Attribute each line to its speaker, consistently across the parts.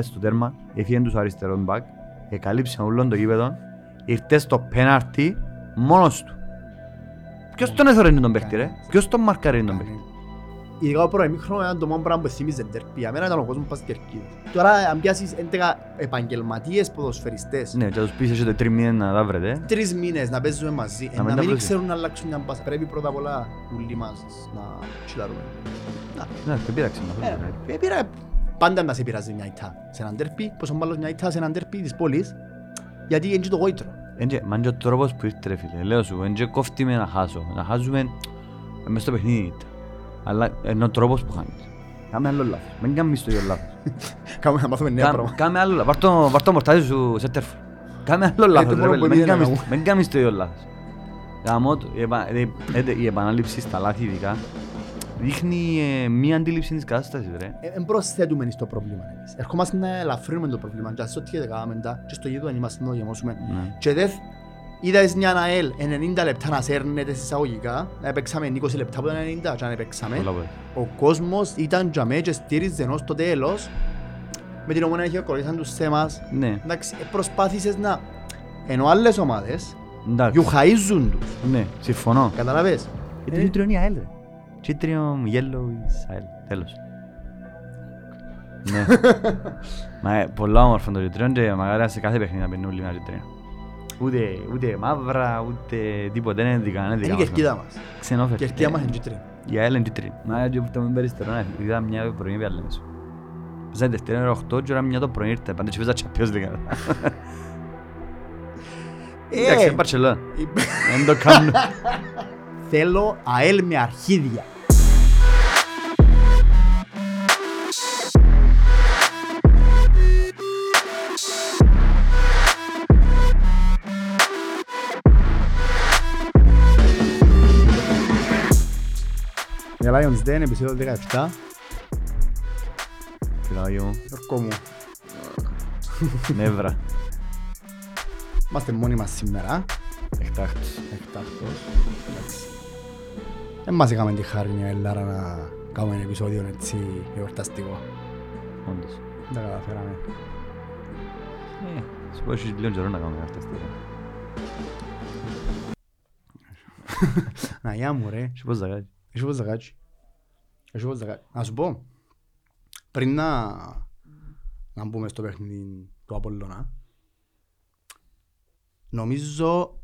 Speaker 1: στο τέρμα, έφυγε τους αριστερών μπακ, εκαλύψαν όλων το γήπεδο, ήρθε στο πέναρτι μόνος του. Ποιος τον έθωρε τον παίχτη ρε, ποιος τον μαρκάρει τον παίχτη.
Speaker 2: Ναι. Ειδικά ο πρώτο ημίχρονο ήταν το μόνο πράγμα που θύμιζε ντέρπι. Για μένα ήταν ο κόσμος που πας κερκίδες. Τώρα αν πιάσεις 11 επαγγελματίες ποδοσφαιριστές,
Speaker 1: Ναι, και να τους πεις έχετε τρεις μήνες να τα βρετε.
Speaker 2: τρεις μήνες να παίζουμε μαζί, ε,
Speaker 1: μην τα
Speaker 2: να μην
Speaker 1: βρούμε.
Speaker 2: ξέρουν να αλλάξουν μια μπάσα. Πρέπει πρώτα απ' όλα όλοι μας να τσιλαρούμε.
Speaker 1: Ναι, δεν πειράξε να
Speaker 2: Ε,
Speaker 1: φύγει.
Speaker 2: ε, πήρα- Πάντα να σε πειράζει μια ητά σε έναν τέρπι, πόσο μάλλον μια ητά σε έναν τέρπι της πόλης, γιατί είναι και το γόητρο.
Speaker 1: Έντια, μα είναι και ο τρόπος που ήρθε ρε φίλε, λέω σου, έντια κόφτει με να χάσω, να χάζουμε μες στο παιχνίδι ήταν. Αλλά είναι ο τρόπος που χάνεις. Κάμε άλλο λάθος, μην κάνεις το ίδιο λάθος.
Speaker 2: Κάμε να μάθουμε νέα
Speaker 1: Κάμε-
Speaker 2: πράγματα.
Speaker 1: Κάμε άλλο λάθος, Βάρ' το- βάρ' το μορτάζι σου σε τέρφο. Κάμε άλλο
Speaker 2: Ε, το
Speaker 1: λάθος ρε
Speaker 2: μόνο που
Speaker 1: φίλε,
Speaker 2: είναι
Speaker 1: μην
Speaker 2: να
Speaker 1: κάνεις-
Speaker 2: κάνω.
Speaker 1: μην κάνεις το ίδιο λάθος. Γαμώ το, η επα- ε, ε, η επανάληψη στα λάθη ειδικά δείχνει ε, μία αντίληψη της κατάστασης ρε.
Speaker 2: Δεν Ε, προσθέτουμε στο πρόβλημα εμείς. Ερχόμαστε να ελαφρύνουμε το πρόβλημα. Και ας ό,τι και κάναμε τα, και στο γείτονα είμαστε να το γεμώσουμε.
Speaker 1: Ναι.
Speaker 2: Και δεν είδες μια ΑΕΛ 90 λεπτά να σέρνεται στις εισαγωγικά. Να παίξαμε 20 λεπτά από τα 90 και αν
Speaker 1: Πολλά
Speaker 2: παίξαμε.
Speaker 1: πολλά.
Speaker 2: Ο κόσμος ήταν για μέ και στήριζε ενός το τέλος. Με την ομονία είχε κορίσαν τους σε μας.
Speaker 1: Ναι,
Speaker 2: Εντάξει, ε, προσπάθησες να... Ενώ άλλες ομάδες
Speaker 1: εντάξει,
Speaker 2: γιουχαΐζουν τους.
Speaker 1: ναι, συμφωνώ.
Speaker 2: Καταλαβες.
Speaker 1: Είναι κίτρινο είναι η ΑΕΛ ρε. Κίτρινο, yellow is ΑΕΛ. Τέλος. ναι. Μα ε, πολλά όμορφα το κίτρινο και μακάρι σε κάθε παιχνίδι να παίρνουν όλοι με ένα κίτρινο. Ούτε, ούτε μαύρα, ούτε τίποτα, δεν είναι δικά, δεν
Speaker 2: Είναι η
Speaker 1: δικά.
Speaker 2: κερκίδα μας.
Speaker 1: Ξενόφερτη.
Speaker 2: Η κερκίδα μας είναι κίτρινη.
Speaker 1: Η ΑΕΛ είναι κίτρινη. Μα έτσι που τα μην περιστερώ, ναι, είδα μια πρωινή πια λέμε σου. Παίζα Δευτέρα ώρα 8 και ώρα μια το πρωί ήρθε, πάντα και παίζα Champions League.
Speaker 2: Ε,
Speaker 1: Εντάξει, είναι Barcelona.
Speaker 2: η-
Speaker 1: Δεν το κάνουν.
Speaker 2: Θέλω ΑΕΛ με αρχίδια. The Lions Den, επεισόδιο 17.
Speaker 1: Φιλάγιο μου,
Speaker 2: Γιώργο μου,
Speaker 1: νεύρα,
Speaker 2: είμαστε μόνοι μας σήμερα.
Speaker 1: εκτάκτους.
Speaker 2: Εκτάκτος. Εντάξει. Δεν μας έκαμε τη χάρη η Ελλάδα να κάνουμε ένα επεισόδιο έτσι εορταστικό.
Speaker 1: Όντως.
Speaker 2: Δεν τα καταφέραμε.
Speaker 1: Ε, Σου πω έχεις λίγο καιρό να κάνουμε αυτά στιγμή.
Speaker 2: Να γεια μου ρε.
Speaker 1: Σου πω ζαγάκι.
Speaker 2: Έχει πως ζαγάκι. Έχει πως ζαγάκι. Να σου πω, πριν να, να μπούμε στο παιχνίδι του Απόλλωνα, νομίζω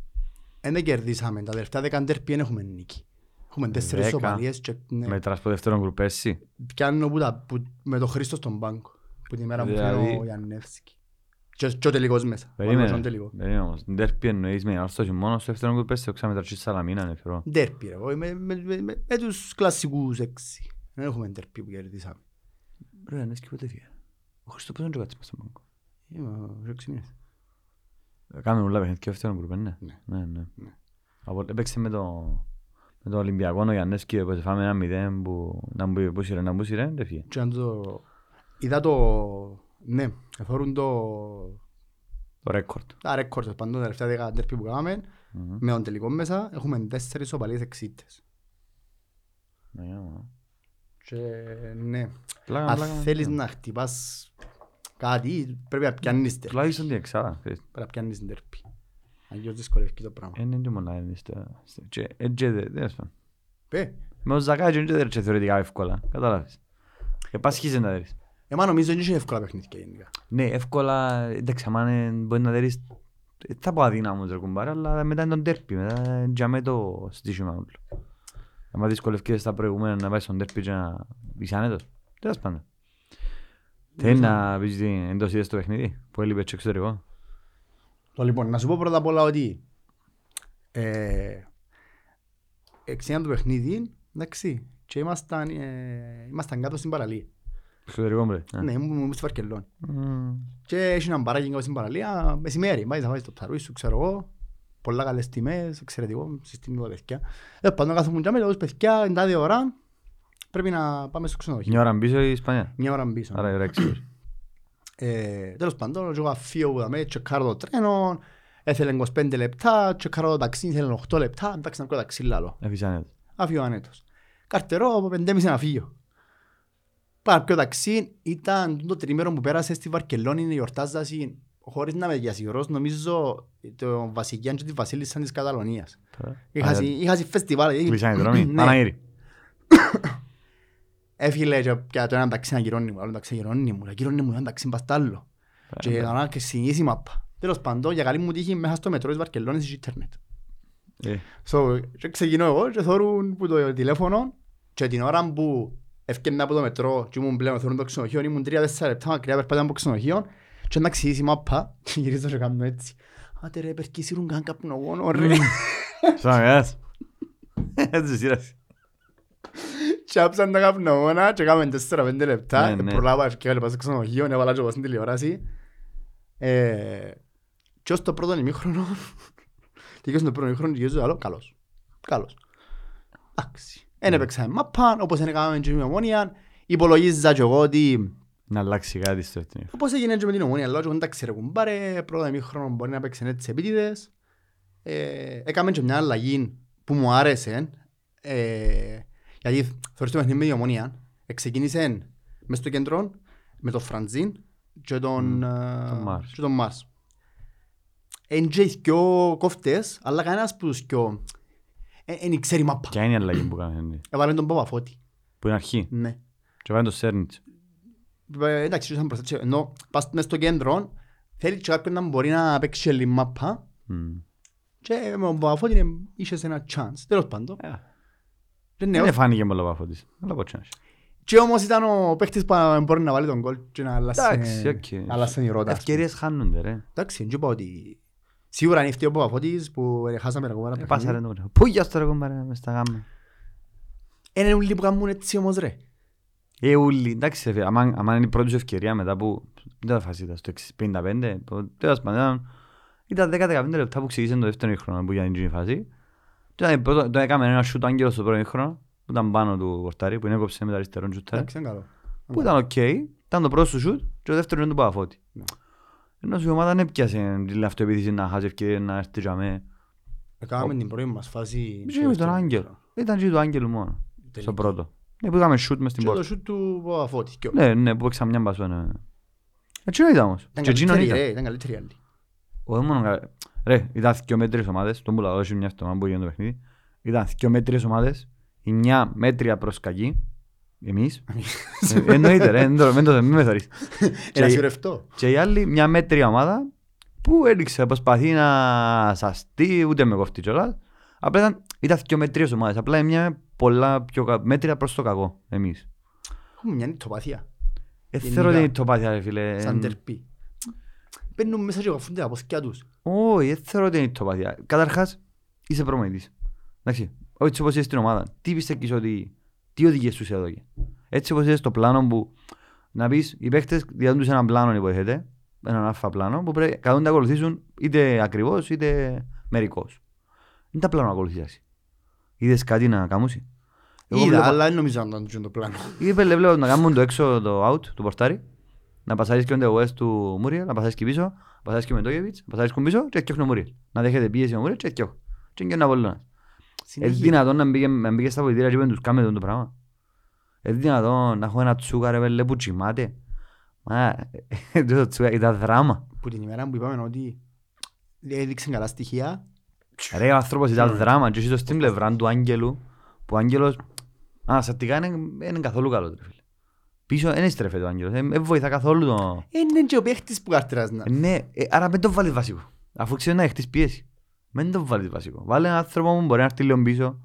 Speaker 2: δεν κερδίσαμε. Τα τελευταία δέκα ντέρπι δεν έχουμε νίκη. Έχουμε τέσσερις
Speaker 1: Δέκα.
Speaker 2: σοπαλίες και ναι,
Speaker 1: Μετράς που δεύτερον γκρουπ εσύ.
Speaker 2: πιάνω που τα, που, με το Χρήστο στον πάγκο. Που τη μέρα που
Speaker 1: Δηλαδή-
Speaker 2: φέρνω ο Γιαννεύσκη. Και, και ο τελικός μέσα. Βάλουμε τον
Speaker 1: Περίμενε.
Speaker 2: τελικός.
Speaker 1: Περίμενε όμως. Ντέρπι εννοείς με ανόρθωση μόνο στο δεύτερον γκρουπ εσύ. Όξα μετράς και σαλαμίνα είναι φυρό.
Speaker 2: Ντέρπι ρε, εγώ, με, με, με, με, με τους κλασσικούς έξι. Δεν έχουμε ντέρπι που κερδίσαμε.
Speaker 1: Ρε, δεν έσκει ποτέ φύγε. Ο Χριστός πώς δεν το κάτσε μες στον πάγκο.
Speaker 2: Είμαι ο- έξι μήνες.
Speaker 1: Ε, Κάμε όλα παιχνίδια και δεύτερον γκρουπ, ναι.
Speaker 2: Ναι.
Speaker 1: Ναι, ναι.
Speaker 2: Ναι.
Speaker 1: Από- Έπαιξε με το... Με τον Ολυμπιακό ο Γιαννέσκι που φάμε ένα μηδέν που να μπει που σειρέ, να μπει σειρέ, δεν φύγε.
Speaker 2: Και αν το... Είδα το... Ναι, εφορούν το...
Speaker 1: Το ρέκορτ.
Speaker 2: Τα ρεκόρτ, πάντων τα τελευταία δέκα τέρπι που κάναμε.
Speaker 1: Μμμ.
Speaker 2: Με τον τελικό μέσα έχουμε τέσσερις σοπαλίες εξίτες.
Speaker 1: Ναι, άμα.
Speaker 2: Και ναι,
Speaker 1: Πλάκα,
Speaker 2: αν
Speaker 1: πλάκα,
Speaker 2: θέλεις
Speaker 1: ναι.
Speaker 2: να χτυπάς κάτι, πρέπει να πιάνεις τέρπι.
Speaker 1: Τουλάχιστον την εξάδα, ξέρεις.
Speaker 2: Πρέπει να πιάνεις τέρπι. Αλλιώς δυσκολεύει το πράγμα.
Speaker 1: Ε, ναι, Είναι και μόνο να είναι στα... στα- και- ε, και δε- δεν ασφαλ.
Speaker 2: Πε,
Speaker 1: Με ο Ζακάκη δεν έρχεται θεωρητικά εύκολα. Κατάλαβες. Επάσχιζε να δέρεις.
Speaker 2: εμά νομίζω είναι εύκολα παιχνίδια γενικά.
Speaker 1: Ναι, εύκολα, εντάξει, άμα είναι- μπορεί να δέρεις... ε, Θα πω αδύναμος ρε κουμπάρα, αλλά μετά είναι τον τέρπι, μετά είναι για με το στήσιμα όλο. Άμα δυσκολευκείς στα προηγούμενα να πάει στον τέρπι και να είσαι άνετος. Τέλος πάντων. Θέλεις να πεις τι εντός είδες το παιχνίδι, που έλειπε και εξωτερικό.
Speaker 2: Το λοιπόν, να σου πω πρώτα απ' όλα ότι ε, εξήναν το παιχνίδι, εντάξει, και ήμασταν, ε, ήμασταν κάτω στην παραλία.
Speaker 1: Εξωτερικό μπρε. Mm. ε.
Speaker 2: Ναι, ήμουν ήμουν στη Βαρκελόνη.
Speaker 1: Μμμ.
Speaker 2: Και έχει έναν παράγγι κάπου στην παραλία, μεσημέρι, πάει να πάει στο ψαρούι σου, ξέρω εγώ. Πολλά καλές τιμές, εξαιρετικό, συστήνω τα παιδιά. Ε, πάντα κάθομαι και με λέω, παιδιά, εν τάδε ώρα, πρέπει να πάμε στο ξενοδοχείο.
Speaker 1: Μια ώρα πίσω η Ισπανία.
Speaker 2: Μια ώρα πίσω.
Speaker 1: Άρα η ώρα έξω.
Speaker 2: Ε, τέλος πάντων, εγώ αφήνω που δαμε, τσεκάρω το τρένο, έθελε 25 λεπτά, τσεκάρω το ταξί, έθελε 8 λεπτά, εντάξει να βγω ταξί λάλο.
Speaker 1: Έφυγες άνετος.
Speaker 2: Αφήνω ανέτος. Καρτερό από 5,5 να φύγω. Πάρα πιο ταξί ήταν το τρίμερο που πέρασε στη Βαρκελόνη, γιορτάζασε χωρίς να με διασυγρός, νομίζω το Βασιλιάν και τη Βασίλισσα της Καταλωνίας. Είχα συ- Είχα συ φεστιβάλ. δηλαδή,
Speaker 1: Κλείσανε οι δρόμοι.
Speaker 2: ναι.
Speaker 1: Παναγύρι.
Speaker 2: Έφυγε και πια το ένα ταξί να κυρώνει μου, άλλο ταξί να κυρώνει μου, να κυρώνει μου ένα ταξί πας τ' άλλο. Και έκανα και συνήθι μάπα. Τέλος πάντων, για καλή μου τύχη, μέσα στο μετρό της Βαρκελόνης είχε ίντερνετ.
Speaker 1: Ε,
Speaker 2: So, και ξεκινώ εγώ και θωρούν που το τηλέφωνο και την ώρα που ευκαιρνά από το μετρό και ήμουν πλέον θωρούν το ξενοδοχείο, ήμουν τρία-τέσσερα λεπτά μακριά περπάτα από το ξενοδοχείο και να ξηγήσει η μάπα και γυρίζω και κάνω έτσι. Άτε ρε, περκίσιρουν καν καπνογόνο ρε.
Speaker 1: Σαν να μιλάς. ε, Έτσι σειράς.
Speaker 2: Και άψαν τα καπνογόνα και κάμεν τέσσερα-πέντε
Speaker 1: Ναι,
Speaker 2: λεπτά.
Speaker 1: ναι.
Speaker 2: Προλάβα ευκαιρία να πάω στο ξενοδοχείο, να βάλω και εγώ στην τηλεόραση. Ε, Και ως το πρώτο ημίχρονο, τελειώσαν το πρώτο ημίχρονο και γυρίζω άλλο, καλός. Καλός. Εντάξει.
Speaker 1: Ναι.
Speaker 2: Εν έπαιξα με μαπά, όπως δεν έκαναμε και με ομόνια. Υπολογίζα και εγώ ότι
Speaker 1: Να αλλάξει κάτι στο εθνικό.
Speaker 2: όπως έγινε και με την ομόνια, λέω και εγώ, εντάξει ρε κουμπάρε, πρώτο ημίχρονο μπορεί να παίξουν έτσι επίτηδες. Ε, Έκαμε και μια αλλαγή που μου άρεσε, ε, γιατί θεωρείς το παιχνίδι με την ομόνια, Ε, ξεκίνησε μες στο κέντρο με τον Φραντζίν και τον, ε,
Speaker 1: τον Μάρς.
Speaker 2: και τον Μάρς. Εν και οι δυο κόφτες, αλλά κανένας που τους δυο δεν ξέρει μαπά.
Speaker 1: Ποια είναι η αλλαγή που κάνανε.
Speaker 2: Έβαλε τον Παπαφώτη.
Speaker 1: Που είναι αρχή.
Speaker 2: Ναι.
Speaker 1: Και βάλε το Σέρνιτς.
Speaker 2: Ε, εντάξει, ήσαν προστασία. Ενώ πας μες στο κέντρο, θέλει και κάποιον να μπορεί να παίξει άλλη μάπα
Speaker 1: Μμ.
Speaker 2: και με τον Παπαφώτη ε, είχες ένα chance. Τέλος πάντων.
Speaker 1: Ε, ναι,
Speaker 2: Και
Speaker 1: Δεν
Speaker 2: νέος.
Speaker 1: φάνηκε με Λαπαφώτης. Αλλά από τσάνες.
Speaker 2: Και όμως ήταν ο παίχτης που ε, μπορεί να βάλει τον κόλ και να
Speaker 1: Εντάξει, ε,
Speaker 2: αλλάσει
Speaker 1: οκ.
Speaker 2: να αλλάσει η ρότας. ας πούμε.
Speaker 1: Ευκαιρίες χάνονται ρε.
Speaker 2: Εντάξει, δεν είπα ότι σίγουρα είναι φταίει ο Παπαφώτης που ε, χάσαμε ακόμα ένα
Speaker 1: Ε,
Speaker 2: παιχνίδι.
Speaker 1: Πάσα ρε το βράδυ. Πού για στο ρε κομπάρε μες στα γάμμα.
Speaker 2: Είναι όλοι που κάνουν έτσι όμως ρε.
Speaker 1: Ε, ούλοι, εντάξει, ρε, άμα, άμα είναι η πρώτη σου ευκαιρία μετά που. Δεν θα φάσει, ήταν στο 55, το- τέλος πάντων. ήταν- Ήταν 10-15 λεπτά που ξεκίνησε το δεύτερο χρόνο που ήταν η φάση. Και ήταν η πρώτο- το έκαμε ένα σούτ άγγελο στο πρώτο χρόνο που ήταν πάνω του Πορτάρι, που είναι έκοψε με τα αριστερόν σούτ.
Speaker 2: Εντάξει, είναι καλό.
Speaker 1: Που ήταν οκ, ήταν το πρώτο σου σούτ και το δεύτερο είναι του Παπαφώτη.
Speaker 2: Ναι.
Speaker 1: Ενώ η ομάδα δεν έπιασε την αυτοεπίθεση να χάσει ευκαιρία να έρθει για μέ.
Speaker 2: Έκαναμε Ε, την πρώτη μας φάση.
Speaker 1: Και με τον Άγγελο. Ήταν και του Άγγελου μόνο, στο
Speaker 2: Τελικά.
Speaker 1: πρώτο. Ναι, που είχαμε σούτ μες στην
Speaker 2: Και
Speaker 1: πόρτα.
Speaker 2: το σούτ του Παπαφώτη. Και ο-
Speaker 1: Ναι, ναι, που παίξαμε μια μπασόνα. Έτσι ήταν όμως.
Speaker 2: Ήταν
Speaker 1: Και εκείνον
Speaker 2: καλύτερη,
Speaker 1: ήταν.
Speaker 2: ρε, ήταν καλύτερη η άλλη.
Speaker 1: Όχι μόνο κα- Ρε, ήταν δύο μέτρες ομάδες, τον πουλαδό έχει μια εβδομάδα που έγινε το παιχνίδι. Ήταν δύο μέτρες ομάδες, η μια μέτρια προς κακή, εμείς. Ε, Εννοείται ρε, δεν το- μην το- μην με θωρείς.
Speaker 2: Ένα
Speaker 1: Και-
Speaker 2: σιωρευτό.
Speaker 1: Και η άλλη μια μέτρια ομάδα που έδειξε, προσπαθεί να σαστεί, ούτε με κοφτεί κιόλας. Απλά ήταν, ήταν δύο μέτριες ομάδες, απλά μια πολλά πιο κα- μέτρια προς το κακό, εμείς.
Speaker 2: Έχουμε μια νητοπαθία,
Speaker 1: Ε,
Speaker 2: Γενικά.
Speaker 1: Θεωρώ ότι είναι το πάθια ρε φίλε. Ε,
Speaker 2: σαν τερπή. Μπαίνουν μέσα και γαφούνται τα πόθηκια τους.
Speaker 1: Όχι, δεν θεωρώ ότι είναι ηττοπαθία. Καταρχάς, είσαι προμονητής. Εντάξει, έτσι όπως είσαι στην ομάδα, τι πιστεύεις ότι, τι οδηγίες τους έδωκε. Έτσι όπως είσαι στο πλάνο που, να πεις, οι παίχτες διαδούν τους έναν πλάνο υποθέτε, έναν αλφα πλάνο, που πρέπει καθόλου να ακολουθήσουν είτε ακριβώς είτε μερικώς. Δεν τα πλάνο να ακολουθήσει. Είδες κάτι να καμούσει. Εγώ
Speaker 2: Είδα,
Speaker 1: βλέπα-
Speaker 2: αλλά δεν νομίζω να ήταν τζιόν το πλάνο.
Speaker 1: Ή βλέπω να κάνουν το έξω το out του πορτάρι, να πασάρεις και ο Ντεγουές του Μούριελ, να πασάρεις και πίσω, να πασάρεις και ο Μεντόγεβιτς, να πασάρεις και πίσω και έφτιαχνε ο Μούριελ. Να δέχεται πίεση ο Μούριελ και έφτιαχνε. Και έφτιαχνε ο Απολλώνας. Είναι
Speaker 2: Συνέχεια.
Speaker 1: δυνατόν να μπήκε, να μπήκε στα βοηθήρια και είπε τους κάμε το πράγμα. Είναι δυνατόν να έχω ένα τσούκα ρε πέλε που τσιμάται. Μα, ε, το τσούκα ήταν δράμα.
Speaker 2: Που την ημέρα που είπαμε ότι έδειξαν καλά στοιχεία,
Speaker 1: Ρε ο άνθρωπος ήταν δράμα και είσαι στην πλευρά του Άγγελου που ο Άγγελος αναστατικά είναι, είναι καθόλου καλός ρε φίλε. Πίσω δεν στρέφεται ο Άγγελος, ε, δεν δεν βοηθά καθόλου τον...
Speaker 2: είναι και ο παίχτης που καρτράς να.
Speaker 1: Ε, Ναι, ε, άρα μην το βάλεις βασικό. Αφού ξέρει να έχεις πίεση. Μην το βάλεις βασικό. Βάλε έναν άνθρωπο που μπορεί να έρθει λίγο πίσω,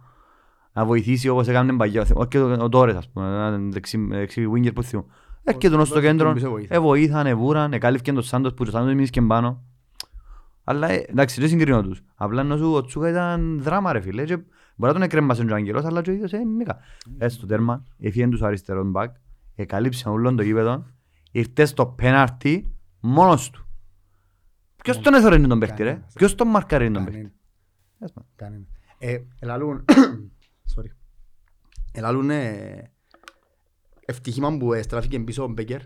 Speaker 1: να βοηθήσει όπως έκανε παλιά. Θε- Και ο ο Τόρες, ας πούμε, έναν δεξί, δεξί winger που θυμώ. Έρχεται τον στο
Speaker 2: Τόρες
Speaker 1: κέντρο, Ε,
Speaker 2: τον πίσω βοήθησε.
Speaker 1: εβοήθαν, εβούραν, εκάλυφκε τον Σάντος που ο Σάντος μείνει και πάνω. Αλλά ε, εντάξει, δεν συγκρίνω τους. Απλά ενώ σου ο Τσούκα ήταν δράμα ρε φίλε. Και μπορεί να τον εκρέμασε ο Αγγελός, αλλά και ο ίδιος ε, νίκα.
Speaker 2: Ναι.
Speaker 1: Έτσι στο τέρμα, έφυγε τους αριστερών μπακ, εκαλύψε όλων το γήπεδο, ήρθε στο πέναρτι μόνος του. Ποιος τον έθωρε τον παίχτη ρε,
Speaker 2: Κανένας.
Speaker 1: ποιος τον μαρκάρει τον παίχτη.
Speaker 2: Κανένα. Eh, Κανένας. Ε, ελαλούν, sorry, ελαλούν ε, ευτυχήμα που στράφηκε πίσω ο Μπέκερ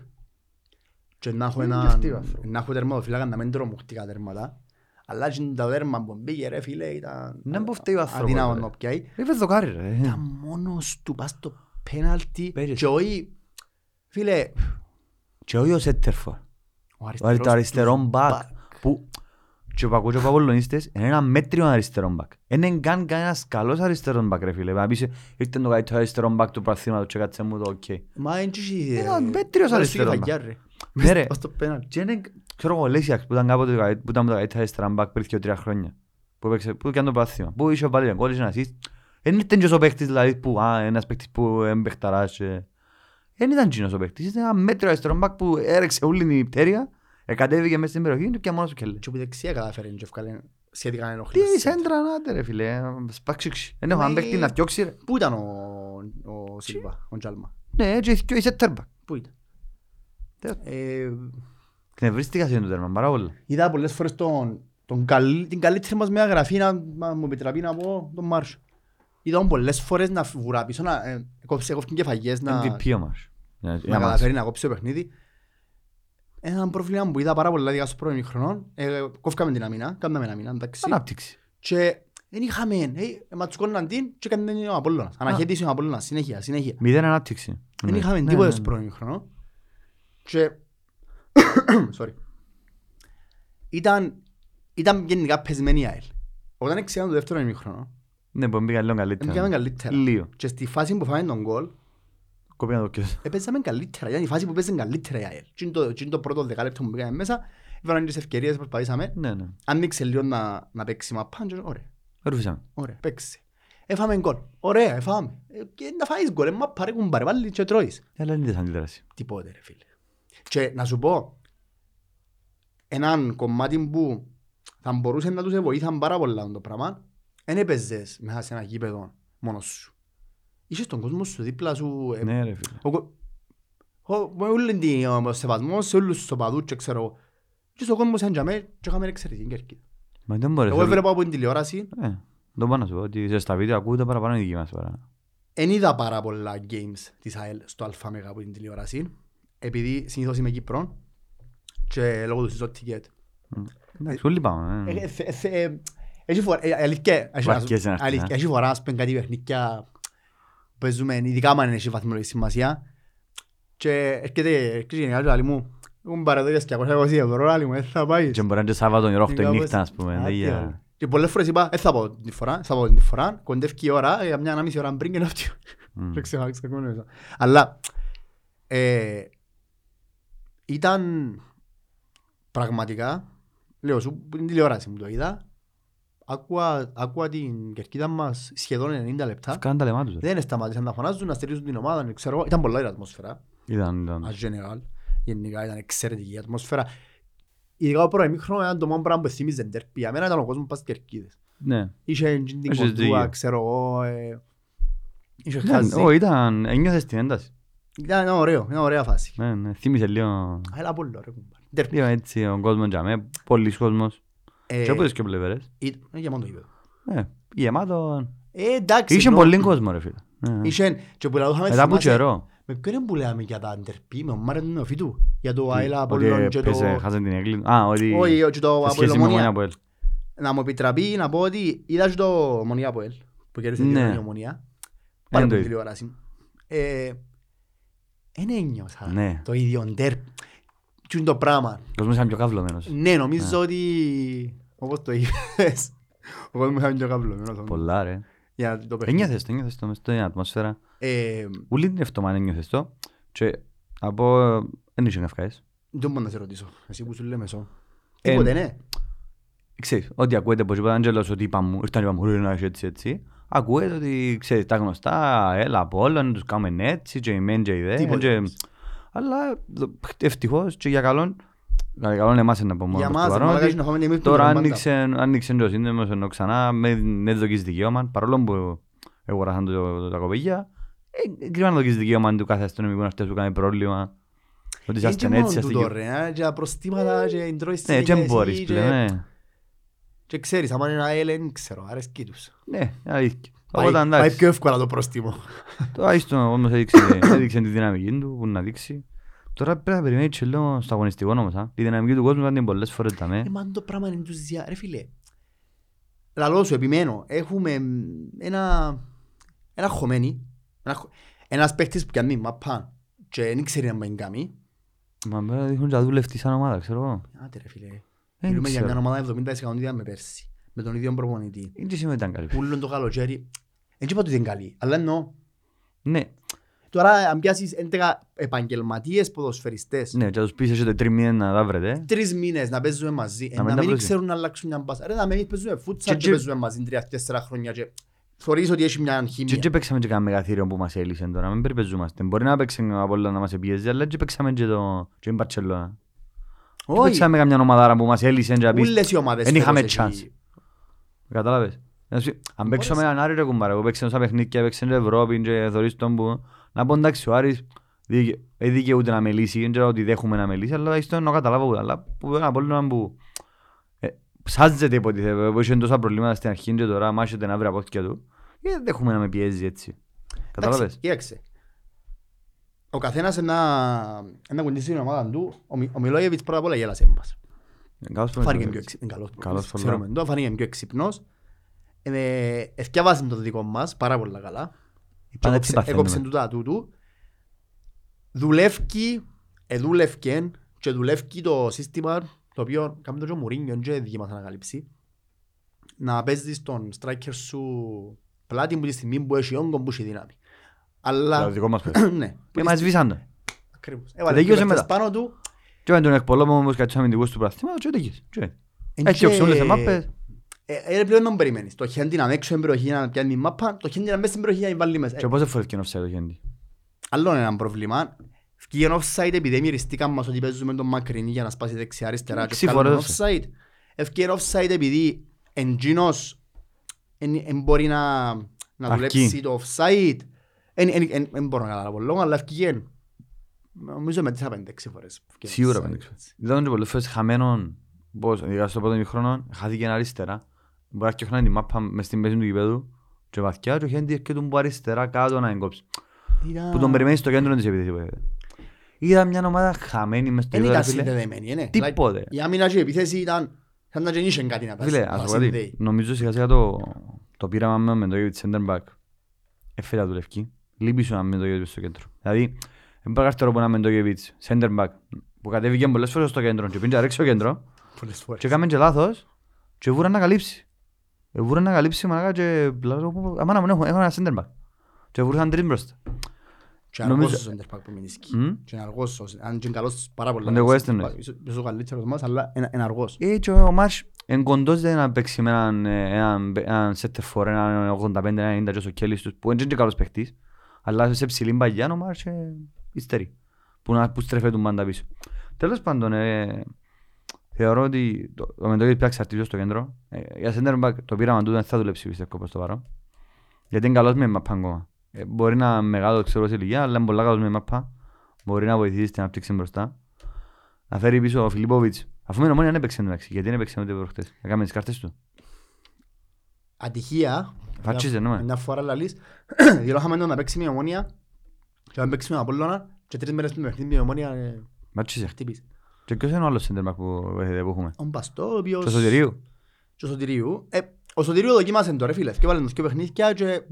Speaker 2: και να έχω
Speaker 1: Είναι
Speaker 2: έναν-
Speaker 1: και αυτοί οι άνθρωποι.
Speaker 2: να έχω τερματοφύλακα να μην τρομούχτηκα τέρματα. Αλλά και το τέρμα που μπήκε ρε φίλε ήταν
Speaker 1: Ναι, που φταίει ο άνθρωπος,
Speaker 2: αδύναμο
Speaker 1: ρε.
Speaker 2: να πιάει.
Speaker 1: Είπε δοκάρι ρε.
Speaker 2: Ήταν μόνος του πας στο πέναλτι
Speaker 1: Παίζεις.
Speaker 2: και όχι Φίλε,
Speaker 1: Και όχι ο Σέτερφορ.
Speaker 2: ο
Speaker 1: Ο-
Speaker 2: αριστερός
Speaker 1: Το αριστερό
Speaker 2: τους
Speaker 1: μπακ.
Speaker 2: back.
Speaker 1: Που και ο Πακούτσο Παπολονίστες είναι ένα μέτριο αριστερό μπακ. Δεν είναι καν κανένας καλός αριστερό μπακ ρε φίλε. Να πεις ήρθε το καλύτερο αριστερό μπακ του πραθήματος και κάτσε μου το οκ.
Speaker 2: Μα δεν τσίχει...
Speaker 1: Ένα μέτριος αριστερός Ναι, ρε.
Speaker 2: Ως το πέναλ.
Speaker 1: Και είναι, ξέρω εγώ, ο Λέσιαξ που ήταν κάποτε το καλ- που ήταν με τα καλύτερα αριστερά μπακ πριν δύο-τρία χρόνια. Που έπαιξε, που έκανε το πράθυμα. Που είχε βάλει ένα γκολ, είχε ένα assist. Δεν ήταν και ο παίχτης δηλαδή που, α, ένας παίχτης που εμπαιχταράς. και- Δεν ήταν κοινός ο παίχτης. Ήταν ένα μέτριο αριστερό μπακ που έρεξε όλη η πτέρια, εκατέβηκε μέσα στην περιοχή του και μόνος του κελέ.
Speaker 2: Και που δεξιά κατάφερε και βγάλε σχετικά
Speaker 1: Τι
Speaker 2: ενοχλή.
Speaker 1: είσαι έντρα να ρε φίλε, σπάξιξι. Δεν έχω έναν
Speaker 2: Μα,
Speaker 1: παίχτη
Speaker 2: ε,
Speaker 1: να διώξει ρε.
Speaker 2: Πού ήταν ο, ο Σίλβα, ο Τζάλμα.
Speaker 1: Ναι, και και είσαι τέρμα.
Speaker 2: Πού ήταν.
Speaker 1: Τέλος.
Speaker 2: Ε,
Speaker 1: Κνευρίστηκα σε το τέρμα, πάρα πολλά.
Speaker 2: είδα πολλές φορές τον, τον καλ, την καλύτερη μας μεταγραφή, να να μου επιτραπεί να πω, τον Μάρσο. Είδα τον πολλές φορές να βουρά πίσω, να ε, κόψει, κόφτει και φαγιές, να,
Speaker 1: MVP όμως. Ναι,
Speaker 2: να
Speaker 1: ένα μας.
Speaker 2: καταφέρει να κόψει το παιχνίδι. Ένα πρόβλημα που είδα πάρα πολλά δηλαδή, δικά στο πρώτο χρονών, ε, κόφκαμε την αμήνα, κάναμε την αμήνα, εντάξει.
Speaker 1: Ανάπτυξη.
Speaker 2: Και δεν είχαμε, ε, ματσκόναν την και έκανε ο Απόλλωνας. Αναχέτησε ο Απόλλωνας, συνέχεια, συνέχεια.
Speaker 1: Μηδέν ανάπτυξη.
Speaker 2: Δεν
Speaker 1: Ναι.
Speaker 2: είχαμε
Speaker 1: Ναι,
Speaker 2: τίποτα
Speaker 1: ναι,
Speaker 2: στο
Speaker 1: ναι.
Speaker 2: πρώην χρόνο. Και... Sorry. Ήταν, ήταν γενικά πεσμένη η ΑΕΛ. Όταν εξηγάμε το δεύτερο ημίχρονο,
Speaker 1: Ναι, που μπήκαν λίγο καλύτερα. Ναι.
Speaker 2: έπαιξαμε Ε, καλύτερα.
Speaker 1: Λίγο.
Speaker 2: Και στη φάση που φάμε τον κόλ,
Speaker 1: Κόπηκαν το κέντρο.
Speaker 2: έπαιζαμε καλύτερα. Ήταν η φάση που παίζαν καλύτερα η ΑΕΛ. Τι είναι το, τι είναι το πρώτο δεκάλεπτο που πήγαμε μέσα, έβαλαν τις ευκαιρίες, προσπαθήσαμε.
Speaker 1: Ναι, ναι.
Speaker 2: Άνοιξε λίγο να, να παίξει μαπάν και ωραία,
Speaker 1: Ρούφησαμε.
Speaker 2: ωραία, παίξε. Έφαμε γκολ. Ωραία, έφαμε. Ε, Και να φάεις γκολ, ε, μα πάρε κουμπάρε, βάλει και τρώεις.
Speaker 1: Αλλά δεν είδες αντίδραση.
Speaker 2: Τίποτε ρε φίλε. Και να σου πω, έναν κομμάτι που θα μπορούσε να τους βοήθαν πάρα πολλά με το πράγμα, δεν έπαιζες μέσα σε ένα γήπεδο μόνος σου. Είχες τον κόσμο σου δίπλα σου. ε,
Speaker 1: Ναι, ρε φίλε.
Speaker 2: ο κο- ο- Με όλη την ο σεβασμό, σε όλους τους οπαδούς και ξέρω εγώ. Και στον κόσμο σαν τζαμέ και είχαμε εξαιρετική κερκίδα.
Speaker 1: Μα δεν μπορείς.
Speaker 2: Εγώ έβλεπα από την τηλεόραση,
Speaker 1: Ε, Το πάνω σου, ότι σε στα βίντεο ακούτε παραπάνω η δική μας παρά.
Speaker 2: δεν είδα πάρα πολλά games της ΑΕΛ στο ΑΜΕΓΑ από την τηλεόραση, επειδή συνήθως είμαι Κύπρον και λόγω του συζώ ticket.
Speaker 1: Μ. Εντάξει, όλοι πάμε. ε.
Speaker 2: Ε, θε- θε- ε, Έχει φορά, ε, αλήθεια, έχει να σου-
Speaker 1: Βαρκές είναι αυτά,
Speaker 2: αλήθεια,
Speaker 1: ε.
Speaker 2: έχει φοράς, ας πούμε, κάτι παιχνίκια που παίζουμε, ειδικά αν έχει βαθμολογική σημασία. Και έρχεται, έρχεται η γενιά του, λέει μου, έχουν παραδόγιας και 220 ευρώ, λέει μου, «Ε, θα πάεις.
Speaker 1: Και μπορεί να είναι Σάββατο η ώρα 8 η
Speaker 2: Κάπως-
Speaker 1: νύχτα, ας πούμε.
Speaker 2: Άντε,
Speaker 1: δεν
Speaker 2: ρε.
Speaker 1: για-
Speaker 2: Και πολλές φορές είπα, «Ε, θα πάω την φορά, θα πάω την φορά, κοντεύει η ώρα, για μια ανάμιση ώρα πριν και να φτιάξω.
Speaker 1: Μ.
Speaker 2: Δεν ξέρω, ξεκούνευσα. Αλλά ε, ήταν πραγματικά, λέω σου, που την τηλεόραση μου το είδα, άκουα, άκουα την κερκίδα μας σχεδόν 90 λεπτά.
Speaker 1: Φκάνε τα λεμά τους, ρε.
Speaker 2: Δεν σταματήσαν να φωνάζουν, να στηρίζουν την ομάδα, δεν ξέρω, εγώ. ήταν πολλά η ατμόσφαιρα.
Speaker 1: Ήταν, ήταν.
Speaker 2: Ας general, γενικά ήταν εξαιρετική η ατμόσφαιρα. Ειδικά ο πρώτο ημίχρονο ήταν το μόνο πράγμα που θύμιζε ντέρπι. Για μένα ήταν ο κόσμος που πάει στις κερκίδες.
Speaker 1: Ναι.
Speaker 2: Είχε την
Speaker 1: Έχεις
Speaker 2: κοντούα,
Speaker 1: δίκιο.
Speaker 2: ξέρω εγώ. ε, Είχε
Speaker 1: Ήταν-
Speaker 2: χαζί.
Speaker 1: ω, Ναι, ήταν, ένιωθες την ένταση.
Speaker 2: Ήταν ήταν ωραίο, ήταν ωραία φάση.
Speaker 1: Ναι, ναι, θύμισε λίγο.
Speaker 2: Έλα πολύ ωραίο κουμπάρι. Ντερπι.
Speaker 1: Λίγο έτσι ο κόσμος τζαμέ, πολλής κόσμος.
Speaker 2: Ε,
Speaker 1: Και από τις και πλευρές.
Speaker 2: ή- ε, για μόνο το γήπεδο.
Speaker 1: Ε, γεμάτο.
Speaker 2: Ε, εντάξει.
Speaker 1: Είχε
Speaker 2: νο-
Speaker 1: πολύ κόσμο, ρε φίλε. Ναι, ναι.
Speaker 2: Είχε και που λαλούσαμε,
Speaker 1: Μετά από
Speaker 2: θυμάσαι,
Speaker 1: καιρό.
Speaker 2: Με ποιον είναι που λέμε για τα ντερπι, με ο Μάρε του Νεοφύτου. Για το Άιλα
Speaker 1: Ότι
Speaker 2: Απολλών και το...
Speaker 1: έπαιζε, χάσαν την Εγκλή. Α, ότι
Speaker 2: Όχι, όχι, το
Speaker 1: σε σχέση με
Speaker 2: Απολλωμόνια.
Speaker 1: Ομόνια Αποέλ.
Speaker 2: Να μου επιτραπεί να πω ότι είδα και το Μονία Αποέλ, που κέρδισε
Speaker 1: Ναι.
Speaker 2: την Ομονία. Πάλι από
Speaker 1: το
Speaker 2: την
Speaker 1: είδα.
Speaker 2: τηλεόραση. Ε, Εν ένιωσα
Speaker 1: Ναι.
Speaker 2: το ίδιο ντερπι. Τι είναι το πράγμα.
Speaker 1: Ο κόσμος ήταν πιο καυλωμένος.
Speaker 2: Ναι, νομίζω ότι... Όπως το είπες, ο κόσμος ήταν πιο καυλωμένος.
Speaker 1: Πολλά ρε.
Speaker 2: Για να το παιχνίδι.
Speaker 1: Ένιωθες το, ένιωθες το μες στην ατμόσφαιρα.
Speaker 2: Ε,
Speaker 1: Ούλη την ευτομάν ένιωθες το. Και από... ε, Εν είσαι καυκάες.
Speaker 2: Δεν μπορώ να σε ρωτήσω. Εσύ που σου λέμε σο.
Speaker 1: Ε,
Speaker 2: Τίποτε, ναι.
Speaker 1: Ξέρεις, ό,τι ακούετε πως είπε ο Άγγελος ότι είπα μου, ήρθαν είπα μου, ρε να είσαι έτσι έτσι. Ακούετε ότι ξέρεις τα γνωστά, έλα από όλων, τους κάνουμε έτσι και ημέν και οι δε.
Speaker 2: Τίποτε.
Speaker 1: και- Αλλά δο- ευτυχώς και για καλόν, για καλόν εμάς είναι να πω μόνο.
Speaker 2: Για
Speaker 1: προς το
Speaker 2: μας,
Speaker 1: παρόν,
Speaker 2: μαλάκα,
Speaker 1: ότι-
Speaker 2: είναι να φάμε εμείς που
Speaker 1: Τώρα
Speaker 2: είμαστε
Speaker 1: άνοιξε, άνοιξε το σύνδεμος ενώ ξανά με με δοκίσεις δικαίωμα, παρόλο που αγοράσαν το, το, τα κοπήγια, ε, κρύβαν δοκίσεις δικαίωμα του κάθε αστυνομικού αυτές που κάνει πρόβλημα. Ότι
Speaker 2: πάντα.
Speaker 1: σας
Speaker 2: Ε, και
Speaker 1: ήταν έτσι,
Speaker 2: μόνο
Speaker 1: σας
Speaker 2: τούτο,
Speaker 1: ήταν...
Speaker 2: ρε, α, και προστήματα και
Speaker 1: Ναι,
Speaker 2: εντρώεις
Speaker 1: και
Speaker 2: συνέχεια
Speaker 1: δεν
Speaker 2: εσύ
Speaker 1: μπορείς
Speaker 2: και-
Speaker 1: πλέον, ναι.
Speaker 2: Και ξέρεις, άμα είναι ένα έλεν, ξέρω, αρέσκει τους.
Speaker 1: Ναι, αλήθεια.
Speaker 2: Πάει-
Speaker 1: Οπότε
Speaker 2: Πάει πιο
Speaker 1: εντάξει,
Speaker 2: εύκολα το πρόστιμο.
Speaker 1: το άιστο όμως έδειξε, έδειξε τη δυναμική του που να δείξει. Τώρα πρέπει να περιμένει και λίγο στο αγωνιστικό όμως, α. Η δυναμική του κόσμου ήταν πολλές φορές τα με.
Speaker 2: Ε, μα αν το πράγμα είναι τους δια... Ρε φίλε, λαλό σου, επιμένω, έχουμε μ, ένα, ένα χωμένη, ένα, χω- ένας παίχτης που κάνει μαπά και δεν ήξερε αν πάει κάμι.
Speaker 1: Μα με δείχνουν και να δουλευτεί σαν ομάδα, ξέρω εγώ.
Speaker 2: Άντε ρε φίλε.
Speaker 1: Δεν
Speaker 2: Μιλούμε για
Speaker 1: ξέρω.
Speaker 2: μια ομάδα 70% ήταν με πέρσι. Με τον ίδιο προπονητή.
Speaker 1: Είναι και σήμερα ήταν καλή.
Speaker 2: Πούλον το καλοκαίρι. Δεν είπα ότι δεν καλή, αλλά εννοώ.
Speaker 1: Ναι,
Speaker 2: Τώρα αν πιάσεις 11 επαγγελματίες ποδοσφαιριστές,
Speaker 1: ναι, και να τους πεις έχετε τρει μήνες να τα βρετε.
Speaker 2: τρεις μήνες να παίζουμε μαζί, ε,
Speaker 1: Να μην
Speaker 2: να
Speaker 1: τα
Speaker 2: μην
Speaker 1: βρούμε.
Speaker 2: ξέρουν να αλλάξουν μια μπάσα. Ρε να μην παίζουμε
Speaker 1: Και-
Speaker 2: φούτσα και
Speaker 1: και-
Speaker 2: παίζουμε μαζί τρία-τέσσερα χρόνια και θεωρείς ότι έχει μια
Speaker 1: Και
Speaker 2: χημία.
Speaker 1: και παίξαμε και κανένα μεγαθύριο που μας έλυσε τώρα, μην περιπεζούμαστε. Μπορεί να παίξει ο Απόλλωνας να μας επίεζε, αλλά και παίξαμε και το... και την Μπαρτσελώνα. Και
Speaker 2: Όχι,
Speaker 1: Παίξαμε καμιά ομαδάρα που μας έλυσε και να πεις,
Speaker 2: όλες οι ομάδες
Speaker 1: Εν είχαμε
Speaker 2: φέτος εκεί.
Speaker 1: chance. Κατάλαβες. Να σου πει, Αν παίξω με έναν Άρη ρε κουμπάρα, που παίξε τόσα παιχνίδια, παίξε την Ευρώπη και θεωρείς τον που... Να πω εντάξει ο Άρης δίκαι- ε, δικαιούται να μελήσει, δεν ξέρω ότι δέχουμε να μελήσει, αλλά ίσως να καταλάβω που αλλά που ένα απόλυτο που... ε, Ψάζεται υποτίθεται, που είχε τόσα προβλήματα στην αρχή και τώρα μάχεται να βρει από αυτιά του. Ε, Δεν δέχομαι να με πιέζει έτσι. Κατάλαβες.
Speaker 2: Εντάξει, Κοίταξε. Ο καθένας να, να κουνήσει την ομάδα του. Ο, Μι- ο Μιλόγεβιτς πρώτα απ' όλα γέλασε μας.
Speaker 1: Ε, καλώς που με
Speaker 2: Φάνηκε
Speaker 1: το
Speaker 2: πιο
Speaker 1: έτσι.
Speaker 2: εξυπνός. Καλός,
Speaker 1: Καλός
Speaker 2: προπονητής,
Speaker 1: πολλά.
Speaker 2: ξέρουμε το, φάνηκε πιο εξυπνός. Ε, Εθιάβασε το δικό μας πάρα πολύ καλά.
Speaker 1: Πάντα
Speaker 2: Έκοψε-
Speaker 1: έτσι παθαίνουμε.
Speaker 2: Έκοψε του τα τούτου. Δουλεύκει, εδούλευκεν και δουλεύκει το σύστημα το οποίο κάνει το και ο Μουρίνιο και δική μας ανακαλύψη. Να παίζεις τον striker σου πλάτη που τη στιγμή που έχει όγκο που έχει δύναμη.
Speaker 1: Το
Speaker 2: Αλλά,
Speaker 1: δικό μας παιδί.
Speaker 2: ναι,
Speaker 1: Δηλαδή- Ε, μας σβήσαν τον.
Speaker 2: ακριβώς. Ε,
Speaker 1: Δεν
Speaker 2: Έβαλε
Speaker 1: γιώσε
Speaker 2: και
Speaker 1: μετά.
Speaker 2: πάνω του.
Speaker 1: Και με τον εκπολόμο όμως κατσάμε αμυντικούς του πραθήματος και τέτοιες. Και- Έτσι
Speaker 2: και-
Speaker 1: όξε όλες οι μάπες.
Speaker 2: Ε, ε, πλέον δεν περιμένεις. Το χέντι να είναι έξω στην περιοχή να πιάνει μάπα, το χέντι να είναι μέσα στην περιοχή να την βάλει μέσα. Ε,
Speaker 1: Και πόσες φορές και offside το χέντι.
Speaker 2: Άλλο ένα πρόβλημα. Βγήκε offside επειδή μυριστήκαμε μας ότι παίζουμε τον μακρινή για να σπάσει δεξιά αριστερά και
Speaker 1: Έξι
Speaker 2: βγάλουμε
Speaker 1: φορές
Speaker 2: offside. Ευκαιρία offside επειδή εντζίνος δεν μπορεί να, να
Speaker 1: Αρκεί.
Speaker 2: δουλέψει το offside. Δεν μπορώ να καταλάβω λόγο, αλλά ευκαιρία. Νομίζω με τις απέντες έξι φορές. ευκαιρία
Speaker 1: Σίγουρα
Speaker 2: offside.
Speaker 1: πέντε έξι. Ήταν και πολλές φορές χαμένον, πώς, ειδικά στο πρώτο ημιχρόνο, χάθηκε ένα αριστερά. Μπορεί να φτιάχνει τη μάπα μες στην μέση του γηπέδου και βαθιά και ο Χέντι έρχεται που αριστερά κάτω να εγκόψει.
Speaker 2: Ήταν-
Speaker 1: Που τον περιμένεις στο κέντρο της επίθεσης. βέβαια. Είδα μια ομάδα χαμένη μες στο
Speaker 2: Δεν
Speaker 1: γήπεδο,
Speaker 2: ήταν
Speaker 1: ρε φίλε.
Speaker 2: Ε, συνδεδεμένη, ναι.
Speaker 1: Τίποτε.
Speaker 2: Η άμυνα και η επίθεση ήταν σαν να γεννήσουν κάτι να
Speaker 1: Φίλε,
Speaker 2: πάσει.
Speaker 1: ας
Speaker 2: να
Speaker 1: πω κάτι.
Speaker 2: συνδέει.
Speaker 1: Νομίζω σιγά σιγά το, το πείραμα με το David center back. Έφερα του λευκή. Λείπει σου να με το David στο κέντρο. Δηλαδή, δεν πάει καθόλου που να με το David center back που κατέβηκε πολλές φορές στο κέντρο και πήγε να ρίξει στο κέντρο
Speaker 2: Πολλές φορές.
Speaker 1: και έκαμε και λάθος και βούραν να καλύψει. Ε, Βούραν να καλύψει μαλάκα και λέω, «Πω, πω, αμάνα μου έχω, έχω ένα center back. Και βούραν τρεις μπροστά.
Speaker 2: Και
Speaker 1: Νομίζω-
Speaker 2: αργός ο center back που μείνει.
Speaker 1: Μμμ.
Speaker 2: Και είναι αργός, ως- αν και είναι καλός πάρα πολύ.
Speaker 1: Αν δεν
Speaker 2: καλός
Speaker 1: Western
Speaker 2: center back.
Speaker 1: είναι.
Speaker 2: Ίσως- ίσως ο καλύτερος μας, αλλά είναι είναι αργός.
Speaker 1: Ε, και ο Μάρς εγκοντώζεται να παίξει με έναν, ε, έναν, έναν setter for, έναν 85, έναν 90 και ο Κέλλης τους, που δεν είναι και καλός παίχτης, αλλά σε ψηλή παγιά ο Μάρς ε, υστερεί, που, να, που στρέφεται τον πάντα πίσω. Τέλος πάντων, ε, θεωρώ ότι το, το Μεντόγιος πια εξαρτήτως στο κέντρο. Ε, για center back το πείραμα του δεν θα δουλέψει πιστεύω προς το παρόν. Γιατί είναι καλός με μαπά ακόμα. Ε, μπορεί να είναι μεγάλο ξέρω σε ηλικία, αλλά είναι πολλά καλός με μαπά. Μπορεί να βοηθήσει στην ανάπτυξη μπροστά. Να φέρει πίσω ο Φιλιππόβιτς. Αφού με νομόνια δεν έπαιξε εντάξει, γιατί δεν έπαιξε ούτε προχτές. Έκαμε τις κάρτες του.
Speaker 2: Ατυχία.
Speaker 1: Φάτσιζε, ναι.
Speaker 2: Μια φορά λαλείς. Δηλώσαμε τον να παίξει με ομόνια και να παίξει με Απόλλωνα και τρεις μέρες πριν παίχνει με ομόνια ε,
Speaker 1: Μάτσισε.
Speaker 2: χτύπησε.
Speaker 1: Και ποιος είναι ο άλλος center back που, ε, που έχουμε.
Speaker 2: Ο Μπαστό, ο οποίος-
Speaker 1: Στο Σωτηρίου.
Speaker 2: και ο Σωτηρίου. Ε, ο Σωτηρίου δοκίμασε το ρε φίλε. Και βάλε τους δύο παιχνίδια και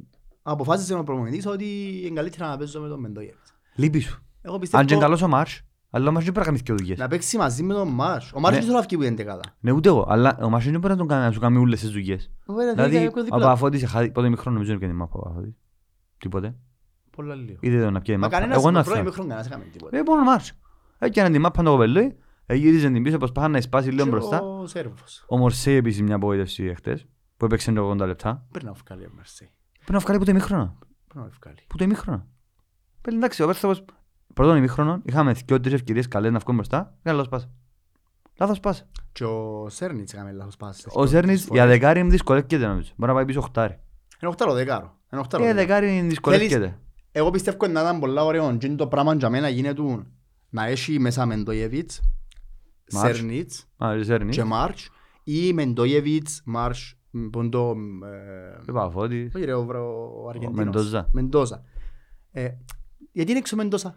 Speaker 2: αποφάσισε ο προπονητής ότι είναι καλύτερα να παίζω με τον Μεντόγεβιτς.
Speaker 1: Λείπει σου.
Speaker 2: Εγώ πιστεύω
Speaker 1: Αν και είναι καλός ο Μάρς, αλλά ο Μάρς δεν πρέπει να κάνει και δουλειές.
Speaker 2: να παίξει μαζί με τον Μάρς. Ο Μάρς
Speaker 1: Ναι.
Speaker 2: δεν θέλω να βγει που είναι δεκάδα.
Speaker 1: Ναι, ούτε εγώ, αλλά ο Μάρς δεν μπορεί να, τον κάνει, να σου κάνει όλες τις δουλειές.
Speaker 2: Βέβαια, θα
Speaker 1: Δηλαδή,
Speaker 2: είναι
Speaker 1: ο
Speaker 2: κάποιο διπλό.
Speaker 1: Παπαφώτης, εχάδι- πρώτο μικρό νομίζω είναι και την μάπα ο Παπαφώτης. Τίποτε.
Speaker 2: Πολλά λίγο.
Speaker 1: Είδε τον να πιάει
Speaker 2: Μα
Speaker 1: μάπα.
Speaker 2: κανένας
Speaker 1: Εγώ
Speaker 2: στον
Speaker 1: να
Speaker 2: πρώτο
Speaker 1: θέλω.
Speaker 2: ημίχρονο κανένας έκαμε τίποτα.
Speaker 1: Ε, μόνο ο Μάρς. Έκανε την μάπα το κοπελούι, γύριζε την πίσω, προσπάθησε να σπάσει λίγο
Speaker 2: Και
Speaker 1: μπροστά.
Speaker 2: Ο Σέρβος.
Speaker 1: Ο Μορσέη επίσης μια απογοήτευση χτες, που έπαιξε 80 λεπτά.
Speaker 2: Πρέπει να βγάλει ο Μαρσέη.
Speaker 1: Πρέπει να βγάλει από το ημίχρονο.
Speaker 2: Πρέπει να βγάλει.
Speaker 1: Που το ημίχρονο. Πέλε, εντάξει, ο Πέρθαβος πρώτον ημίχρονο είχαμε δυο τρεις ευκαιρίες καλές να βγούμε μπροστά. Έκανε λάθος πάσα. Λάθος πάσα.
Speaker 2: Και ο Σέρνιτς έκαμε λάθος πάση.
Speaker 1: Ο Ζέρνιτς για δεκάρι μου δυσκολεύκεται νομίζω. Μπορεί να πάει πίσω οχτάρι.
Speaker 2: Είναι οχτάρο δεκάρο. Είναι οχτάρο
Speaker 1: Ε,
Speaker 2: δεκάρο.
Speaker 1: δεκάρι δυσκολεύκεται.
Speaker 2: Εγώ πιστεύω να ήταν πολλά ωραίο. Και είναι το πράγμα για μένα γίνεται να έχει μέσα Μεντόγεβιτς,
Speaker 1: Μάρς.
Speaker 2: Σέρνιτς
Speaker 1: Α, ο Ζέρνιτς.
Speaker 2: και Μάρτς ή Μεντόγεβιτς, Μάρτς, Ποντό, ε,
Speaker 1: Ο Παφώτης.
Speaker 2: Όχι ρε, ο, Βρο- ο Αργεντίνος.
Speaker 1: Μεντόζα.
Speaker 2: Μεντόζα. Ε, γιατί είναι έξω ο Μεντόζα.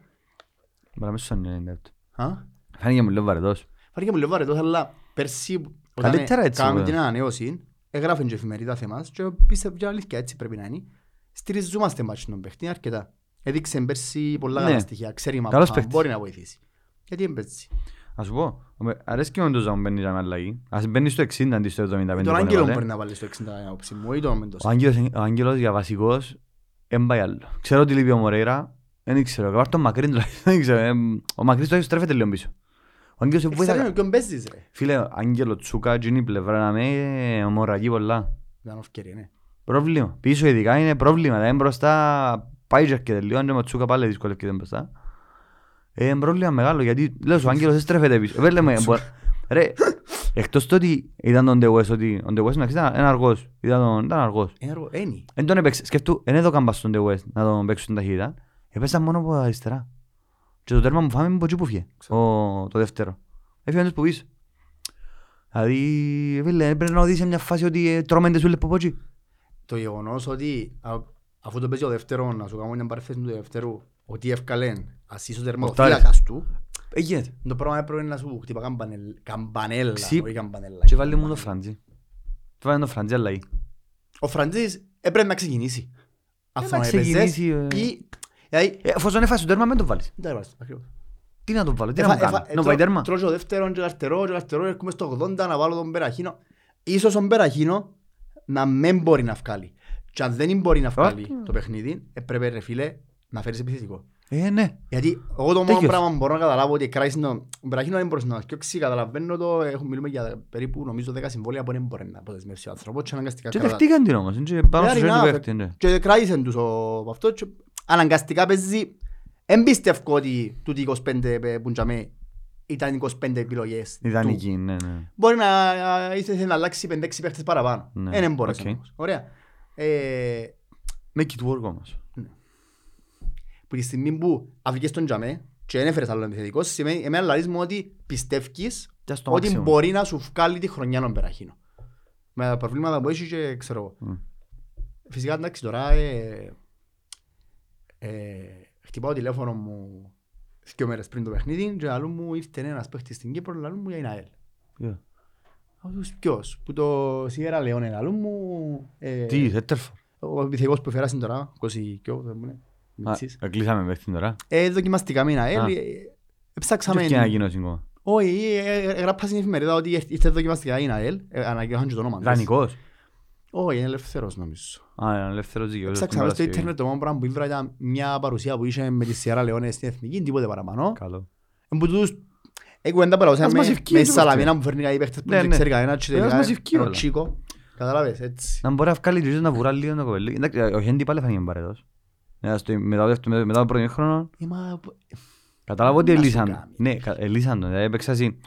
Speaker 1: Μπορεί να μην σου είναι 90 λεπτό.
Speaker 2: Α?
Speaker 1: Φάνηκε μου λίγο βαρετός.
Speaker 2: Φάρηκε μου λίγο βαρετός, αλλά πέρσι όταν
Speaker 1: Καλύτερα έτσι,
Speaker 2: κάναμε
Speaker 1: βέβαια.
Speaker 2: την ανανέωση, έγραφε και η εφημερίδα θεμάς και πίστευε και αλήθεια έτσι πρέπει να είναι. Στηριζόμαστε μάτσι τον παιχνίδι αρκετά. Έδειξε πέρσι πολλά
Speaker 1: Ναι.
Speaker 2: καλά στοιχεία. Ξέρει μα
Speaker 1: Καλός
Speaker 2: πα,
Speaker 1: παίκτης.
Speaker 2: μπορεί να βοηθήσει. Γιατί δεν παίζει.
Speaker 1: Ας σου πω, με- αρέσκει με το Ζαμ μπαίνει για μια αλλαγή. Ας μπαίνει στο 60 αντί στο 75.
Speaker 2: Τον
Speaker 1: που
Speaker 2: Άγγελο
Speaker 1: έβαλε.
Speaker 2: μπορεί να βάλει στο 60 η άποψη μου ή τον Μέντος.
Speaker 1: Ο Άγγελος, ο Άγγελος για βασικός δεν πάει άλλο. Ξέρω ότι λείπει ο Μωρέιρα, δεν ξέρω. Πάρ' τον Μακρύν τουλάχιστον, δεν ξέρω. εμ, Ο Μακρύν τουλάχιστον στρέφεται λίγο πίσω. Ο Άγγελος δεν
Speaker 2: Ξέρει με
Speaker 1: βοηθάει.
Speaker 2: ποιον παίζεις ρε.
Speaker 1: Φίλε, Άγγελο Τσούκα, γίνει πλευρά να με ομορραγεί πολλά.
Speaker 2: Ήταν ευκαιρία, ναι.
Speaker 1: Πρόβλημα. Πίσω ειδικά είναι πρόβλημα. Δηλαδή μπροστά πάει και αρκετά λίγο. Αν και ο Τσούκα πάλι δυσκολεύεται μπροστά. Ε, πρόβλημα μεγάλο γιατί λέω σου ο Άγγελος δεν στρέφεται πίσω. Βέβαια λέμε, μπο- ρε, εκτός το ότι ήταν τον De West, ότι ο De West, εντάξει, ήταν ένα αργός. Ήταν τον- ήταν αργός.
Speaker 2: Είναι ρο- ένι.
Speaker 1: Εν τον έπαιξε. Σκέφτου, εν έδωκαν πας στον De West να τον παίξουν ταχύτητα. Έπαιζαν μόνο από αριστερά. Και το τέρμα μου φάμε από εκεί που φύγε. Ο, το δεύτερο. Έφυγαν τους που πίσω. Δηλαδή, φίλε, πρέπει να δεις σε μια φάση ότι ε, τρώμεντε σούλες από εκεί.
Speaker 2: Το γεγονός ότι α- αφού τον παίζει ο δεύτερο, να σου κάνω μια παρέθεση του δεύτερου, ότι ευκαλέν, ας είσαι ο τερματοφύλακας του,
Speaker 1: Ε, γίνεται.
Speaker 2: το πράγμα έπρεπε να σου χτυπά καμπανελ- καμπανέλα,
Speaker 1: Ξύ-
Speaker 2: όχι καμπανέλα.
Speaker 1: Και βάλει μου το
Speaker 2: καμπανέλα.
Speaker 1: Φραντζί. Του βάλει το Φραντζί αλλαγή.
Speaker 2: Ο Φραντζής έπρεπε να ξεκινήσει. Αυτό να έπαιζες
Speaker 1: Ε, ξεκινήσει, ε.
Speaker 2: ή... δηλαδή,
Speaker 1: Ε, Εφόσον έφασε το τέρμα, μην το βάλεις.
Speaker 2: δεν τα έβαλες, ακριβώς.
Speaker 1: Τι να το βάλω, τι να
Speaker 2: Έφα-
Speaker 1: μου
Speaker 2: έφα-
Speaker 1: κάνω. Να
Speaker 2: τρώ-
Speaker 1: πάει τέρμα.
Speaker 2: Τρώω το δεύτερο και το αριστερό και το αριστερό έρχομαι στο 80 να βάλω τον Περαχίνο. Ίσως τον Περαχίνο να μην μπορεί να βγάλει. Και αν δεν μπορεί να βγάλει
Speaker 1: Όχι.
Speaker 2: το παιχνίδι, έπρεπε ρε φίλε να φέρεις επιθετικό.
Speaker 1: Ε, ναι.
Speaker 2: Γιατί εγώ το μόνο
Speaker 1: Τέτοιος.
Speaker 2: πράγμα που μπορώ να καταλάβω ότι κράσεις τον τον Περαχίνο δεν μπορείς να αρκιώξει, καταλαβαίνω το, έχουμε- μιλούμε για περίπου νομίζω 10 συμβόλαια που δεν μπορεί να αποδεσμεύσει ο άνθρωπος και αναγκαστικά
Speaker 1: Και
Speaker 2: κρατά.
Speaker 1: δεχτήκαν την όμως. είναι και Πάνω
Speaker 2: Ναι,
Speaker 1: στο
Speaker 2: αρινά,
Speaker 1: χέρι του
Speaker 2: παι-
Speaker 1: παίχτη, ναι.
Speaker 2: Και κράτησαν τους ο- αυτό και αναγκαστικά παίζει. Εν πίστευκω ότι τούτοι 25 πε- που τζαμέ ήταν 25 επιλογές. του.
Speaker 1: Ιδανική, ναι, ναι.
Speaker 2: Μπορεί να α, ήθελε να αλλάξει 5-6 παίχτες παραπάνω.
Speaker 1: Ναι,
Speaker 2: Εν εμπόρεσε
Speaker 1: οκ.
Speaker 2: όμως. Ωραία. Ε,
Speaker 1: Make it work όμως.
Speaker 2: που τη στιγμή που αφήκες τον τζαμέ και δεν έφερες άλλο επιθετικό, σημαίνει εμένα λαλείς μου ότι πιστεύεις
Speaker 1: Και στο
Speaker 2: ότι
Speaker 1: maximum.
Speaker 2: μπορεί να σου βγάλει τη χρονιά τον Περαχίνο. Με τα προβλήματα που έχεις και ξέρω εγώ.
Speaker 1: Μμ.
Speaker 2: Φυσικά εντάξει τώρα ε, ε, χτυπάω τηλέφωνο μου δύο μέρες πριν το παιχνίδι και λαλού μου ήρθε ένας παίχτης στην Κύπρο λαλού μου για την ΑΕΛ.
Speaker 1: Yeah.
Speaker 2: Λαλού τους ποιος που το Σιέρα Λεόνε λαλού μου ε,
Speaker 1: Τι, τέτερφο.
Speaker 2: ο επιθετικός που φεράσαν τώρα 20 και ό, δεν μου είναι, Μιτσής.
Speaker 1: Κλείσαμε παίχτη τώρα.
Speaker 2: Ε, δοκιμαστικά με την
Speaker 1: Α.
Speaker 2: ΑΕΛ ε,
Speaker 1: Δεν
Speaker 2: έψαξαμε
Speaker 1: έχει ανακοίνωση ακόμα.
Speaker 2: όχι, ε, ε, ε, γράψα στην εφημερίδα ότι ήρθε- ήρθε δοκιμαστικά η ΑΕΛ, ε, ανακοινώσαν και το όνομα της.
Speaker 1: Δανεικός.
Speaker 2: Όχι, είναι ελευθερός νομίζω.
Speaker 1: Α, είναι ελεύθερος δικαιός.
Speaker 2: Ψάξαμε στο ίντερνετ το μόνο πράγμα που ήβρα ήταν μια παρουσία που είχε με τη Σιέρα Λεόνε στην Εθνική, τίποτε παραπάνω.
Speaker 1: Καλό.
Speaker 2: Που τους έκουβεν τα παραουσία
Speaker 1: Ας
Speaker 2: με
Speaker 1: μας
Speaker 2: με
Speaker 1: ευκεί
Speaker 2: τη
Speaker 1: το
Speaker 2: Σαλαμίνα που φέρνει κάτι παίχτες που
Speaker 1: Ναι,
Speaker 2: δεν
Speaker 1: ναι.
Speaker 2: ξέρει κανένα και
Speaker 1: Ε, ας
Speaker 2: τελικά
Speaker 1: μας
Speaker 2: είναι
Speaker 1: ευκεί
Speaker 2: ο
Speaker 1: όλα.
Speaker 2: Τσίκο. Καταλάβες, έτσι.
Speaker 1: Να μπορεί να βγάλει τη ζωή του να βουρά λίγο το κοπέλι. Εντάξει, ε, Ο Χέντι πάλι θα είναι παρέτος. Ε, στο- Μετά το δεύτερο- μετά το πρώτο χρόνο
Speaker 2: Ε, μα,
Speaker 1: Κατάλαβα ότι
Speaker 2: Να σου
Speaker 1: ελύσαν.
Speaker 2: κάνει.
Speaker 1: το. Ναι, κα- ελύσαν το. Δηλαδή έπαιξα εσύ.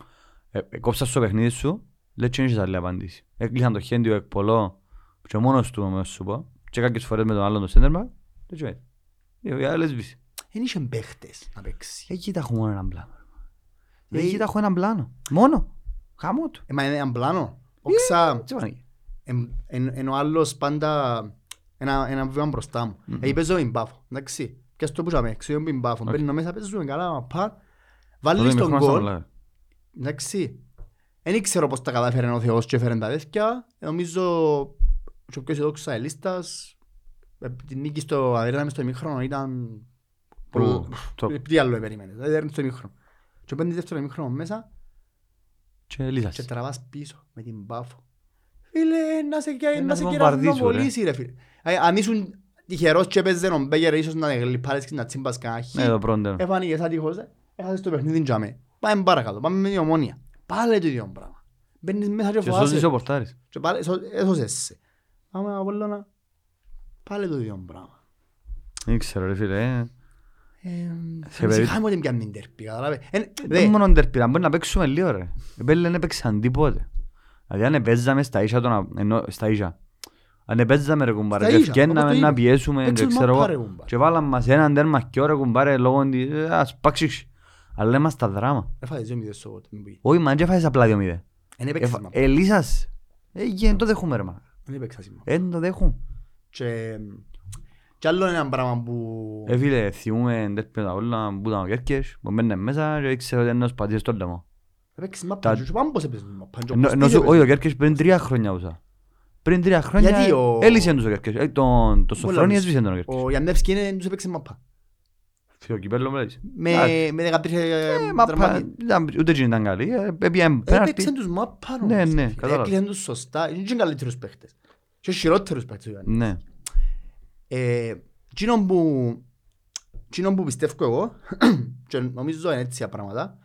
Speaker 1: ε, ε, Κόψα στο παιχνίδι σου, λέει και δεν είχες άλλη απάντηση. Έκλεισαν το χέντι ο εκπολό και μόνος του όμως σου πω. Και κάποιες φορές με τον άλλον το σέντερμα. Δεν ξέρω. Οι άλλες βίσεις.
Speaker 2: Δεν είχε παίχτες να παίξει.
Speaker 1: Εκεί τα έχω μόνο έναν πλάνο.
Speaker 2: Ε,
Speaker 1: Εκεί τα έχω έναν πλάνο. Μόνο. Χαμό του.
Speaker 2: Ε, μα είναι έναν πλάνο. Όξα,
Speaker 1: Έτσι πάνε.
Speaker 2: εν- εν- εν ο άλλος πάντα ένα ένα βήμα μπροστά μου.
Speaker 1: Μμμ.
Speaker 2: Ε, παίζω μπάφο, εντάξει. Πιάσ' το που είχαμε, ξέρω μπάφο.
Speaker 1: Οκ.
Speaker 2: Μπαίνω μέσα, παίζουμε καλά, μα πάρ.
Speaker 1: Τότε
Speaker 2: Βάλεις
Speaker 1: με
Speaker 2: τον
Speaker 1: χρώμα στα
Speaker 2: γκολ,
Speaker 1: μολά.
Speaker 2: Εντάξει. Δεν ήξερα πώς τα κατάφερε ο Θεός και έφερε τα τέτοια. Ε, Νομίζω και ο πιο αισιόδοξος αελίστας ε, την νίκη στο Αδρένα μες στο ημίχρονο ήταν...
Speaker 1: Ου, το-
Speaker 2: Ε, Τι άλλο περίμενες, δεν έρνει στο ημίχρονο. Και πέντε δεύτερο ημίχρονο μέσα
Speaker 1: Και
Speaker 2: και
Speaker 1: ελύσας.
Speaker 2: τραβάς πίσω με την πάφο. Φίλε, να σε καίει,
Speaker 1: Ε,
Speaker 2: να
Speaker 1: να
Speaker 2: σε
Speaker 1: σε
Speaker 2: καίει
Speaker 1: βομβαρδίσουν,
Speaker 2: να βολήσει ρε φίλε. Ε, Αν ήσουν τυχερός και έπαιζες ο Μπέγερ, ίσως να γλυπάρεις και να τσίμπας κανένα χι.
Speaker 1: Ναι, το πρώτο.
Speaker 2: Εφάνηκε σαν τυχώς, ε, έχασες το παιχνίδι τζαμέ. Πάμε παρακάτω, πάμε με την ομόνια. Πάλι το ίδιο πράγμα. Μπαίνεις μέσα και
Speaker 1: Και σώζεις
Speaker 2: φοβάσαι.
Speaker 1: ο πορτάρης.
Speaker 2: Και πάλι σώ- έσωσες σε. Άμα Απόλλωνα, πάλι το ίδιο πράγμα.
Speaker 1: Δεν ξέρω ρε φίλε. ε.
Speaker 2: Ε,
Speaker 1: Σε
Speaker 2: Συγχάμε ότι πιάνει την τέρπη, καταλάβες. Ε,
Speaker 1: Δεν
Speaker 2: δε,
Speaker 1: μόνο ντερπίρα, μπορεί να παίξουμε λίγο ρε. Οι Πέλλοι δεν έπαιξαν τίποτε. Δηλαδή αν παίζαμε στα ίσια, τον, α- ενώ, στα ίσια. Αν παίζαμε ρε κουμπάρε,
Speaker 2: Στα
Speaker 1: και
Speaker 2: ίσια, όπως
Speaker 1: ευκαίναμε
Speaker 2: το
Speaker 1: να
Speaker 2: είπα.
Speaker 1: πιέσουμε, και
Speaker 2: Παίξαμε
Speaker 1: ξέρω
Speaker 2: μάπα, ρε,
Speaker 1: εγώ.
Speaker 2: κουμπάρε.
Speaker 1: Και βάλαμε μας έναν τέρμα και ρε κουμπάρε λόγω της, ε, ας πάξεις. Αλλά είμαστε τα δράμα.
Speaker 2: έφαγες δύο μηδές στο γότ, μην πεις.
Speaker 1: Όχι μαν, και έφαγες απλά δύο μηδέ.
Speaker 2: Εν έπαιξες, μα.
Speaker 1: Ελίσας. Ε, γε, εν το δέχουμε ρε μα.
Speaker 2: Εν έπαιξες, μα.
Speaker 1: Ε, εν το δέχουμε.
Speaker 2: Και- και άλλο ένα πράγμα που-
Speaker 1: Ε, φίλε, θυμούμε ντερπίρα τα όλα που ήταν ο Κέρκες, που μπαίνε μέσα και ήξερε ότι ένας πατήρες στο λαιμό.
Speaker 2: Έπαιξες μάπα,
Speaker 1: τα-
Speaker 2: και σου πάμε πώς έπαιζες μάπα, και
Speaker 1: Ενώ-
Speaker 2: όπως
Speaker 1: ενώ
Speaker 2: τι
Speaker 1: σου-
Speaker 2: έπαιζες.
Speaker 1: Όχι, ο Κέρκες πριν τρία χρόνια ούσα. Πριν τρία χρόνια
Speaker 2: Γιατί ο-
Speaker 1: έλυσε τους ο Κέρκες. Ε, Τον τον
Speaker 2: Πολλά
Speaker 1: Σοφρόνη
Speaker 2: λύσεις.
Speaker 1: έσβησε τον ο Κέρκες.
Speaker 2: Ο Γιαννεύσκι είναι- τους έπαιξε μάπα.
Speaker 1: Ποιο κυπέλλο μου λες.
Speaker 2: Με,
Speaker 1: Εντάξει.
Speaker 2: με 13
Speaker 1: Ε, μα
Speaker 2: τραυματίες.
Speaker 1: πα- ήταν- Ούτε εκείνη ήταν καλή. ε, Έπιε πέναρτη.
Speaker 2: Έπαιξαν τους μάπα
Speaker 1: Ναι,
Speaker 2: όμως,
Speaker 1: ναι,
Speaker 2: φίλε.
Speaker 1: κατάλαβα.
Speaker 2: Έκλεισαν Ε, τους σωστά. Είναι και καλύτερους παίχτες. Και χειρότερους παίχτες. ήταν.
Speaker 1: Ναι.
Speaker 2: Ε, Εκείνο που, εκείνο που πιστεύω εγώ, και νομίζω είναι έτσι τα πράγματα,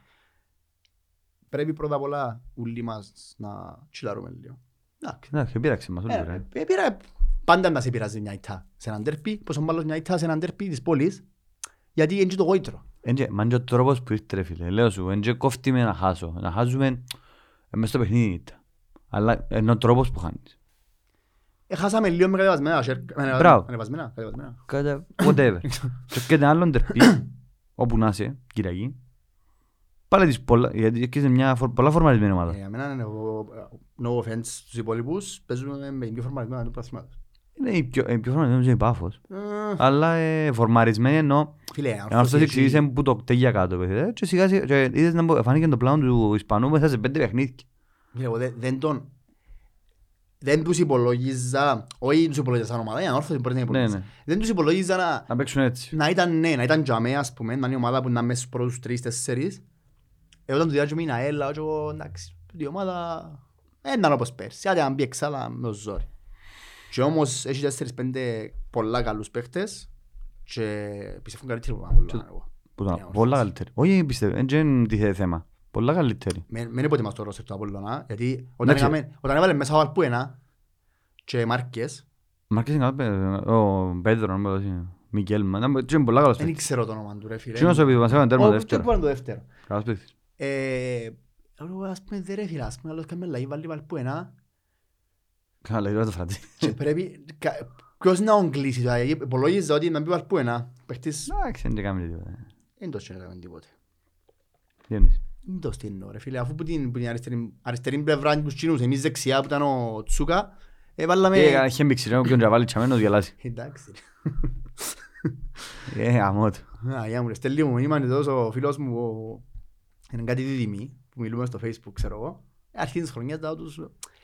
Speaker 2: πρέπει πρώτα απ' όλα όλοι μας να τσιλαρούμε λίγο. Εντάξει.
Speaker 1: Εντάξει, πείραξε μας. όλοι
Speaker 2: Ε,
Speaker 1: πειράζει.
Speaker 2: ε, πειρα- Πάντα να σε πειράζει μια ητά σε έναν τέρπι, πόσο μάλλον μια ητά σε έναν τέρπι της πόλης, γιατί είναι και το γόητρο.
Speaker 1: Εν και- Μα είναι και ο τρόπος που ήρθε ρε φίλε. Λέω σου, εν και κόφτει με να χάσω. Να χάσουμε ε, μες στο παιχνίδι. ήταν. Αλλά ενώ ο τρόπος που χάνεις.
Speaker 2: Ε, χάσαμε λίγο με κατεβασμένα, σέρκα- με ανεβα-
Speaker 1: Μπράβο.
Speaker 2: ανεβασμένα, κατεβασμένα.
Speaker 1: Κάτα, whatever. Και και ένα άλλο ντερπί, όπου να είσαι, Κυριακή. Πάλι της πολλά, γιατί εκεί είναι μια φορ- πολλά φορμαρισμένη ομάδα.
Speaker 2: Ε, για μένα είναι ο- no offense στους υπόλοιπους, παίζουμε με την πιο φορματισμένα του πρωταθλήματος.
Speaker 1: Είναι η πιο, η πιο φορμαρισμένη είναι η Πάφος.
Speaker 2: Ε,
Speaker 1: Αλλά ε, φορμαρισμένη ενώ
Speaker 2: Φίλε, αν
Speaker 1: να σου
Speaker 2: ορθώσει
Speaker 1: εξηγήσει που το τέγια κάτω. παιδί. ε, Και σιγά σιγά και είδες να μπο- φάνηκε το πλάνο του Ισπανού μέσα σε πέντε παιχνίδια.
Speaker 2: Φίλε, εγώ δεν- δεν τον... Δεν τους υπολογίζα, όχι τους υπολογίζα σαν ομάδα, είναι ανόρθωση μπορεί να υπολογίζει.
Speaker 1: Ναι, ναι.
Speaker 2: Δεν τους υπολογίζα να,
Speaker 1: Να παίξουν έτσι.
Speaker 2: να ήταν ναι, να ήταν τζαμέ ας πούμε, να είναι η ομάδα που να είναι μέσα στους πρώτους τρεις, τέσσερις. Ε, όταν του διάγουμε είναι αέλα, και εγώ εντάξει, η ομάδα δεν ήταν όπως πέρσι, άντε αν πει εξάλλα με το ζόρι. Και όμως έχει τέσσερις πέντε πολλά καλούς παίχτες και πιστεύουν καλύτεροι από πολλά. εγώ.
Speaker 1: Που ήταν
Speaker 2: Ναι, ορθώς.
Speaker 1: πολλά καλύτερη. Όχι πιστεύω, δεν είναι τι θε- θέμα. Πολλά καλύτερη.
Speaker 2: Μεν μεν υποτιμάς το ρόστερ του Απολλώνα, γιατί όταν
Speaker 1: Εντάξει.
Speaker 2: έκαμε- όταν έβαλε μέσα ο Αλπουένα και Μάρκες,
Speaker 1: Μάρκες είναι καλό παιδί, ο Πέντρο, να μην πω έτσι, Μικέλ, μα ήταν και είναι πολλά καλός
Speaker 2: Δεν
Speaker 1: παίκτης.
Speaker 2: ξέρω το όνομα του ρε φίλε.
Speaker 1: Τι είναι ο οποίος μας έκανε τέρμα
Speaker 2: Ο-
Speaker 1: δεύτερο.
Speaker 2: Ε, και που είναι το δεύτερο.
Speaker 1: Καλός παίκτης.
Speaker 2: Ε, εγώ, ας πούμε δεν ρε φίλε, ας πούμε άλλος κάνει λαϊ, βάλει Βαλπουένα
Speaker 1: Καλά, είδα το φρατζί.
Speaker 2: και πρέπει... κα- Ποιος να τον κλείσει τώρα, γιατί υπολόγιζα ότι να μπει Βαλπουένα. Παίχτης,
Speaker 1: Εντάξει, δεν και κάνει τίποτα.
Speaker 2: δεν το έκανε τίποτε.
Speaker 1: Διόνυσης.
Speaker 2: Δεν το στείλω ρε φίλε, αφού που την, που την αριστερή, αριστερή πλευρά τους κινούς, εμείς δεξιά που ήταν ο Τσούκα, ε, βάλαμε...
Speaker 1: Ε, Είχε μπήξει, ρε, όποιον τραβάλει τσαμένος γελάσει.
Speaker 2: Εντάξει.
Speaker 1: Ε, αμό του.
Speaker 2: ρε. Α, για μου ρε, στέλνει μου μήνυμα εδώ ο φίλος μου, ο- είναι κάτι δίδυμοι, που μιλούμε στο facebook E ξέρω εγώ, αρχή της χρονιάς τα τους...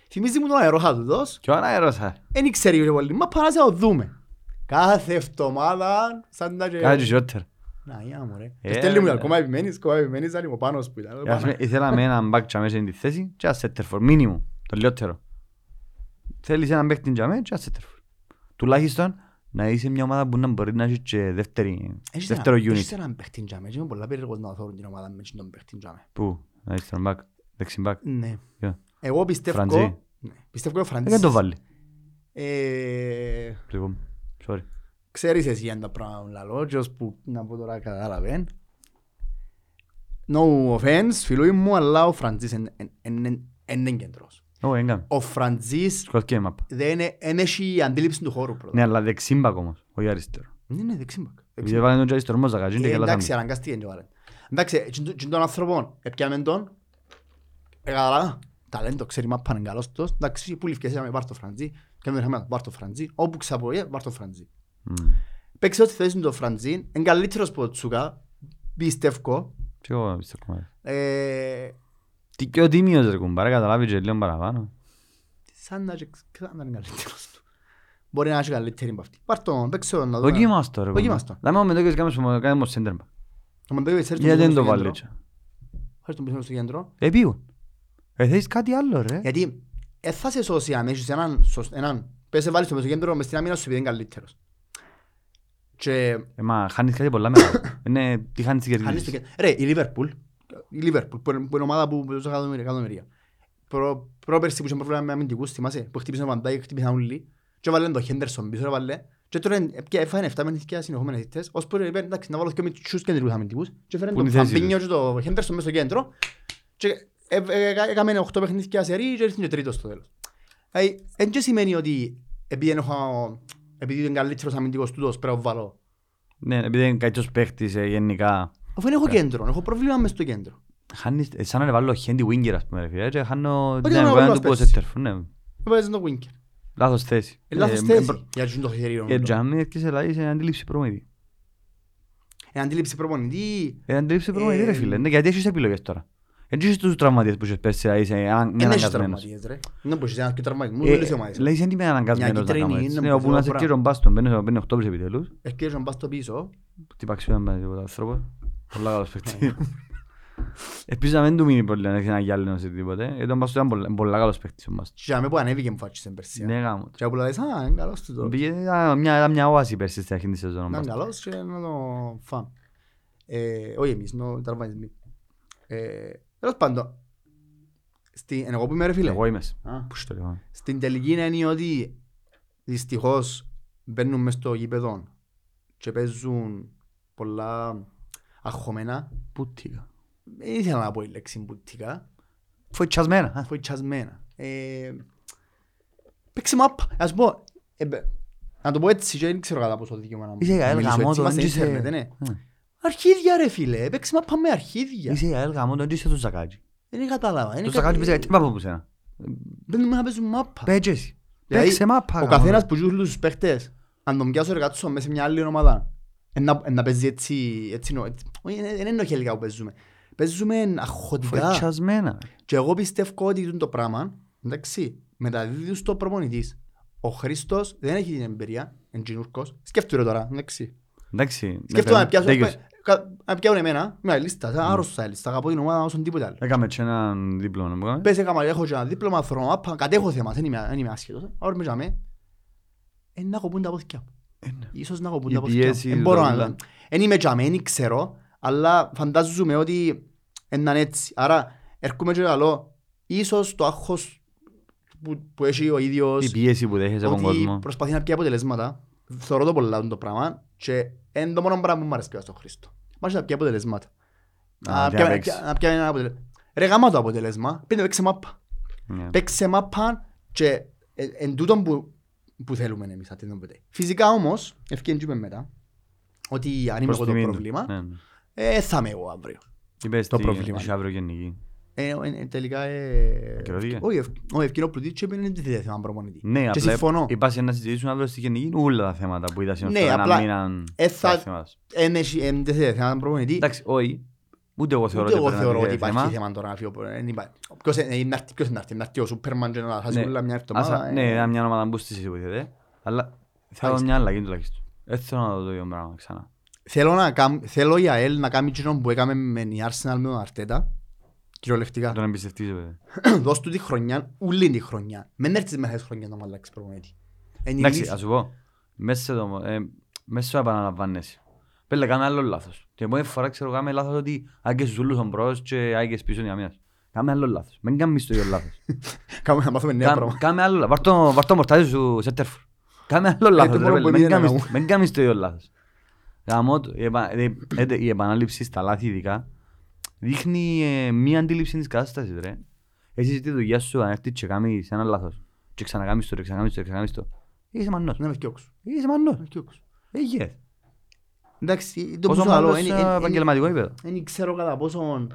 Speaker 2: Θυμίζει μου τον αεροχάδωτος,
Speaker 1: Και ο αέρος, α.
Speaker 2: δεν ξέρει ούτε πολύ. Μα παρά να το δούμε. Κάθε εβδομάδα, σαν να και...
Speaker 1: Κάτι χειρότερο.
Speaker 2: Να, για μου ρε.
Speaker 1: Ε,
Speaker 2: Και στέλνει μου,
Speaker 1: ε,
Speaker 2: ακόμα επιμένεις, ακόμα επιμένεις, αν είμαι ο Πάνος που ήταν. ο
Speaker 1: Ας
Speaker 2: Πάνος.
Speaker 1: πούμε, Ήθελαμε έναν back τσαμέ σε τη θέση και ένα center for, minimum, το λιότερο. Θέλεις έναν παίκτη τσαμέ και ένα center for. Τουλάχιστον να είσαι μια ομάδα που να μπορεί να έχει και δεύτερη,
Speaker 2: Έχεις
Speaker 1: δεύτερο
Speaker 2: ένα-
Speaker 1: unit.
Speaker 2: έχεις έναν παίχτη τζάμε, και είμαι πολλά περίεργος να θωρούν την ομάδα με εκείνον τον παίχτη τζάμε.
Speaker 1: Πού, να είσαι back, δεξιν back.
Speaker 2: Ναι.
Speaker 1: Ποιο?
Speaker 2: Εγώ πιστεύω...
Speaker 1: Φραντζή. Ε,
Speaker 2: Ναι, Πιστεύω ο
Speaker 1: Δεν το
Speaker 2: Φραντζής.
Speaker 1: βάλει.
Speaker 2: Ε,
Speaker 1: Λοιπόν, sorry.
Speaker 2: Ξέρεις εσύ αν τα πράγματα λαλό, και ως που να πω τώρα κατάλαβε. No offense, φιλούι μου, αλλά ο Φραντζής είναι κέντρος.
Speaker 1: Ω, έγκαμε.
Speaker 2: Ο Φραντζής
Speaker 1: Σκοτσκέ μαπ.
Speaker 2: δεν ε- εν έχει αντίληψη του χώρου πρώτα.
Speaker 1: Ναι, αλλά δεξιν back όμως, όχι αριστερό.
Speaker 2: Ναι, ναι, δεξιμπακ.
Speaker 1: Επειδή βάλανε τον και αριστερό μας, αγαζίνει και
Speaker 2: Ε, Εντάξει,
Speaker 1: γελάσαμε.
Speaker 2: αναγκαστή είναι το βάλε. Εντάξει, ε, τζιν- τζιν των ανθρώπων, έπιαμε τον, έκανα ταλέντο, ξέρει μα πάνε καλός τος. Εντάξει, που λυφκές είχαμε πάρ' το Φραντζή, και με είχαμε πάρ' το Φραντζή, όπου ξαπολύε, πάρ' το Φραντζή.
Speaker 1: Μμμ.
Speaker 2: Παίξε ό,τι θες με το Φραντζή, είναι καλύτερος από το Τσούκα, πιστεύω.
Speaker 1: Τι εγώ πιστεύω κομμάτι.
Speaker 2: Ε,
Speaker 1: Τι και ο τίμιος ρε κουμπάρα, καταλάβει και λίγο παραπάνω.
Speaker 2: σαν να και ξα- να είναι καλύτερος του. Μπορεί να έχει καλύτερη από αυτή. Πάρ' τον, παίξε τον, να δούμε.
Speaker 1: Δοκίμαστο ρε
Speaker 2: Δοκίμαστο.
Speaker 1: κουμπάρα. Δάμε με το και κάνουμε κάνουμε center back.
Speaker 2: Να μου πει, ξέρεις τον
Speaker 1: Γιατί δεν
Speaker 2: πίσω
Speaker 1: το
Speaker 2: στο
Speaker 1: βάλει
Speaker 2: κέντρο.
Speaker 1: έτσι.
Speaker 2: Ξέρεις τον πίσω στο κέντρο.
Speaker 1: Επίγον. Ε, θέλεις κάτι άλλο ρε.
Speaker 2: Γιατί ε, θα σε σώσει αν έχεις έναν, σωσ- έναν πες σε βάλεις στο μεσοκέντρο μες στην άμυνα σου επειδή είναι καλύτερος. Και
Speaker 1: Ε, Μα χάνεις κάτι πολλά μεγάλα. Είναι τι χάνεις και
Speaker 2: χάνεις το
Speaker 1: κερδίζεις.
Speaker 2: κέντρο. Ρε, η Λίβερπουλ, η Λίβερπουλ που είναι που είναι ομάδα που πετούσε εκατομμύρια, εκατομμύρια. Προ, πρόπερση που είχε πρόβλημα με αμυντικούς, θυμάσαι, που χτύπησε ο Βαντάι, χτύπησαν όλοι. Και έβαλε τον Χέντερσον πίσω, έβαλε. Και τώρα έφαγε 7 μήνες συνεχόμενες ήττες, ώσπου είπε εντάξει να βάλω και μητσούς κεντρικούς αμυντικούς. Και έφερε
Speaker 1: Πού είναι
Speaker 2: τον
Speaker 1: η θέση
Speaker 2: Φαμπίνιο και τον Χέντερσον μέσα στο κέντρο. Και ε- ε- ε- έκαμε 8 παιχνίδια σερί και ήρθε και τρίτος στο τέλος. Δηλαδή, Εν και σημαίνει ότι επειδή δεν έχω- επειδή είναι καλύτερος αμυντικός τούτος πρέπει να το βάλω.
Speaker 1: Ναι, επειδή είναι καλύτερος παίχτης ε, γενικά.
Speaker 2: Αφού
Speaker 1: Ε.
Speaker 2: δεν έχω κέντρο, έχω πρόβλημα μες στο κέντρο.
Speaker 1: Χάνεις, ε, σαν να βάλω χέντι winger ας πούμε ρε φίλε. Και χάνω Ναι, την
Speaker 2: ήταν ο
Speaker 1: εικόνα
Speaker 2: Γαλλός
Speaker 1: του που ο
Speaker 2: παίκτης.
Speaker 1: center, ναι.
Speaker 2: Βάζεις τον Winker.
Speaker 1: Λάθος θέση.
Speaker 2: Ε, Λάθος
Speaker 1: Ε,
Speaker 2: θέση.
Speaker 1: ε, προ-
Speaker 2: Για να το χειρίο.
Speaker 1: Και τζαμί έρχεσαι λαείς είναι αντίληψη προμηθή.
Speaker 2: Ε, αντίληψη προπονητή.
Speaker 1: Ε, αντίληψη προπονητή,
Speaker 2: Ε,
Speaker 1: ρε φίλε. Ναι, γιατί έχεις επιλογές τώρα. Εν τζ' είσαι τους τραυματίες που είσαι πέσει, α, είσαι ανα- μη
Speaker 2: Δεν έχεις
Speaker 1: αναγκασμένος.
Speaker 2: τραυματίες ρε. Δεν μπορείς ένας και τραυματισμούς,
Speaker 1: Ε,
Speaker 2: όλες οι ομάδες.
Speaker 1: Λέει, είσαι είμαι αναγκασμένος να
Speaker 2: κίτρινη
Speaker 1: κάνω
Speaker 2: είναι
Speaker 1: έτσι.
Speaker 2: που
Speaker 1: Ναι,
Speaker 2: θέλω
Speaker 1: όπου να σε
Speaker 2: πράγμα.
Speaker 1: κύριο μπάστον, μπαίνει στο- μπαίνει Οκτώβρης επιτέλους.
Speaker 2: Ευκαιρίες να πας στο πίσω.
Speaker 1: Τι παξιούνα με τίποτα άνθρωπος. Πολλά καλός παίκτης. Επίσης να μην του μείνει πολύ, αν έχει ένα γυάλινο Ε, ή τίποτε. Γιατί ο Μπάστος ήταν πολλά- πολλά καλός παίκτης ο Μπάστος.
Speaker 2: Και αμέ που ανέβηκε μου φάτσισε πέρσι.
Speaker 1: Ναι, γάμο.
Speaker 2: Και που λες, α, είναι καλός του το.
Speaker 1: Πήγε- ήταν μια- ήταν μια όαση πέρσι στην αρχή της σεζόν ο
Speaker 2: Να είναι
Speaker 1: Μπάστος.
Speaker 2: καλός και να το φάμε. Ε, Όχι εμείς, νο- οι τραυματισμοί. Ε, Τέλος πάντων, στην- εγώ που είμαι ρε φίλε,
Speaker 1: Εγώ είμαι. σε.
Speaker 2: Α.
Speaker 1: Πού στο λέω.
Speaker 2: στην τελική είναι ότι δυστυχώς μπαίνουν μες στο γήπεδο και παίζουν πολλά αγχωμένα.
Speaker 1: Πούτικα.
Speaker 2: Δεν ήθελα να πω η λέξη μπουτικά.
Speaker 1: Φοητσιασμένα, α.
Speaker 2: φοητσιασμένα. Ε, παίξε μαπ, ας πω, ε, μπε- να το πω έτσι και δεν ξέρω κατά πόσο δικαίωμα να
Speaker 1: Είσαι
Speaker 2: να
Speaker 1: Γαέλ
Speaker 2: μιλήσω
Speaker 1: Γαμότο,
Speaker 2: έτσι, είμαστε
Speaker 1: δεν είσαι-
Speaker 2: ίντερνετ, ναι.
Speaker 1: Ναι.
Speaker 2: Αρχίδια ρε φίλε, παίξε μαπ με αρχίδια.
Speaker 1: Είσαι η ΑΕΛ γαμώ, τον είσαι του Σακάτζη.
Speaker 2: Δεν κατάλαβα.
Speaker 1: Του Σακάτζη πήσε κάτι μάπα από σένα.
Speaker 2: Μπαίνουμε να παίζουμε μαπ.
Speaker 1: Παίτζεσαι.
Speaker 2: Δηλαδή,
Speaker 1: Παίξε μάπα.
Speaker 2: Ο
Speaker 1: γαμώ,
Speaker 2: καθένας
Speaker 1: ρε.
Speaker 2: που γιούλου τους παίχτες, αν τον πιάσω ρε κάτσω μέσα σε μια άλλη ομάδα, ε, να- ε, να παίζει έτσι, έτσι νο- έτσι- όχι, ε, δεν είναι οχελικά που παίζουμε. Παίζουμε αχωτικά.
Speaker 1: Φοητσιασμένα.
Speaker 2: Και εγώ πιστεύω ότι τούτο το πράγμα, εντάξει, μεταδίδει στο προπονητής. Ο Χρήστος δεν έχει την εμπειρία, εντζινούρκο. Σκέφτομαι ρε τώρα, εντάξει.
Speaker 1: Εντάξει.
Speaker 2: Σκέφτομαι να
Speaker 1: ναι,
Speaker 2: πιάσω.
Speaker 1: δίκιος.
Speaker 2: κα- Να πιάουν εμένα, μια λίστα, σαν άρρωστα λίστα, αγαπώ την ομάδα όσον τίποτα άλλο.
Speaker 1: Έκαμε και έναν δίπλο να μου κάνουμε.
Speaker 2: Πες έκαμα, έχω και ένα δίπλωμα, θρώμα, κατέχω θέμα, δεν είμαι, δεν είμαι άσχετος. Άρα με τζαμέ, ε, να κοπούν τα πόθηκια.
Speaker 1: Ε, ναι.
Speaker 2: Ίσως να κοπούν
Speaker 1: Οι
Speaker 2: τα πόθηκια.
Speaker 1: πιέσεις,
Speaker 2: Δεν μπορώ
Speaker 1: τα
Speaker 2: να
Speaker 1: όλα.
Speaker 2: Εν είμαι τζαμέ, δεν ξέρω, αλλά φαντάζομαι ότι έναν έτσι. Άρα, έρχομαι και καλό, ίσως το άγχος που, που έχει ο ίδιος
Speaker 1: Η πίεση που δέχεσαι από τον
Speaker 2: ότι
Speaker 1: κόσμο.
Speaker 2: προσπαθεί να πιει αποτελέσματα. Θεωρώ το πολλά το πράγμα και είναι το μόνο πράγμα που μου αρέσει πιο στον Χρήστο. Μ' αρέσει να πιει αποτελέσματα.
Speaker 1: Να
Speaker 2: Να
Speaker 1: πιει
Speaker 2: πιάνει-
Speaker 1: να παίξει.
Speaker 2: να πιάνει ένα αποτελέσμα. Ρε γαμά το αποτελέσμα, πέντε παίξε μάπα.
Speaker 1: Ναι.
Speaker 2: Παίξε μάπα και ε, εν τούτον που, που θέλουμε εμείς αν τίνον ποτέ. Φυσικά όμως, ευκαιρία και μετά, ότι αν είμαι
Speaker 1: Προς
Speaker 2: εγώ το
Speaker 1: τιμήν του.
Speaker 2: πρόβλημα,
Speaker 1: Ναι, ναι.
Speaker 2: ε, θα είμαι εγώ αύριο.
Speaker 1: Είπες
Speaker 2: το
Speaker 1: τι,
Speaker 2: πρόβλημα.
Speaker 1: έχεις αύριο γενική.
Speaker 2: Ε, ε, ε, τελικά... Ε,
Speaker 1: Ακυρώθηκε.
Speaker 2: όχι, ευ- όχι, ευκαιρία πλουτή και είναι δεν θέμα προπονητή.
Speaker 1: Ναι,
Speaker 2: και
Speaker 1: απλά
Speaker 2: συμφωνώ.
Speaker 1: είπα σε να συζητήσουν αύριο στη γενική όλα τα θέματα που είδα στην
Speaker 2: Ναι,
Speaker 1: Ορθόδονα,
Speaker 2: απλά,
Speaker 1: μείναν
Speaker 2: ε, θα-
Speaker 1: τα θέματα σου.
Speaker 2: Εν έχει- εν Δεν θέλει θέμα προπονητή.
Speaker 1: Εντάξει, όχι. Ούτε εγώ θεωρώ
Speaker 2: Ούτε εγώ
Speaker 1: πρέπει να
Speaker 2: θεωρώ
Speaker 1: είναι
Speaker 2: ότι υπάρχει
Speaker 1: θέμα.
Speaker 2: θέμα τώρα να φύγει ο Πορέ- δεν υπά- Ποιος είναι είναι να έρθει- ποιος είναι να έρθει, να έρθει ο Σούπερμαν και να χάσει
Speaker 1: Ναι.
Speaker 2: όλα μια
Speaker 1: Άσα-
Speaker 2: εβδομάδα.
Speaker 1: Ναι,
Speaker 2: ε,
Speaker 1: ήταν μια ομάδα που στη συζητήθηκε. Αλλά θέλω
Speaker 2: Μάλιστα.
Speaker 1: μια αλλαγή τουλάχιστον. Δεν θέλω να δω το ίδιο πράγμα ξανά.
Speaker 2: Θέλω, να κάμ- θέλω η ΑΕΛ να κάνει εκείνο που έκαμε με η Arsenal με τον Αρτέτα. Κυριολεκτικά.
Speaker 1: Τον εμπιστευτίζομαι.
Speaker 2: Δώσ' του τη χρονιά, ούλη τη χρονιά. Μην έρθεις μέσα στη χρονιά να μου αλλάξεις προπονητή. Είναι η
Speaker 1: Εντάξει,
Speaker 2: λύση.
Speaker 1: ας σου πω. Μέσα σε το- ε, μέσα στο επαναλαμβάνεσαι. Πέλε, κάνε άλλο λάθος. Την επόμενη φορά ξέρω κάμε λάθος ότι άγγες ζούλους ο μπρος και άγγες πίσω είναι η αμήνας. Κάμε άλλο λάθος. Μην κάνεις το ίδιο λάθος.
Speaker 2: Κάμε να μάθουμε νέα
Speaker 1: Κάμε-
Speaker 2: πράγματα.
Speaker 1: Κάμε άλλο λάθος. Βάρ' το- Βάρ' το μορτάζι σου σε τέρφο. Κάμε άλλο λάθος.
Speaker 2: Ε, το
Speaker 1: ρε, πέλε.
Speaker 2: μόνο που
Speaker 1: Μην
Speaker 2: είναι να
Speaker 1: κάνεις-
Speaker 2: κάνουμε.
Speaker 1: Μην κάνεις το ίδιο λάθος. Γαμώ το. Η επα- ε, ε, Η επανάληψη στα λάθη ειδικά δείχνει ε, μία αντίληψη της κατάστασης ρε. Εσύ στη δουλειά σου αν έρθεις και κάνεις ένα λάθος και ξανακάμεις το, και ξανακάμεις το, και ξανακάμεις το. Είσαι μανός.
Speaker 2: Να με φτιώξω.
Speaker 1: Είσαι
Speaker 2: Να
Speaker 1: μανός.
Speaker 2: με φτιώξω.
Speaker 1: Έγινε.
Speaker 2: Εντάξει, το
Speaker 1: Πόσο ε,
Speaker 2: που σου λέω,
Speaker 1: μάλλον
Speaker 2: είναι-
Speaker 1: σε
Speaker 2: είναι- είναι-
Speaker 1: επαγγελματικό επίπεδο.
Speaker 2: Δεν ξέρω κατά πόσον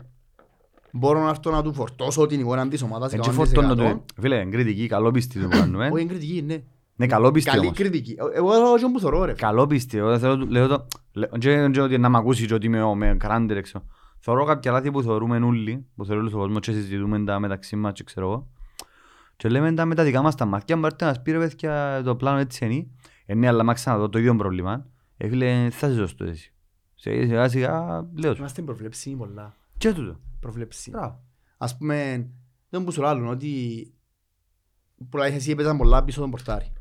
Speaker 2: μπορώ να έρθω να του φορτώσω την εικόνα της ομάδας
Speaker 1: Έτσι
Speaker 2: 100%.
Speaker 1: φορτώνω το. Φίλε, είναι κριτική, καλόπιστη το κάνουμε.
Speaker 2: Όχι, είναι κριτική, ναι.
Speaker 1: ε. Ναι, καλόπιστη
Speaker 2: Καλή
Speaker 1: όμως.
Speaker 2: κριτική. Ε, Εγώ λέω όχι που θεωρώ ρε.
Speaker 1: Καλόπιστη. Εγώ θέλω, λέω το, λέω, και δεν ξέρω ότι να μ' ακούσει και ότι είμαι ο, με κράντερ έξω. Θεωρώ κάποια λάθη που θεωρούμε όλοι, που θεωρεί όλος ο κόσμος και συζητούμε τα μεταξύ μας και ξέρω εγώ. Και λέμε τα με τα δικά μας τα μάτια, μου έρθει ένας πήρε παιδιά το πλάνο έτσι είναι. Ε, ναι, αλλά μα ξαναδώ το ίδιο πρόβλημα. Ε, φίλε, θα σε δώσω το εσύ. Σιγά σιγά, σιγά λέω σου.
Speaker 2: Είμαστε προβλέψιμοι πολλά.
Speaker 1: Και τούτο.
Speaker 2: Προβλέψιμοι.
Speaker 1: Μπράβο.
Speaker 2: Ας πούμε, δεν που σου λάλλουν ότι πολλά είχες εσύ έπαιζαν πολλά πίσω τον πορτάρι.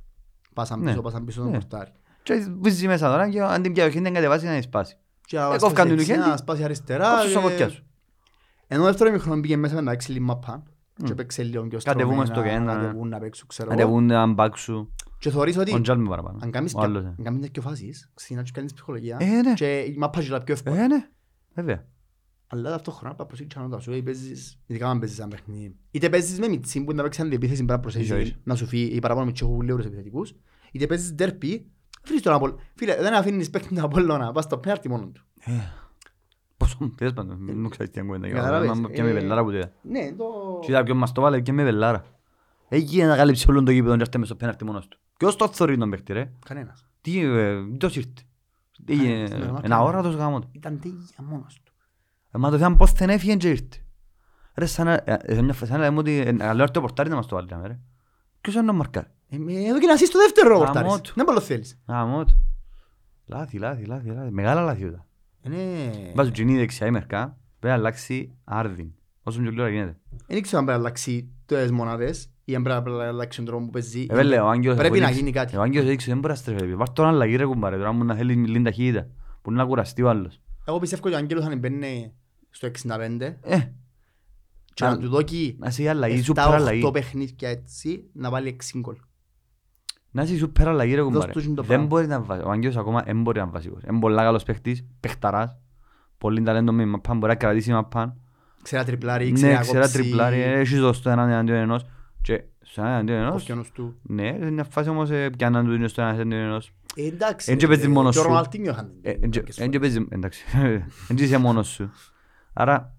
Speaker 2: Πάσαν
Speaker 1: Ναι.
Speaker 2: πίσω, πάσαν πίσω τον
Speaker 1: Ναι.
Speaker 2: πορτάρι.
Speaker 1: Και βίζει μέσα τώρα και αν την πιαοχή δεν κατεβάσεις να την σπάσει.
Speaker 2: Και να
Speaker 1: Ε,
Speaker 2: σπάσει
Speaker 1: κόφκαν την
Speaker 2: δεξιά,
Speaker 1: Ουγέντη.
Speaker 2: να σπάσει αριστερά.
Speaker 1: Κόψου στα
Speaker 2: και-
Speaker 1: φωτιά σου.
Speaker 2: Ενώ δεύτερο ημιχρόνο πήγε μέσα με τα έξι λιμμαπά.
Speaker 1: Μμ.
Speaker 2: Και παίξε λίγο πιο
Speaker 1: Κατεβούμε
Speaker 2: στρωμένα,
Speaker 1: στο κέντρο, ναι.
Speaker 2: Κατεβούν να παίξουν, ξέρω εγώ.
Speaker 1: Αντεβούν να μπάξουν.
Speaker 2: Και θεωρείς ότι
Speaker 1: Ο Τζάλ με παραπάνω.
Speaker 2: αν κάνεις
Speaker 1: Ο άλλος, ε.
Speaker 2: αν κάνεις τέτοιο φάσεις, ξεκινάς και κάνεις ψυχολογία.
Speaker 1: Ε, ναι.
Speaker 2: Και η μάπα γυλά πιο εύκολα.
Speaker 1: Ε, ναι. Βέβαια.
Speaker 2: Αλλά ταυτόχρονα πρέπει να προσέχεις και ανώτα σου, ε, παίζεις, ειδικά αν παίζεις ένα παιχνίδι. Είτε παίζεις με μιτσί που να παίξεις αντιεπίθεση πρέπει να προσέχεις
Speaker 1: Ισχύει.
Speaker 2: να σου φύγει ή παραπάνω μιτσί έχουν λίγους επιθετικούς. Είτε παίζεις ντέρπι, αφήνεις τον Απόλλωνα. Φίλε, δεν αφήνεις παίκτη τον Απόλλωνα, πας στο πέναρτι μόνον του.
Speaker 1: Πόσο πες πάντων, μην μου ξέρεις τι αν κουβέντα.
Speaker 2: Καταλάβες,
Speaker 1: Μα- Και με
Speaker 2: ε,
Speaker 1: βελάρα που τέτοια.
Speaker 2: Ναι, το...
Speaker 1: Κοίτα ποιον μας το βάλε και με βελάρα. Έγινε να καλύψει όλον το γήπεδο και έρθει μες στο πέναρτη μόνος του. Ποιος το θωρεί τον παίκτη ρε.
Speaker 2: Κανένας.
Speaker 1: Τι, ε, ποιος ήρθε.
Speaker 2: Ε,
Speaker 1: Έγινε
Speaker 2: στην Ρωμά
Speaker 1: ένα
Speaker 2: κανένας.
Speaker 1: ώρα το γάμο του.
Speaker 2: Ήταν τέγια μόνος του.
Speaker 1: Ε, Μα το θέμα πώς δεν έφυγε και ήρθε. Ρε σαν να- ε, ε, μια φορά- σαν να λέμε ότι ε, να λέω το πορτάρι να μας το βάλει τζάμε, ρε. Ποιος είναι να μαρκάρει.
Speaker 2: Ε, Εδώ και να σεις το δεύτερο
Speaker 1: Γαμώ
Speaker 2: πορτάρις.
Speaker 1: του.
Speaker 2: Δεν πολλο θέλεις.
Speaker 1: Γαμώ το. Λάθη, λάθη, λάθη, λάθη. Μεγάλα λάθη ούτα.
Speaker 2: Ναι.
Speaker 1: Βάζω τζινή δεξιά ή μερικά, πρέπει να αλλάξει άρδιν. Όσο πιο γλυόρα γίνεται.
Speaker 2: Δεν ξέρω αν πρέπει να αλλάξει τις μονάδες ή αν πρέπει να αλλάξει τον τρόπο που παίζει.
Speaker 1: Ε, βέβαια, ο Άγγελος
Speaker 2: Πρέπει
Speaker 1: θα
Speaker 2: να
Speaker 1: δείξει-
Speaker 2: γίνει κάτι.
Speaker 1: Ο Άγγελος δείξει, δεν μπορεί να στρέφει. Βάρ' τον αλλαγή ρε κουμπάρε, τώρα μου να θέλει μιλήν ταχύτητα. Μπορεί να κουραστεί ο άλλος.
Speaker 2: Εγώ πιστεύω ότι ο Άγγελος αν μπαίνει στο 65
Speaker 1: Ε,
Speaker 2: και να
Speaker 1: Αν-
Speaker 2: του δώσει
Speaker 1: να είσαι η αλλαγή, σούπερ αλλαγή.
Speaker 2: 7-8 παιχνίδια έτσι να βάλει 6 γκολ.
Speaker 1: Να είσαι η σούπερ αλλαγή ρε κουμπάρε.
Speaker 2: του τζιν το
Speaker 1: Δεν
Speaker 2: πράγμα.
Speaker 1: μπορείς να βάζει. Ο Άγγελος ακόμα δεν μπορεί να είναι βασικός. Είναι πολλά καλός παίχτης, παιχταράς. Πολύ ταλέντο με μαπάν, μπορεί να κρατήσει μαπάν.
Speaker 2: Ξέρα τριπλάρι,
Speaker 1: Ναι,
Speaker 2: ξέρα
Speaker 1: ξέρα
Speaker 2: κόψη.
Speaker 1: τριπλάρι, ε, έχεις δώσει το έναν εναντίον ενός. Και στο έναν εναντίον ενός,
Speaker 2: κοφιόνος του.
Speaker 1: ναι, σε μια φάση όμως ε, πιάνναν του είναι στο έναν εναντίον ενός.
Speaker 2: Ε, Εντάξει.
Speaker 1: Εν και παίζει
Speaker 2: ε,
Speaker 1: μόνος
Speaker 2: και ο
Speaker 1: σου.
Speaker 2: Ροναλντίνιο είχαν
Speaker 1: Ε,
Speaker 2: μερικές
Speaker 1: εν και-
Speaker 2: φορές.
Speaker 1: εν και παίζει, εντάξει, εν και είσαι μόνος σου. Άρα,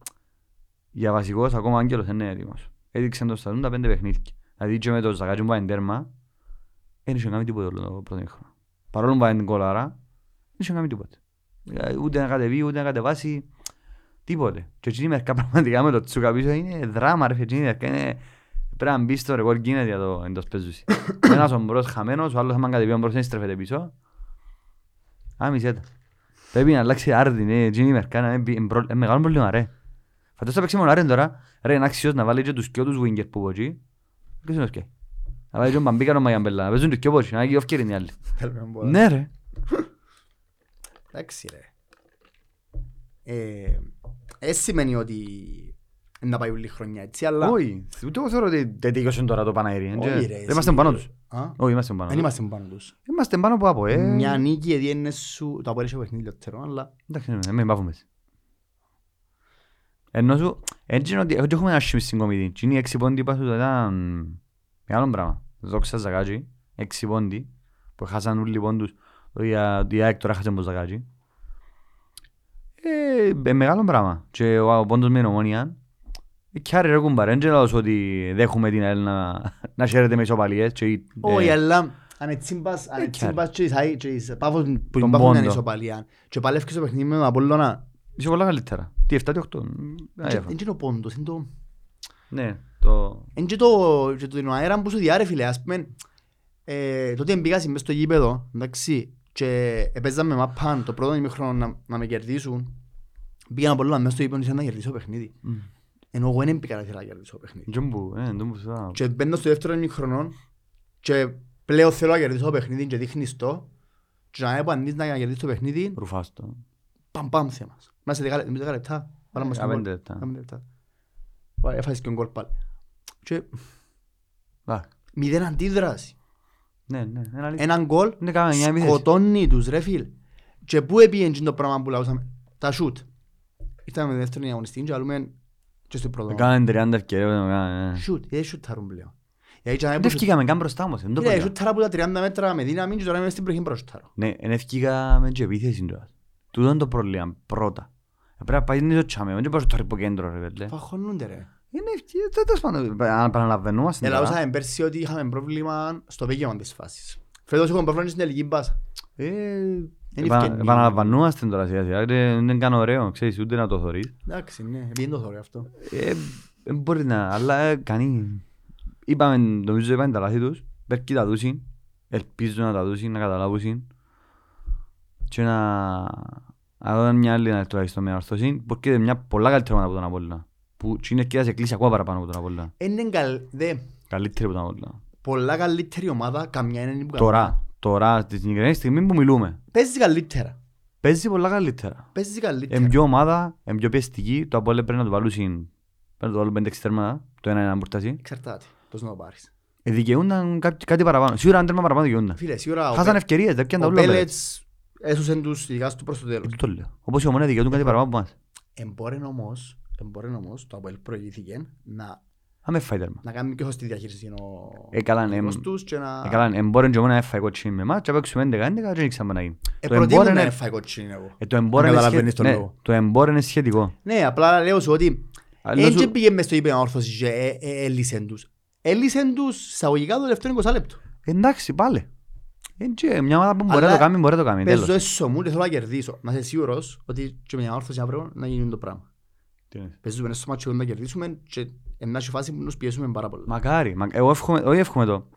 Speaker 1: για βασικός ακόμα ο Άγγελος δεν είναι έτοιμος. Έδειξαν το σταθούν τα πέντε παιχνίδια. Δηλαδή και με το Ζακάτσι που πάει εν τέρμα, δεν είχε κάνει τίποτα όλο το πρώτο χρόνο. Παρόλο που πάει την κολάρα, δεν είχε κάνει τίποτα. Δηλαδή, Ούτε να κατεβεί, ούτε να κατεβάσει, τίποτε. Και έτσι η μερικά πραγματικά με το τσούκα πίσω είναι δράμα ρε φίλε, η μερικά είναι... Πρέπει να μπει στο ρεκόρ γίνεται για το εντός παίζουσι. Ένας ο μπρος χαμένος, ο άλλος άμα κατεβεί ο μπρος δεν στρέφεται πίσω. Άμισε τα. Πρέπει να αλλάξει άρδι, ναι, έτσι είναι η μερικά, να μην μπει- εμπρο- ε, μεγάλο πρόβλημα, ρε. Φαντάζομαι θα παίξει μόνο άρεν τώρα, ρε, είναι άξιος να βάλει και τους κοιό τους winger που μπορεί. Ποιος είναι ο σκέ. Να βάλει και τον Μπαμπίκανο Μαγιαμπέλα, να παίζουν τους κοιό μπορεί, να έχει off-care είναι οι άλλοι.
Speaker 2: Θέλουμε να μπορούμε.
Speaker 1: Ναι, ρε.
Speaker 2: Εντάξει ρε. Ε, ε, σημαίνει ότι να πάει όλη η χρονιά έτσι, αλλά...
Speaker 1: Όχι, ούτε εγώ θεωρώ ότι δεν τελειώσαν τώρα το Παναήρι. εν
Speaker 2: Όχι,
Speaker 1: και-
Speaker 2: ρε,
Speaker 1: Δεν είμαστε πάνω
Speaker 2: εσύ.
Speaker 1: τους.
Speaker 2: Α,
Speaker 1: Όχι, είμαστε πάνω.
Speaker 2: Δεν
Speaker 1: τους.
Speaker 2: είμαστε πάνω τους.
Speaker 1: Είμαστε πάνω από από, ε.
Speaker 2: Μια νίκη έδιένε σου... Το απορρίσιο παιχνίδι λιωτερό, αλλά...
Speaker 1: Εντάξει, ναι, μην πάθουμε έτσι. Ενώ σου, έτσι είναι ότι εγώ και έχουμε ένα σχήμα στην κομιδή. Τι είναι οι έξι πόντι που είπα, ήταν μεγάλο πράγμα. Δόξα Ζαγάτζη, έξι πόντι, που χάσαν όλοι πόντους, το για- η ΑΕΚ τώρα χάσαν από το Ζαγάτζη. Ε, ε, μεγάλο πράγμα. Και ο, ο πόντος με την ομόνια, ε, κι άρε ρε κουμπάρε, δεν ξέρω ότι δέχουμε την ΑΕΛ να, να χαίρεται με ισοπαλίες. και η-
Speaker 2: Όχι,
Speaker 1: ε,
Speaker 2: αλλά... Αν έτσι μπας, αν
Speaker 1: Ε,
Speaker 2: έτσι
Speaker 1: κι
Speaker 2: μπας και η Σαΐ- και η Σαΐ- Παύος που
Speaker 1: Τον
Speaker 2: τον Παύο είναι
Speaker 1: πόντο.
Speaker 2: ισοπαλία. Και παλεύκες το παιχνίδι με τον Απόλλωνα.
Speaker 1: Είσαι πολλά καλύτερα. Τι, 7, τι, 8.
Speaker 2: Δεν και- Δεν είναι ο πόντος, είναι το...
Speaker 1: Ναι, το...
Speaker 2: Εν και το, και τον αέρα που σου διάρε φίλε, ας πούμε, ε, τότε μπήκα μες στο γήπεδο, εντάξει, και παίζαμε μαπάν το πρώτο ημίχρονο να, να με κερδίσουν. Πήγα να πολλά μέσα στο γήπεδο ήθελα να κερδίσω παιχνίδι.
Speaker 1: Μμ.
Speaker 2: Ενώ εγώ δεν πήγα να ήθελα να κερδίσω παιχνίδι.
Speaker 1: Τζόμπου, ε, τζόμπου σωστά.
Speaker 2: Και μπαίνω στο δεύτερο ημίχρονο και πλέον θέλω να κερδίσω παιχνίδι και δείχνεις το. Και να επαντήσεις να κερδίσω παιχνίδι,
Speaker 1: Ρουφάστο.
Speaker 2: παμ παμ σε μας. Μέσα σε 10 λε- 10 λεπτά, βάλαμε στον
Speaker 1: Απέντε
Speaker 2: γκολ.
Speaker 1: λεπτά.
Speaker 2: Πέντε λεπτά. Ωραία, Έφαγες και τον γκολ πάλι. Και
Speaker 1: Βα,
Speaker 2: μηδέν αντίδραση.
Speaker 1: Ναι, ναι, είναι αλήθεια.
Speaker 2: έναν γκολ
Speaker 1: Ναι, κάναμε μια επίθεση.
Speaker 2: σκοτώνει τους ρε φίλ. Και πού επήγαινε το πράγμα που λαούσαμε, τα σούτ. Ήρθαμε με δεύτερη αγωνιστή και άλλουμε και στο πρώτο.
Speaker 1: Κάναμε 30 ευκαιρίες, δεν το κάναμε, ναι.
Speaker 2: Σούτ, δεν σούταρουν πλέον. Γιατί ήταν
Speaker 1: Δεν
Speaker 2: έπρεπε-
Speaker 1: ευκήκαμε καν μπροστά όμως, ε, δεν το
Speaker 2: Ρε,
Speaker 1: πήγαμε.
Speaker 2: σούταρα που τα 30 μέτρα με δύναμη και τώρα είμαι στην προχή μπροστά.
Speaker 1: Ναι, δεν ευκήκαμε και επίθεση τώρα. Τούτο είναι το πρόβλημα, πρώτα. Ε, Πρέπει να πάει στο τσάμε, δεν μπορείς να το ρίχνει από κέντρο, ρε παιδί.
Speaker 2: Φαχωνούνται ρε.
Speaker 1: Είναι ευκή- τέλος πάντων, αν επαναλαμβανόμαστε
Speaker 2: Ε,
Speaker 1: τώρα.
Speaker 2: λαούσαμε πέρσι ότι είχαμε πρόβλημα στο βέγευμα της φάσης. Φέτος έχουμε πρόβλημα στην ελληνική μπάσα.
Speaker 1: Ε,
Speaker 2: Δεν
Speaker 1: επα-
Speaker 2: ευκαινεί.
Speaker 1: επαναλαμβανόμαστε τώρα σιγά σιγά, ρε, δεν κάνω ωραίο, ξέρεις, ούτε να το θωρείς.
Speaker 2: Εντάξει, ναι, επειδή το θωρεί αυτό.
Speaker 1: Ε, ε, μπορεί να, αλλά ε, κανεί. Είπαμε, νομίζω είπαμε τα λάθη τους. Πέρκει τα δούσιν. Ελπίζω να τα δούσιν, να καταλάβουσιν. Και να... να δω μια άλλη να τουλάχιστον με ορθώσιν. Που έρχεται μια πολλά καλύτερη ομάδα από τον Απόλλωνα. Που είναι και σε κλείσει ακόμα παραπάνω από τον Απόλλωνα.
Speaker 2: Ε, Είναι καλ... δε,
Speaker 1: Καλύτερη από τον Απόλλωνα.
Speaker 2: πολλά καλύτερη ομάδα, καμιά είναι που καμιά.
Speaker 1: Τώρα, τώρα, στη συγκεκριμένη στιγμή που μιλούμε.
Speaker 2: Παίζει καλύτερα.
Speaker 1: Παίζει πολλά καλύτερα.
Speaker 2: Παίζει καλύτερα.
Speaker 1: Εν Ε, πιο ομάδα, εν πιο πιεστική. Το Απόλλωνα πρέπει να το βάλουσιν. Πρέπει να το βάλουν 5-6 τέρματα. Το ένα είναι να μπουρτάσει.
Speaker 2: Εξαρτάται πώς να το πάρεις.
Speaker 1: Ε, δικαιούνταν κάτι, κάτι παραπάνω. Σίγουρα ένα τέρμα παραπάνω δικαιούνταν.
Speaker 2: Φίλε, σίγουρα ο
Speaker 1: Χάσαν
Speaker 2: Πε-
Speaker 1: ευκαιρίες, δεν πιάνε τα
Speaker 2: ο
Speaker 1: ούλα. Πέλετς.
Speaker 2: Πέλετς έσωσε τους ειδικά του προς το τέλος.
Speaker 1: Δεν το λέω. Όπως η ομόνια δικαιούνται κάτι παραπάνω από εμάς.
Speaker 2: Εμπόρεν Ε, όμως, εμπόρεν όμως, το Αποέλ προηγήθηκε να,
Speaker 1: Άμε φάει τέρμα.
Speaker 2: να κάνει πιο σωστή διαχείριση ο
Speaker 1: Ε, καλά, ναι.
Speaker 2: ο τους και να...
Speaker 1: Ε, Καλά, εμπόρεν και ομόνια έφαγε κοτσίνη με εμάς και παίξουμε 11-11 και δεν ήξαμε να γίνει.
Speaker 2: Ε,
Speaker 1: Το
Speaker 2: προτείνω
Speaker 1: εμπόρεν
Speaker 2: να
Speaker 1: ε-
Speaker 2: έφαγε κοτσίνη εγώ.
Speaker 1: ε, το εμπόρεν
Speaker 2: Να
Speaker 1: είναι
Speaker 2: καταλαβαίνεις
Speaker 1: σχε-
Speaker 2: τον
Speaker 1: ναι,
Speaker 2: λόγο.
Speaker 1: το εμπόρεν είναι σχετικό.
Speaker 2: Ναι, απλά λέω σου ότι
Speaker 1: Α, λέω
Speaker 2: δεν
Speaker 1: σου-
Speaker 2: Ε, και πήγε μες στο είπε να όρθωση και ε- ε- έλυσεν τους. Έλυσεν τους εισαγωγικά το τελευταίο 20 λεπτό.
Speaker 1: Εντάξει, πάλι. Ε, και μια ομάδα που μπορεί να
Speaker 2: Αλλά
Speaker 1: το κάνει, μπορεί να
Speaker 2: Ε,
Speaker 1: το κάνει.
Speaker 2: Παίζω
Speaker 1: Τέλος.
Speaker 2: έσω μου και θέλω να κερδίσω. Να είσαι σίγουρος ότι και με μια όρθωση αύριο να γίνει το πράγμα.
Speaker 1: Τι είναι.
Speaker 2: Παίζουμε ένα στο μάτσο να κερδίσουμε και εν να έχει φάση που τους πιέσουμε πάρα πολύ.
Speaker 1: Μακάρι, μα- εγώ εύχομαι, όχι εύχομαι το.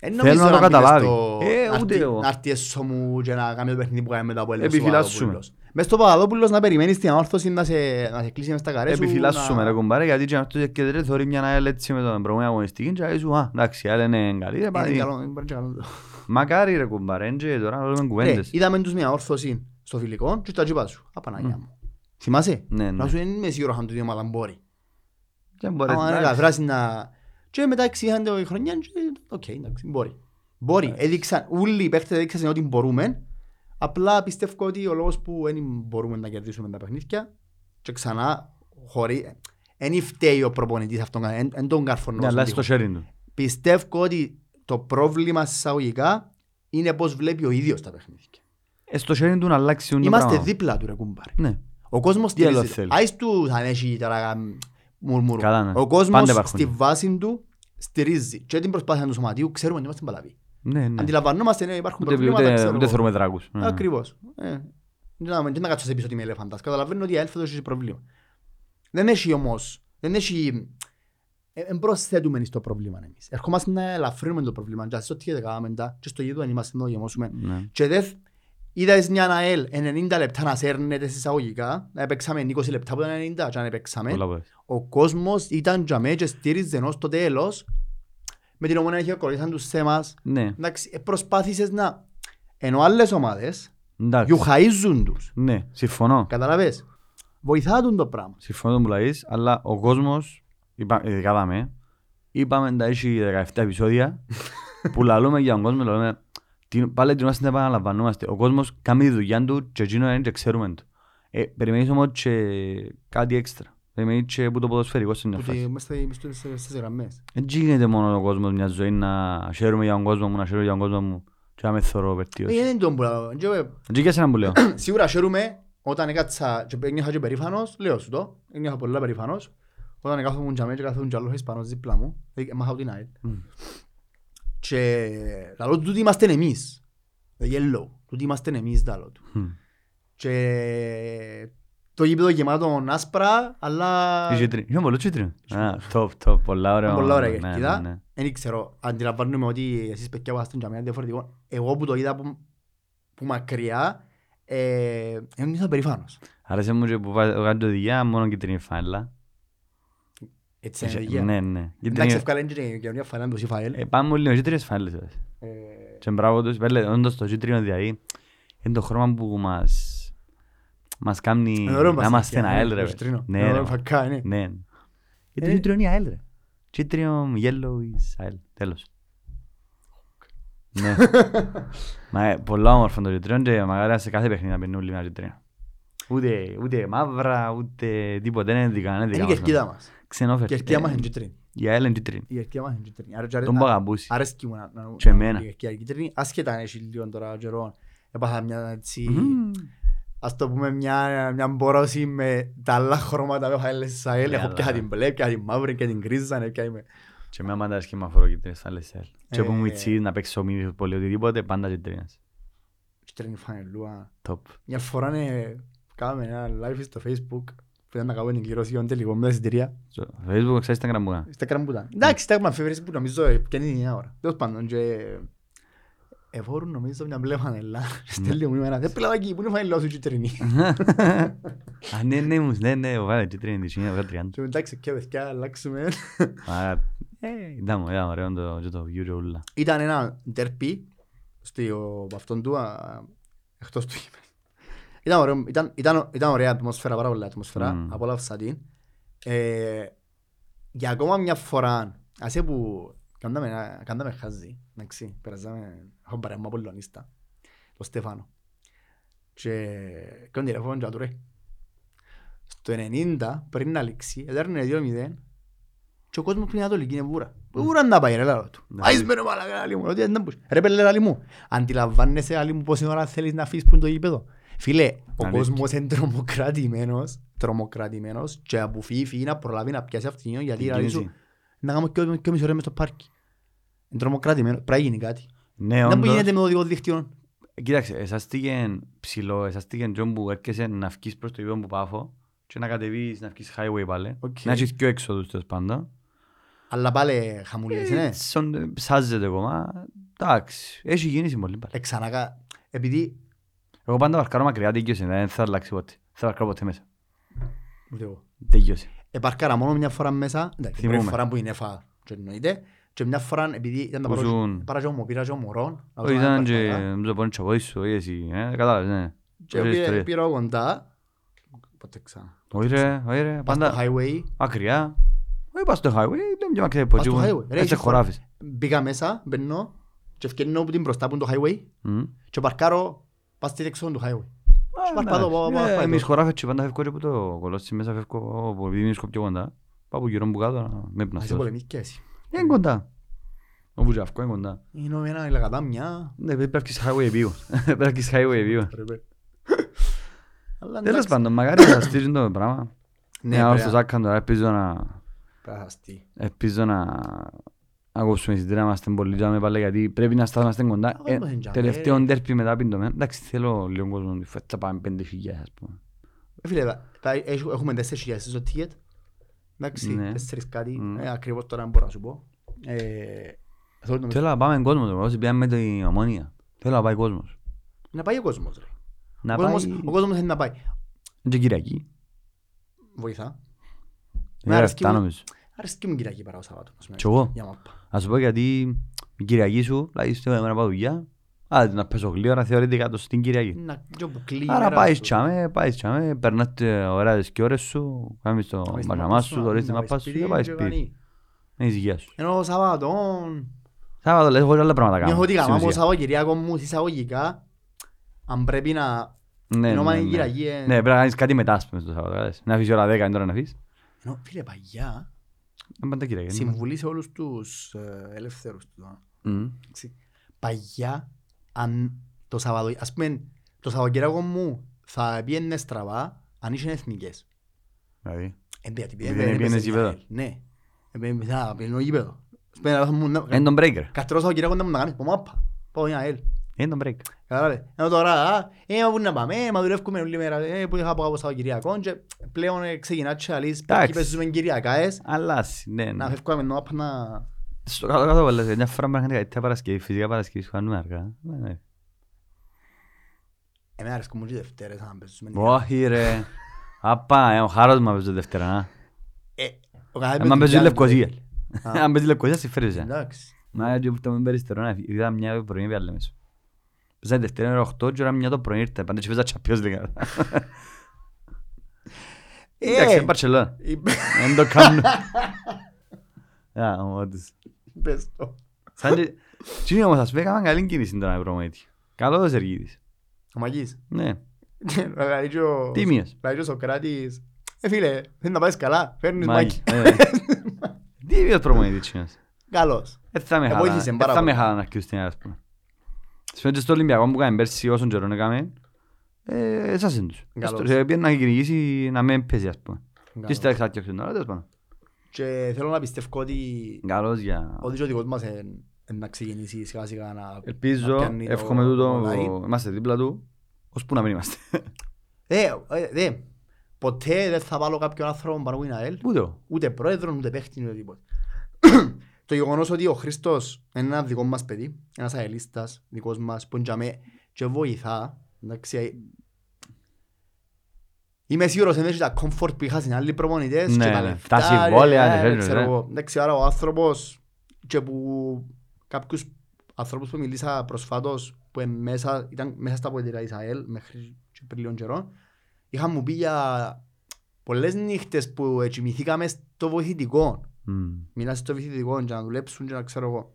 Speaker 2: Εν
Speaker 1: θέλω
Speaker 2: Ε, νομίζω
Speaker 1: να το
Speaker 2: μπει μες
Speaker 1: καταλάβει.
Speaker 2: στο
Speaker 1: Ε, ούτε
Speaker 2: αρτι-
Speaker 1: εγώ.
Speaker 2: να έρθει έσω μου και να κάνει το παιχνίδι που κάνει μετά από έλεγχο
Speaker 1: Επιφυλάσσουμε.
Speaker 2: Μες στο Παπαδόπουλος να περιμένεις την ανόρθωση να σε, να σε κλείσει μες τα καρές σου.
Speaker 1: Επιφυλάσσουμε
Speaker 2: να-
Speaker 1: ρε κουμπάρε, γιατί και αυτός κεντρέ θεωρεί μια ΑΕΛ έτσι με τον προηγούμενο αγωνιστική και λέει σου, α, εντάξει, η ΑΕΛ είναι καλή, ρε
Speaker 2: Ε,
Speaker 1: πάει.
Speaker 2: Είναι καλό, είναι πάρα καλό.
Speaker 1: Μακάρι ρε κουμπάρε, εν και τώρα λέμε
Speaker 2: Ρε,
Speaker 1: κουβέντες.
Speaker 2: Είδαμε τους μια όρθωση στο φιλικό και στα τζιπά σου. Απαναγιά μου. Θυμάσαι.
Speaker 1: Ναι, ναι.
Speaker 2: Να σου δεν είμαι σίγουρο αν τούτη η ομάδα μπορεί.
Speaker 1: Δεν μπορείς,
Speaker 2: Άμα είναι
Speaker 1: εντάξει.
Speaker 2: καθράσει να... Και μετά εξηγάνε η χρονιά και οκ, εντάξει, μπορεί. Μπορεί. Έδειξαν, όλοι οι παίχτες έδειξαν ότι μπορούμε. Απλά πιστεύω ότι ο λόγος που δεν μπορούμε να κερδίσουμε τα παιχνίδια και ξανά χωρί... Δεν φταίει ο προπονητής αυτόν, δεν δεν τον καρφωνώ.
Speaker 1: Ναι, αλλά
Speaker 2: στον
Speaker 1: στο
Speaker 2: τοίχο.
Speaker 1: sharing του.
Speaker 2: Πιστεύω ότι το πρόβλημα σαγωγικά είναι πώς βλέπει ο ίδιος τα παιχνίδια.
Speaker 1: Ε, στο sharing του να αλλάξει ούτω
Speaker 2: Είμαστε
Speaker 1: πράγμα.
Speaker 2: δίπλα του ρε κουμπάρε.
Speaker 1: Ναι.
Speaker 2: Ο κόσμος
Speaker 1: Τι άλλο
Speaker 2: στηρίζει.
Speaker 1: θέλεις.
Speaker 2: Άις του αν έχει τώρα μ, μουρμουρού.
Speaker 1: Καλά, ναι.
Speaker 2: Ο
Speaker 1: Πάντα
Speaker 2: κόσμος
Speaker 1: υπάρχουν.
Speaker 2: στη βάση του στηρίζει. Και την προσπάθεια του σωματίου ξέρουμε ότι είμαστε παλαβοί.
Speaker 1: Ναι, ναι.
Speaker 2: Αντιλαμβανόμαστε ναι, υπάρχουν
Speaker 1: Ούτε-
Speaker 2: προβλήματα.
Speaker 1: Ούτε
Speaker 2: ξέρω
Speaker 1: ούτε
Speaker 2: εγώ.
Speaker 1: θεωρούμε δράκους. Ναι.
Speaker 2: Ακριβώς. Ε, τι να- Τι να κάτσω σε πίσω ότι είμαι ελεφαντάς. Καταλαβαίνω ότι η ΑΕΛ φέτος έχει πρόβλημα. Δεν έχει όμως, δεν έχει... ε, Εν προσθέτουμε στο πρόβλημα εμείς. Ερχόμαστε να ελαφρύνουμε το πρόβλημα. Και ας ό,τι έκαναμε τα, και στο γήπεδο αν είμαστε να το γεμώσουμε.
Speaker 1: Ναι.
Speaker 2: Και δεν είδες μια ΑΕΛ 90 λεπτά να σέρνεται συσσαγωγικά, να παίξαμε 20 λεπτά που ήταν 90 και αν παίξαμε.
Speaker 1: Πολλά μπορείς.
Speaker 2: Ο κόσμος ήταν για μέ και στήριζε ενός το τέλος με την ομονία είχε κοροϊθάν τους σε εμάς.
Speaker 1: Ναι,
Speaker 2: Εντάξει, ε, προσπάθησες να... Ενώ άλλες ομάδες
Speaker 1: εντάξει.
Speaker 2: γιουχαΐζουν τους.
Speaker 1: Ναι, συμφωνώ.
Speaker 2: Καταλαβες. Βοηθά τον το πράγμα.
Speaker 1: Συμφωνώ με τον Μπουλαής, αλλά ο κόσμος, είπα, ειδικά δάμε, είπαμε τα έχει 17 επεισόδια που λαλούμε για τον κόσμο, λαλούμε, τι- πάλι την ώστε να επαναλαμβανόμαστε. Ο κόσμος κάνει τη δουλειά του και εκείνο είναι και ξέρουμε το. Ε, περιμένεις όμως και κάτι έξτρα. Περιμένεις και που το ποδοσφαιρικό σε μια
Speaker 2: Που τη-
Speaker 1: φάση.
Speaker 2: μες στα- μες στο- σε- στις γραμμές.
Speaker 1: Δεν γίνεται μόνο ο κόσμος μιας ζωής να χαίρομαι για τον κόσμο μου, να χαίρομαι για τον κόσμο μου και να με θωρώ
Speaker 2: Ε,
Speaker 1: περτίως.
Speaker 2: Δεν είναι τον που λαλώ. Και, ε,
Speaker 1: Δεν και εσένα που λέω.
Speaker 2: Σίγουρα χαίρομαι όταν έκατσα και ένιωχα και περήφανος, λέω σου το, ένιωχα πολλά περήφανος. Όταν κάθομαι τζαμέ και κάθομαι τζαλό Ισπανός δίπλα μου, δηλαδή, μάχα την ΑΕΛ.
Speaker 1: Μμ.
Speaker 2: Και λαλό του τούτοι είμαστε εμείς. The yellow. Τούτοι είμαστε εμείς λαλό του.
Speaker 1: Μμ.
Speaker 2: Και το γήπεδο γεμάτο άσπρα, αλλά...
Speaker 1: Η κίτρινη. Είχαμε πολύ κίτρινο. Α, top, top, πολλά ωραία.
Speaker 2: Πολλά ωραία
Speaker 1: Ναι, ναι, ναι.
Speaker 2: κερκίδα. Δεν ξέρω, αντιλαμβάνομαι ότι εσείς παιδιά που άστον για μένα είναι διαφορετικό. Εγώ που το είδα που, που μακριά, ε, ένιωσα περήφανος.
Speaker 1: Άρεσε μου και που βάζω κάτω δουλειά, μόνο κίτρινη φάλα.
Speaker 2: Έτσι είναι η δικιά.
Speaker 1: Ναι, ναι.
Speaker 2: Εντάξει,
Speaker 1: Κίτρινη...
Speaker 2: ευκάλεν και την καινούργια φανά του Σιφαέλ.
Speaker 1: Ε, πάμε όλοι με κίτρινες φάλες. ρε. Και μπράβο τους, πέλε, όντως το κίτρινο δηλαδή είναι το χρώμα που μας... Μας κάνει
Speaker 2: Ε,
Speaker 1: να είμαστε ένα έλ, ρε.
Speaker 2: Κιτρινό.
Speaker 1: Ναι,
Speaker 2: Ναι,
Speaker 1: ρε,
Speaker 2: ρε. Φακά, ναι.
Speaker 1: Ναι. Γιατί
Speaker 2: Ε.
Speaker 1: κίτρινο είναι η ΑΕΛ, ρε. Κίτρινο, yellow is ΑΕΛ. Τέλος. Ναι. Μα ε, πολλά όμορφα το κίτρινο και μαγάρα σε κάθε παιχνίδι να παίρνουν όλοι με ένα κίτρινο. Ούτε, ούτε μαύρα, ούτε τίποτα. Δεν είναι δικά, δεν είναι
Speaker 2: Είναι
Speaker 1: δικά μας. ναι.
Speaker 2: η κερκίδα μας.
Speaker 1: Ξενόφερ.
Speaker 2: Η κερκίδα μας είναι κίτρινη.
Speaker 1: Η ΑΕΛ είναι κίτρινη.
Speaker 2: Η κερκίδα μας είναι κίτρινη. Άρα και αρέ-
Speaker 1: Τον
Speaker 2: α-
Speaker 1: παγαμπούσει.
Speaker 2: αρέσκει μου να- να- να-
Speaker 1: Και
Speaker 2: να-
Speaker 1: εμένα.
Speaker 2: η κερκίδα κίτρινη. Άσχετα αν έχει λίγο τώρα καιρό. Έπαθα μια έτσι...
Speaker 1: Μμμ.
Speaker 2: Ας το πούμε μια, μια μπόρωση με τα άλλα χρώματα που είχα Σαέλ.
Speaker 1: Ναι,
Speaker 2: Έχω
Speaker 1: αλλά-
Speaker 2: πια την μπλε, πια την μαύρη και την γκρίζα. ναι, πια είμαι-
Speaker 1: Και με άμα τα σχήμα φορώ κίτρινες θα λες ΑΕΛ. Και
Speaker 2: Ε.
Speaker 1: που μου ητσί να παίξω μήνυμα πολύ οτιδήποτε, πάντα κίτρινες.
Speaker 2: Κίτρινη φανελούα.
Speaker 1: Top.
Speaker 2: Μια φορά ναι, κάναμε ένα live στο facebook που ήταν να κάνουμε την κληρώση για τον τελικό με τα εισιτήρια.
Speaker 1: Στο Facebook, ξέρεις τα γραμμούγα.
Speaker 2: Στα κραμπούτα. Εντάξει, τα έχουμε αφιερώσει που νομίζω επικαινή είναι η ώρα. Τέλος πάντων και... Εφόρουν νομίζω μια μπλε φανελά. Στέλνει μου εμένα. Δεν πελάω εκεί, που είναι φανελά σου κίτρινη.
Speaker 1: Α, ναι, ναι, μου, ναι, ναι, βάλε κίτρινη της είναι, βάλε τριάντα.
Speaker 2: Και μετά ξεκιά παιδιά, αλλάξουμε.
Speaker 1: Άρα, ε, ήταν μου, ήταν ωραίο το- και το view και όλα.
Speaker 2: Ήταν ένα ντερπί στο αυτόν του, α, εκτός του γήπεδου. Ήταν, ωραίο, ήταν, ήταν, ήταν ωραία ατμόσφαιρα, πάρα πολύ ατμόσφαιρα.
Speaker 1: Μμμ.
Speaker 2: Απόλαυσα την. Ε, για ακόμα μια φορά, ας που κάναμε, ένα- κάναμε χάζι, εντάξει, περάσαμε, έχω παρέα μου Απολλωνίστα, τον Στεφάνο. Και κάνω τηλέφωνο και του ρε. Στο 90, πριν να λήξει, έδερνε 2-0 και ο κόσμος πριν να το λυγεί είναι βούρα. Πού βούρα να πάει ρε λάλο του.
Speaker 1: Ναι.
Speaker 2: Άις με ρε μαλακά λαλί μου, ότι δεν μπορείς. Ρε πέλε λαλί μου, αντιλαμβάνεσαι λαλί μου πόση ώρα θέλεις να αφήσεις που είναι το γήπεδο. Φίλε, ο
Speaker 1: Αλήθεια.
Speaker 2: κόσμος είναι τρομοκρατημένος, τρομοκρατημένος και από φύγει φύγει να προλάβει να πιάσει αυτήν γιατί
Speaker 1: Την
Speaker 2: λαλί σου
Speaker 1: κίνηση.
Speaker 2: να κάνω και και μισή ώρα μες στο πάρκι. Είναι τρομοκρατημένο, πρέπει να γίνει κάτι.
Speaker 1: Ναι,
Speaker 2: Δεν μπορεί
Speaker 1: όντως.
Speaker 2: γίνεται με το οδηγό δίκτυο.
Speaker 1: Κοίταξε, εσάς τίγεν ψηλό, εσάς τίγεν τζον που έρχεσαι να φκείς προς το γήπεδο που πάφω και να κατεβείς να βγεις highway πάλι.
Speaker 2: Οκ.
Speaker 1: Να έχεις πιο έξοδους τέλος πάντων.
Speaker 2: Αλλά πάλι χαμούλες,
Speaker 1: Ε,
Speaker 2: ναι.
Speaker 1: σαν- Ψάζεται ακόμα. Εντάξει, έχει γίνει συμβολή πάλι.
Speaker 2: Ε, ξανά κα- επειδή...
Speaker 1: Εγώ πάντα παρκάρω μακριά, τέγιος είναι, δεν θα αλλάξει ποτέ. Θα παρκάρω ποτέ μέσα.
Speaker 2: Ούτε εγώ.
Speaker 1: Τέγιος είναι.
Speaker 2: Επαρκάρα μόνο μια φορά μέσα, εντάξει, την
Speaker 1: Θυμούμε.
Speaker 2: πρώτη φορά που είναι έφα, και εννοείται, και μια φορά επειδή ήταν να
Speaker 1: Που
Speaker 2: πάρω-
Speaker 1: ζουν.
Speaker 2: πάρω και ομο- πήρα και ομορών, να δω
Speaker 1: Όχι,
Speaker 2: αν
Speaker 1: ήταν και
Speaker 2: επαρκάρα.
Speaker 1: μου το πόνι τσακώδης σου, ή εσύ, ε, κατάλαβες, ναι.
Speaker 2: Και
Speaker 1: Ωραίες
Speaker 2: πήρε-
Speaker 1: ιστορίες.
Speaker 2: πήρα κοντά, ποτέ ξανά.
Speaker 1: Όχι ρε, όχι ρε,
Speaker 2: Πας στο
Speaker 1: πάντα
Speaker 2: highway,
Speaker 1: μακριά. Όχι, πας στο highway, ε, δεν πιο μακριά από
Speaker 2: Πας στο
Speaker 1: τσίγουν.
Speaker 2: highway, ρε,
Speaker 1: Έτσι
Speaker 2: έχεις χώρα.
Speaker 1: χωράφεις.
Speaker 2: μπήκα μέσα, μπαίνω, και ευκαινώ από την μπροστά που είναι το highway,
Speaker 1: Μμμ.
Speaker 2: και παρκάρω, πας στη δεξιόν του highway.
Speaker 1: Α,
Speaker 2: Σπαρπαδώ,
Speaker 1: εντάξει.
Speaker 2: πάω, πάω,
Speaker 1: Ε,
Speaker 2: πάω.
Speaker 1: Εμείς χωράφες και πάντα φεύγω και που το κολόσι μέσα φεύγω, όπου επειδή είναι σκοπ πιο κοντά. Πάω από γύρω που κάτω, να με
Speaker 2: Ας
Speaker 1: πναστώ.
Speaker 2: είσαι πολεμικές.
Speaker 1: Είναι κοντά. Όπου και αυκό είναι κοντά.
Speaker 2: Είναι ο ένα, η λαγατάμια.
Speaker 1: Ναι, πρέπει να έρχεσαι highway view. Πρέπει να έρχεσαι highway view.
Speaker 2: Ρε, ρε. Αλλά
Speaker 1: Τέλος
Speaker 2: εντάξει.
Speaker 1: πάντων, μακάρι να στήριζουν το πράγμα. Ναι,
Speaker 2: Ναι,
Speaker 1: άρα στο
Speaker 2: πρέπει να-
Speaker 1: Ζάκκαν τώρα ελπίζω να...
Speaker 2: πρέπει να χαστεί.
Speaker 1: Ελπίζω να ακούσουμε συντήρα μας την πολύ τζάμε πάλι γιατί πρέπει να στάθμαστε κοντά. Ε,
Speaker 2: Αγάπη μας είναι τζάμε.
Speaker 1: Τελευταίο ντέρπι μετά πιντομέ. Εντάξει, θέλω λίγο κόσμο. Θα πάμε πέντε χιλιάδες ας πούμε.
Speaker 2: Ε, Φίλε, τα- τα- έχου- έχουμε τέσσερις χιλιάδες στο ticket. Εντάξει,
Speaker 1: Ναι.
Speaker 2: τέσσερις κάτι.
Speaker 1: Μμ.
Speaker 2: Ε, ακριβώς τώρα δεν μπορώ να σου πω. Ε, θέλω να-
Speaker 1: Θέλω να πάμε κόσμο τώρα, όσοι πήγαμε με την ομόνια. Θέλω να πάει κόσμος.
Speaker 2: Να πάει ο κόσμος. ρε.
Speaker 1: Να
Speaker 2: Ο
Speaker 1: πάει
Speaker 2: κόσμος- Ο κόσμος θέλει να πάει.
Speaker 1: και Κυριακή.
Speaker 2: Βοηθά.
Speaker 1: Δεν
Speaker 2: αρέσκει
Speaker 1: αρκετά
Speaker 2: μου.
Speaker 1: νομίζω.
Speaker 2: Άρεσε και μου Κυριακή παρά ο Σαββάτο. ας πούμε.
Speaker 1: Κι εγώ.
Speaker 2: Για μάπα.
Speaker 1: Ας σου πω γιατί η Κυριακή σου, δηλαδή στην εμένα πάω δουλειά, άντε να πέσω γλύωρα θεωρητικά το στην Κυριακή.
Speaker 2: Να τζο που κλείνει.
Speaker 1: Άρα
Speaker 2: ρε,
Speaker 1: πάεις
Speaker 2: αυτό.
Speaker 1: τσάμε, πάεις τσάμε, περνάς τε- ωραίες και ώρες σου, κάνεις το
Speaker 2: Να πάει στη
Speaker 1: μαγαμά
Speaker 2: μάπα
Speaker 1: σου, το ρίστη
Speaker 2: να
Speaker 1: μαπάς σου
Speaker 2: σπίτι,
Speaker 1: και πάεις
Speaker 2: και
Speaker 1: σπίτι.
Speaker 2: κάνει.
Speaker 1: Έχεις υγείας σου.
Speaker 2: Ενώ ο Σαββατόν,
Speaker 1: Σάββατο λες χωρίς άλλα πράγματα κάνω.
Speaker 2: Νιώθω ότι
Speaker 1: στην
Speaker 2: γαμάμαι ο
Speaker 1: ουσία.
Speaker 2: Σαββατοκυριακό μου εισαγωγικά. Αν πρέπει να...
Speaker 1: Ναι,
Speaker 2: ενώ
Speaker 1: ναι,
Speaker 2: είναι
Speaker 1: ναι.
Speaker 2: Κυριακή, ε.
Speaker 1: Ναι, πρέπει να κάνεις κάτι μετά, ας πούμε, στο Σάββατο. κατάλαβες. Να αφήσεις ώρα 10, είναι τώρα να αφήσεις.
Speaker 2: Ενώ φίλε παγιά,
Speaker 1: Είναι πάντα Κυριακή. ναι.
Speaker 2: συμβουλή σε όλους τους ε, ελεύθερους. του, ε.
Speaker 1: Μμμ.
Speaker 2: Εντάξει. Παγιά, αν το Σαββατο... Ας πούμε, το Σαββατοκυριακό μου θα πιένε στραβά αν είσαι εθνικές.
Speaker 1: Δηλαδή,
Speaker 2: Ε, διότι
Speaker 1: Δεν
Speaker 2: έπαιζε
Speaker 1: έπιαινες
Speaker 2: στην
Speaker 1: γήπεδο.
Speaker 2: Ισραήλ. Ναι. Έπαιζε- θα πιένω γήπεδο. Ας πούμε, να μου- να-
Speaker 1: Είναι τον breaker.
Speaker 2: Καστρός ο κυρίακος να μου να κάνεις πομάπα. Πάω για ΑΕΛ.
Speaker 1: Είναι τον break.
Speaker 2: Κατάλαβε. Ενώ τώρα, α, ε, μα πού να πάμε, μα δουλεύουμε όλη μέρα, ε, που είχα από κάπου σαν Κυριακό και πλέον ε, ξεκινά και αλείς,
Speaker 1: Εντάξει.
Speaker 2: εκεί παίζουμε Κυριακάες,
Speaker 1: Αλλάζει, ναι, ναι.
Speaker 2: να φεύγουμε ενώ απ' να...
Speaker 1: Στο κάτω κάτω πολλές, μια φορά μπορεί να κάνει κάτι τέτοια Παρασκευή, φυσικά Παρασκευή σου κάνουμε αργά. Ναι, ναι.
Speaker 2: Εμένα Ε, αρέσκουν μου και οι Δευτέρες να παίζουμε.
Speaker 1: Όχι ρε. Απα, ε, ο χάρος μου παίζει Δευτέρα. να.
Speaker 2: Ε, ο καθένας
Speaker 1: Εμένα παίζει
Speaker 2: δουλειά του,
Speaker 1: Λευκοσία.
Speaker 2: Α.
Speaker 1: Αν παίζει Λευκοσία, συμφέρει
Speaker 2: ε.
Speaker 1: σε.
Speaker 2: Εντάξει.
Speaker 1: Μα έτσι που το μην περιστερώ, να φύγει. είδα μια πρωινή βιάλε μέσα. Παίζανε Δευτέρα ώρα 8 και ώρα μια το πρωί ήρθε. Πάντα και παίζα Champions League.
Speaker 2: Ε,
Speaker 1: Εντάξει, είναι Barcelona.
Speaker 2: είπε-
Speaker 1: Δεν το κάνουν. Α, όντως.
Speaker 2: ε, πες το.
Speaker 1: Σαν και... Τι είναι όμως, ας πούμε, έκαναν καλή κίνηση τώρα με προμέτη. Καλός Εργίδης.
Speaker 2: Ο Μαγής.
Speaker 1: Ναι,
Speaker 2: Λαλεί και ο-
Speaker 1: τίμιος.
Speaker 2: λαλεί και ο Σοκράτης. Ε, φίλε, θέλει να πάεις καλά, φέρνεις
Speaker 1: Μάκη.
Speaker 2: Μάκη.
Speaker 1: ε. Τίμιος προμέτη τσινός.
Speaker 2: Καλός.
Speaker 1: Ε, θα με
Speaker 2: Ε,
Speaker 1: χάλανε.
Speaker 2: βοήθησε
Speaker 1: Ε,
Speaker 2: πάρα
Speaker 1: θα με
Speaker 2: πολύ.
Speaker 1: χάλανε αρκετούς, ας πούμε. Σημαίνει και στο Ολυμπιακό που κάναμε πέρσι όσον καιρόν έκαμε, ε, έσασεν τους.
Speaker 2: Καλός.
Speaker 1: Ε, Πήγαινε να κυνηγήσει να με παίζει, ας πούμε. Τι
Speaker 2: Καλός.
Speaker 1: στα εξάρτια ξύνω, αλλά τέλος πάντων.
Speaker 2: Και θέλω να πιστεύω ότι
Speaker 1: Καλός για...
Speaker 2: ότι και ο δικός μας εν- εν να ξεκινήσει σιγά σιγά να... να
Speaker 1: Ελπίζω,
Speaker 2: πιάνει το-
Speaker 1: εύχομαι
Speaker 2: το
Speaker 1: τούτο,
Speaker 2: line.
Speaker 1: είμαστε δίπλα του, ώσπου να μην είμαστε.
Speaker 2: Ε, ε, δε, ποτέ δεν θα βάλω κάποιον άνθρωπο πάνω από την ΑΕΛ,
Speaker 1: Πού το.
Speaker 2: ούτε πρόεδρον, ούτε παίχτης, ούτε τίποτα. το γεγονός ότι ο Χριστός είναι ένας δικός μας παιδί, ένας αελίστας δικός μας, που είναι για μέ- και βοηθά, εντάξει, ε, Είμαι σίγουρος ότι έχει τα comfort που είχα στην άλλη προπονητές
Speaker 1: Ναι,
Speaker 2: και τα
Speaker 1: ναι.
Speaker 2: λεφτά,
Speaker 1: Τα συμβόλαια,
Speaker 2: ρε,
Speaker 1: ναι,
Speaker 2: ε,
Speaker 1: φέρνουν,
Speaker 2: ξέρω
Speaker 1: ναι.
Speaker 2: εγώ. Εντάξει, άρα ο άνθρωπος και που κάποιους ανθρώπους που μιλήσα προσφάτως που είναι μέσα, ήταν μέσα στα πολιτικά της ΑΕΛ μέχρι και πριν λίγο καιρό είχαν μου πει για πολλές νύχτες που ετσιμηθήκαμε στο βοηθητικό
Speaker 1: Μμμ.
Speaker 2: μιλάς στο βοηθητικό και να δουλέψουν και να ξέρω εγώ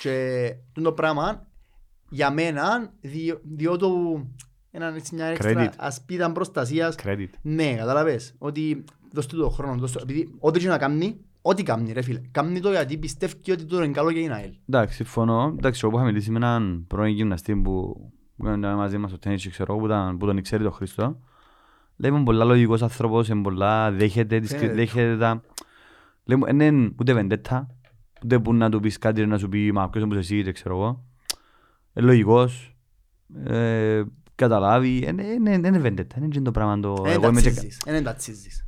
Speaker 2: και τούτο το πράγμα για μένα διό, διότι έναν έτσι μια έξτρα
Speaker 1: Credit.
Speaker 2: ασπίδα προστασίας
Speaker 1: Credit.
Speaker 2: ναι, καταλαβες. Ότι δώσ' του το χρόνο. Δώσ' του, επειδή ό,τι και να κάνει, ό,τι κάνει ρε φίλε. Κάνει το γιατί πιστεύει ότι το είναι καλό για την ΑΕΛ.
Speaker 1: Εντάξει, συμφωνώ. Εντάξει, εγώ που είχα μιλήσει με έναν πρώην γυμναστή που που ήταν μαζί μας στο τέννις και ξέρω εγώ, που, ήταν, που τον ξέρει τον Χριστό. Λέει μου πολλά λογικός άνθρωπος, είναι πολλά, δέχεται, τις, κρι-
Speaker 2: Φαίνεται.
Speaker 1: δέχεται τα... Λέει μου, εν είναι ούτε βεντέτα, ούτε που να του πεις κάτι, να σου πει, μα ποιος είναι που είσαι εσύ, δεν ξέρω εγώ. Ε, λογικός. Ε, καταλάβει. ε, ναι, ναι, ναι, Είναι βεντέτα, είναι τζιν το πράγμα το...
Speaker 2: Δεν
Speaker 1: εγώ
Speaker 2: τα
Speaker 1: είμαι και-
Speaker 2: τσίζεις. Δεν τα τσίζεις.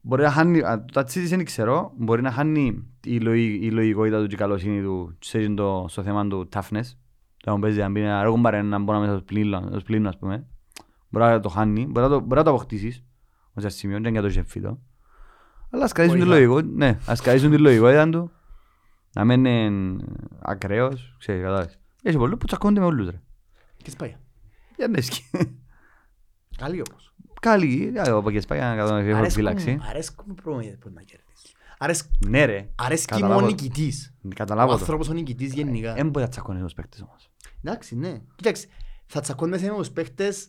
Speaker 1: Μπορεί να χάνει, α, τα τσίζεις δεν ξέρω, μπορεί να χάνει η, λογι- η λογικότητα του και η καλοσύνη του σε τζιν το, στο θέμα του toughness. Το να παίζει να μπει ένα ρόγο μπαρέ να μπω να μέσα στο πλήνο, στο πλήνο, ας πούμε. Μπορεί να το χάνει, μπορεί να το, μπορεί να το αποκτήσεις ως ένα σημείο, δεν είναι για το ζεμφίτο. Αλλά ας κρατήσουν τη
Speaker 2: Βοηθά.
Speaker 1: λογικό, ναι, ας κρατήσουν τη λογικότητα του. Να μένει ακραίος, ξέρεις, κατάλαβες. Έχει πολλούς που τσακώνονται με όλους, ρε.
Speaker 2: Και σπάει.
Speaker 1: Για να σκ-
Speaker 2: Καλή όμως.
Speaker 1: Καλή, ε, ο Παγκεσπά για να καταλάβει έχω
Speaker 2: Αρέσκουν-
Speaker 1: φύλαξη.
Speaker 2: Αρέσκουν προμονές που να κερδίσεις. Αρέσκ-
Speaker 1: Ναι ρε,
Speaker 2: Αρέσκει μου
Speaker 1: Καταλάβω
Speaker 2: ο
Speaker 1: το.
Speaker 2: νικητής. Ο
Speaker 1: καταλάβω το. Ε,
Speaker 2: άνθρωπος ο νικητής γενικά.
Speaker 1: Δεν μπορεί να τσακώνει τους παίκτες όμως.
Speaker 2: Εντάξει, ναι. Κοίταξε, θα τσακώνεσαι με τους παίχτες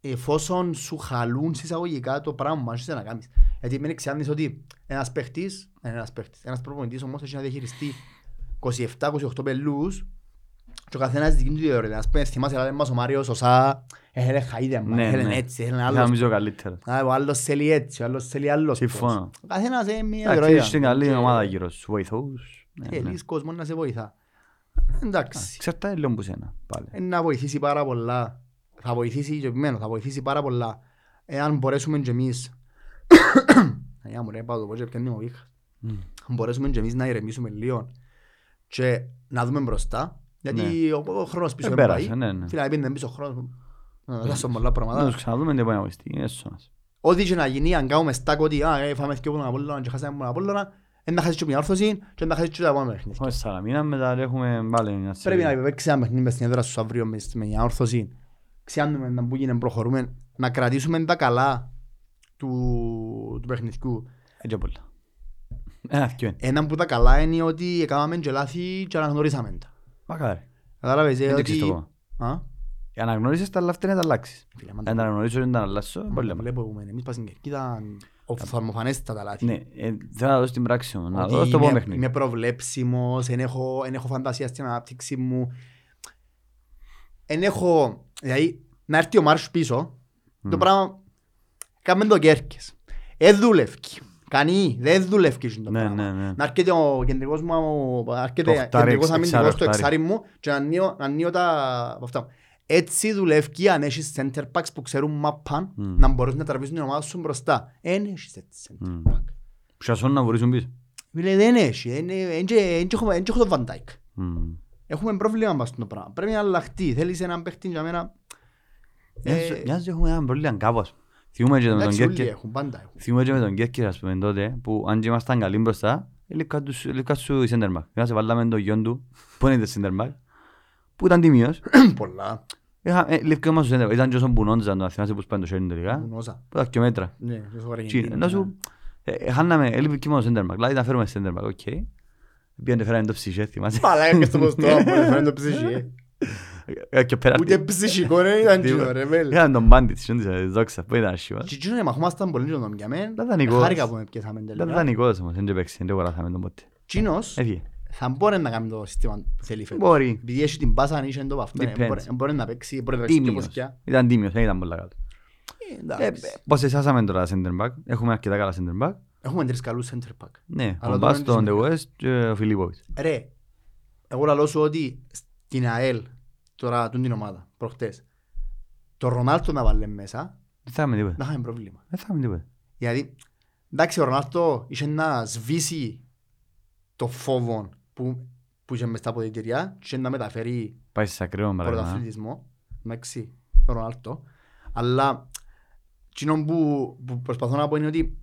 Speaker 2: εφόσον σου χαλούν συσσαγωγικά το πράγμα σου να κάνεις. Γιατί μην εξάντεις ότι ένας παίχτης, ε, ένας παίχτης, ένας προπονητής όμως έχει να διαχειριστεί 27-28 πελούς και ο καθένας δική του θεωρία. Ας πούμε, θυμάσαι να λέμε μας ο «Ε, Μάριος, ο Σά, έλεγε χαΐδια,
Speaker 1: Ναι,
Speaker 2: έλεγε
Speaker 1: ναι.
Speaker 2: έτσι, έλεγε
Speaker 1: Θα
Speaker 2: άλλος.
Speaker 1: νομίζω καλύτερο.
Speaker 2: Α, Ο άλλος θέλει έτσι, ο άλλος θέλει άλλος.
Speaker 1: Συμφωνώ.
Speaker 2: τρόπος. Ο καθένας είναι μια
Speaker 1: Εντάξει, έχεις την καλή
Speaker 2: Και-
Speaker 1: ομάδα γύρω σου, βοηθούς. Ναι,
Speaker 2: και
Speaker 1: ναι.
Speaker 2: λύσεις κόσμος να σε βοηθά. Εντάξει.
Speaker 1: Εξαρτάται λίγο από σένα πάλι.
Speaker 2: Ε, να βοηθήσει πάρα πολλά. Θα βοηθήσει και επιμένω, θα βοηθήσει πάρα πολλά. Εάν μπορέσουμε και εμείς... Αγιά μου ρε, πάω το πω και πιάνει μου βήχα.
Speaker 1: Μμ.
Speaker 2: Αν μπορέσουμε και εμείς να ηρεμήσουμε λίγο και να δούμε μπροστά, γιατί ο, ο χρόνος πίσω
Speaker 1: Ε,
Speaker 2: δεν
Speaker 1: πέρασε,
Speaker 2: πάει.
Speaker 1: ναι, Ε, ναι.
Speaker 2: Φίλε, επειδή δεν πίσω ο χρόνος, να δώσω πολλά
Speaker 1: Να τους
Speaker 2: πράγματα.
Speaker 1: ξαναδούμε, δεν μπορεί να βοηθήσει. Είναι σώνας.
Speaker 2: Ό,τι και να γίνει, αν κάνουμε στάκ ότι «Α, ε, φάμε και τον Απόλλωνα και χάσαμε τον Απόλλωνα, δεν θα χάσεις και μια όρθωση και δεν θα χάσεις και τα επόμενα παιχνίδια.
Speaker 1: Έχουμε Σαλαμίνα, μετά έχουμε πάλι μια
Speaker 2: Πρέπει
Speaker 1: σειρά.
Speaker 2: να υπεπέξει ένα παιχνίδι μες στην έδρα σου αύριο μες- με μια όρθωση. Ξεάνουμε να που γίνεται, προχωρούμε, να κρατήσουμε τα καλά του, του παιχνιδιού.
Speaker 1: Ε, και πολλά. Ένα, δυο είναι.
Speaker 2: Ένα που τα καλά είναι ότι έκαναμε και λάθη και αναγνωρίσαμε τα.
Speaker 1: Μακάρι.
Speaker 2: Κατάλαβες, ε,
Speaker 1: Δεν το ξέρεις το
Speaker 2: ότι...
Speaker 1: κόμμα.
Speaker 2: Α,
Speaker 1: Αναγνωρίζεις τα, αλλά αυτά είναι να τα αλλάξεις.
Speaker 2: φίλε, μα
Speaker 1: Αν τα
Speaker 2: τα
Speaker 1: αναγνωρίζω, Ε, δεν τα αλλάξω, είναι πολύ απλό.
Speaker 2: βλέπουμε εμείς πας στην Κερκίδα, οφθαλμοφανέστα τα λάθη.
Speaker 1: Ναι, ε, θέλω να δώσω την πράξη μου, να δώσω
Speaker 2: Ότι
Speaker 1: το
Speaker 2: είμαι-
Speaker 1: επόμενο παιχνίδι.
Speaker 2: Είμαι προβλέψιμος, εν έχω, εν έχω φαντασία στην ανάπτυξη μου. Εν έχω, δηλαδή, να έρθει ο Μάρς πίσω, το πράγμα, κάμε το κέρκες. Ε, δούλευκε. Κανεί, δεν δούλευκε το
Speaker 1: Ναι,
Speaker 2: πράγμα.
Speaker 1: ναι, ναι.
Speaker 2: Να έρχεται ο κεντρικός μου, ο- έρχεται
Speaker 1: Το
Speaker 2: ο
Speaker 1: οχτάρι,
Speaker 2: κεντρικός
Speaker 1: εξ-
Speaker 2: αμυντικός στο
Speaker 1: εξάρι,
Speaker 2: εξάρι μου και να ανοίγω- να ανοίγω τα αυτά. Έτσι δουλεύει αν έχεις center backs που ξέρουν μαπάν
Speaker 1: Μμ.
Speaker 2: να μπορούν να τραβήσουν την ομάδα σου μπροστά. Εν έχεις έτσι center
Speaker 1: Μμ.
Speaker 2: back.
Speaker 1: Ψιασόν να βουρήσουν πίσω.
Speaker 2: Μιλέ, δεν έχει. Εν- εν και- εν και έχουμε- εν και έχω τον Van Dijk.
Speaker 1: Μμ.
Speaker 2: Έχουμε πρόβλημα με αυτό το πράγμα. Πρέπει να αλλάχτεί. Θέλεις έναν παίχτη για μένα.
Speaker 1: Μοιάζει
Speaker 2: Ε,
Speaker 1: μοιάζει ότι έχουμε έναν πρόβλημα κάπως. Θυμούμε και με τον
Speaker 2: Εντάξει, όλοι
Speaker 1: Κέρκερ.
Speaker 2: έχουν, πάντα έχουν.
Speaker 1: Θυμούμε και με τον Κέρκερ, ας πούμε, τότε, που αν και ήμασταν καλοί μπροστά, ελικά τους- ελικά σου η center back. Να σε βάλαμε τον γιον του, που είναι το center back, που ήταν τιμίος.
Speaker 2: Πολλά.
Speaker 1: Είχα- ε, λευκό μας το center back. Ήταν και όσον Μπουνόντζα, να θυμάσαι που σπάνε το χέρι τελικά,
Speaker 2: Κουνόσα.
Speaker 1: που ήταν δυο μέτρα.
Speaker 2: Ναι, όσο
Speaker 1: Τι είναι,
Speaker 2: Αργεντίνη,
Speaker 1: Ενώ
Speaker 2: ναι.
Speaker 1: σου, ε, ε, χάναμε, έλειπε και μόνο center back. Δηλαδή, τα φέρουμε center back, οκ. Πήγαινε, φέρανε το ψυχέ, θυμάσαι.
Speaker 2: Μαλάκα και στο ποστό, μου έφερε το ψυχή. ε.
Speaker 1: Ε, και πέρα-
Speaker 2: Ούτε ψυχικό δεν ήταν
Speaker 1: Τίποτα.
Speaker 2: τσινό, ρε μέλ.
Speaker 1: Είχαν τον Bandit, σύντος, ε, δόξα, που ήταν άσχημα.
Speaker 2: Και τσινό, μα χούμασταν πολύ τον για μένα.
Speaker 1: Ήταν δανεικός.
Speaker 2: Χάρηκα που με πιέσαμε
Speaker 1: Ήταν
Speaker 2: τελικά.
Speaker 1: δανεικός όμως, δεν και παίξει, δεν το κοράθαμε τον ποτέ.
Speaker 2: Τσινός
Speaker 1: Έφυγε.
Speaker 2: θα μπορεί να κάνει το σύστημα που θέλει φέτος.
Speaker 1: Μπορεί.
Speaker 2: Επειδή έχει την πάσα, αν είσαι το αυτό, ε,
Speaker 1: Depends.
Speaker 2: μπορεί- μπορεί να παίξει, μπορεί να παίξει και
Speaker 1: Τίμιος.
Speaker 2: ποσκιά.
Speaker 1: Ήταν τίμιος, δεν ήταν πολλά κάτω.
Speaker 2: Ε, εντάξει.
Speaker 1: Πώς εσάσαμε τώρα center back, έχουμε αρκετά καλά center back.
Speaker 2: Έχουμε τρεις καλούς center back.
Speaker 1: Ναι,
Speaker 2: Αλλά
Speaker 1: ο
Speaker 2: τώρα
Speaker 1: Μπάς, τον
Speaker 2: είναι
Speaker 1: De West και ο Φιλίπποβιτς.
Speaker 2: Ρε, εγώ λαλώ σου ότι στην ΑΕΛ, τώρα τούν την ομάδα, προχτές, το Ρονάλτο να βάλει μέσα,
Speaker 1: Δεν θα είμαι τίποτα.
Speaker 2: να είχαμε πρόβλημα.
Speaker 1: Δεν θα είμαι τίποτα.
Speaker 2: Γιατί, εντάξει, ο Ρονάλτο είχε να σβήσει το φόβο που, που είχε μες στα ποδητηριά και να μεταφέρει
Speaker 1: Πάει σε ακραίο πράγμα.
Speaker 2: πρωταθλητισμό. Εντάξει, ο Ρονάλτο. Αλλά εκείνο που, που προσπαθώ να πω είναι ότι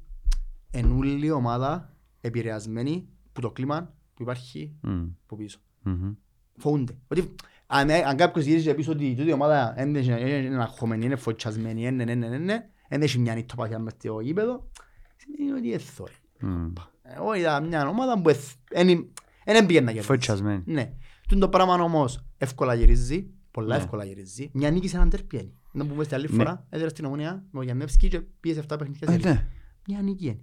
Speaker 2: εν όλη η ομάδα επηρεασμένη που το κλίμα που υπάρχει
Speaker 1: ε. Μμμ,
Speaker 2: από πίσω.
Speaker 1: μμμ.
Speaker 2: Φοβούνται. Ότι αν, αν κάποιος γυρίζει πίσω ότι τούτη η ομάδα δεν είναι- δεν είναι αγχωμένη, είναι φωτσιασμένη, είναι ναι, ναι, ναι, ναι, δεν έχει μια νυχτοπαθία μες στο γήπεδο, σημαίνει ότι εθώρει.
Speaker 1: Μμμ.
Speaker 2: Εγώ είδα μια ομάδα που δεν πήγαινε να κερδίσει.
Speaker 1: Φωτσιασμένη.
Speaker 2: Ναι. Τον το πράγμα όμως εύκολα γυρίζει, πολλά
Speaker 1: Ναι.
Speaker 2: εύκολα γυρίζει. Μια νίκη σε έναν τερπιένι. Να πούμε στην άλλη
Speaker 1: Ναι.
Speaker 2: φορά, έδερα στην ομονία με ο Γιαννεύσκη και πήγε 7 παιχνίδια.
Speaker 1: Ε,
Speaker 2: σε
Speaker 1: ναι,
Speaker 2: ελ. Μια νίκη είναι.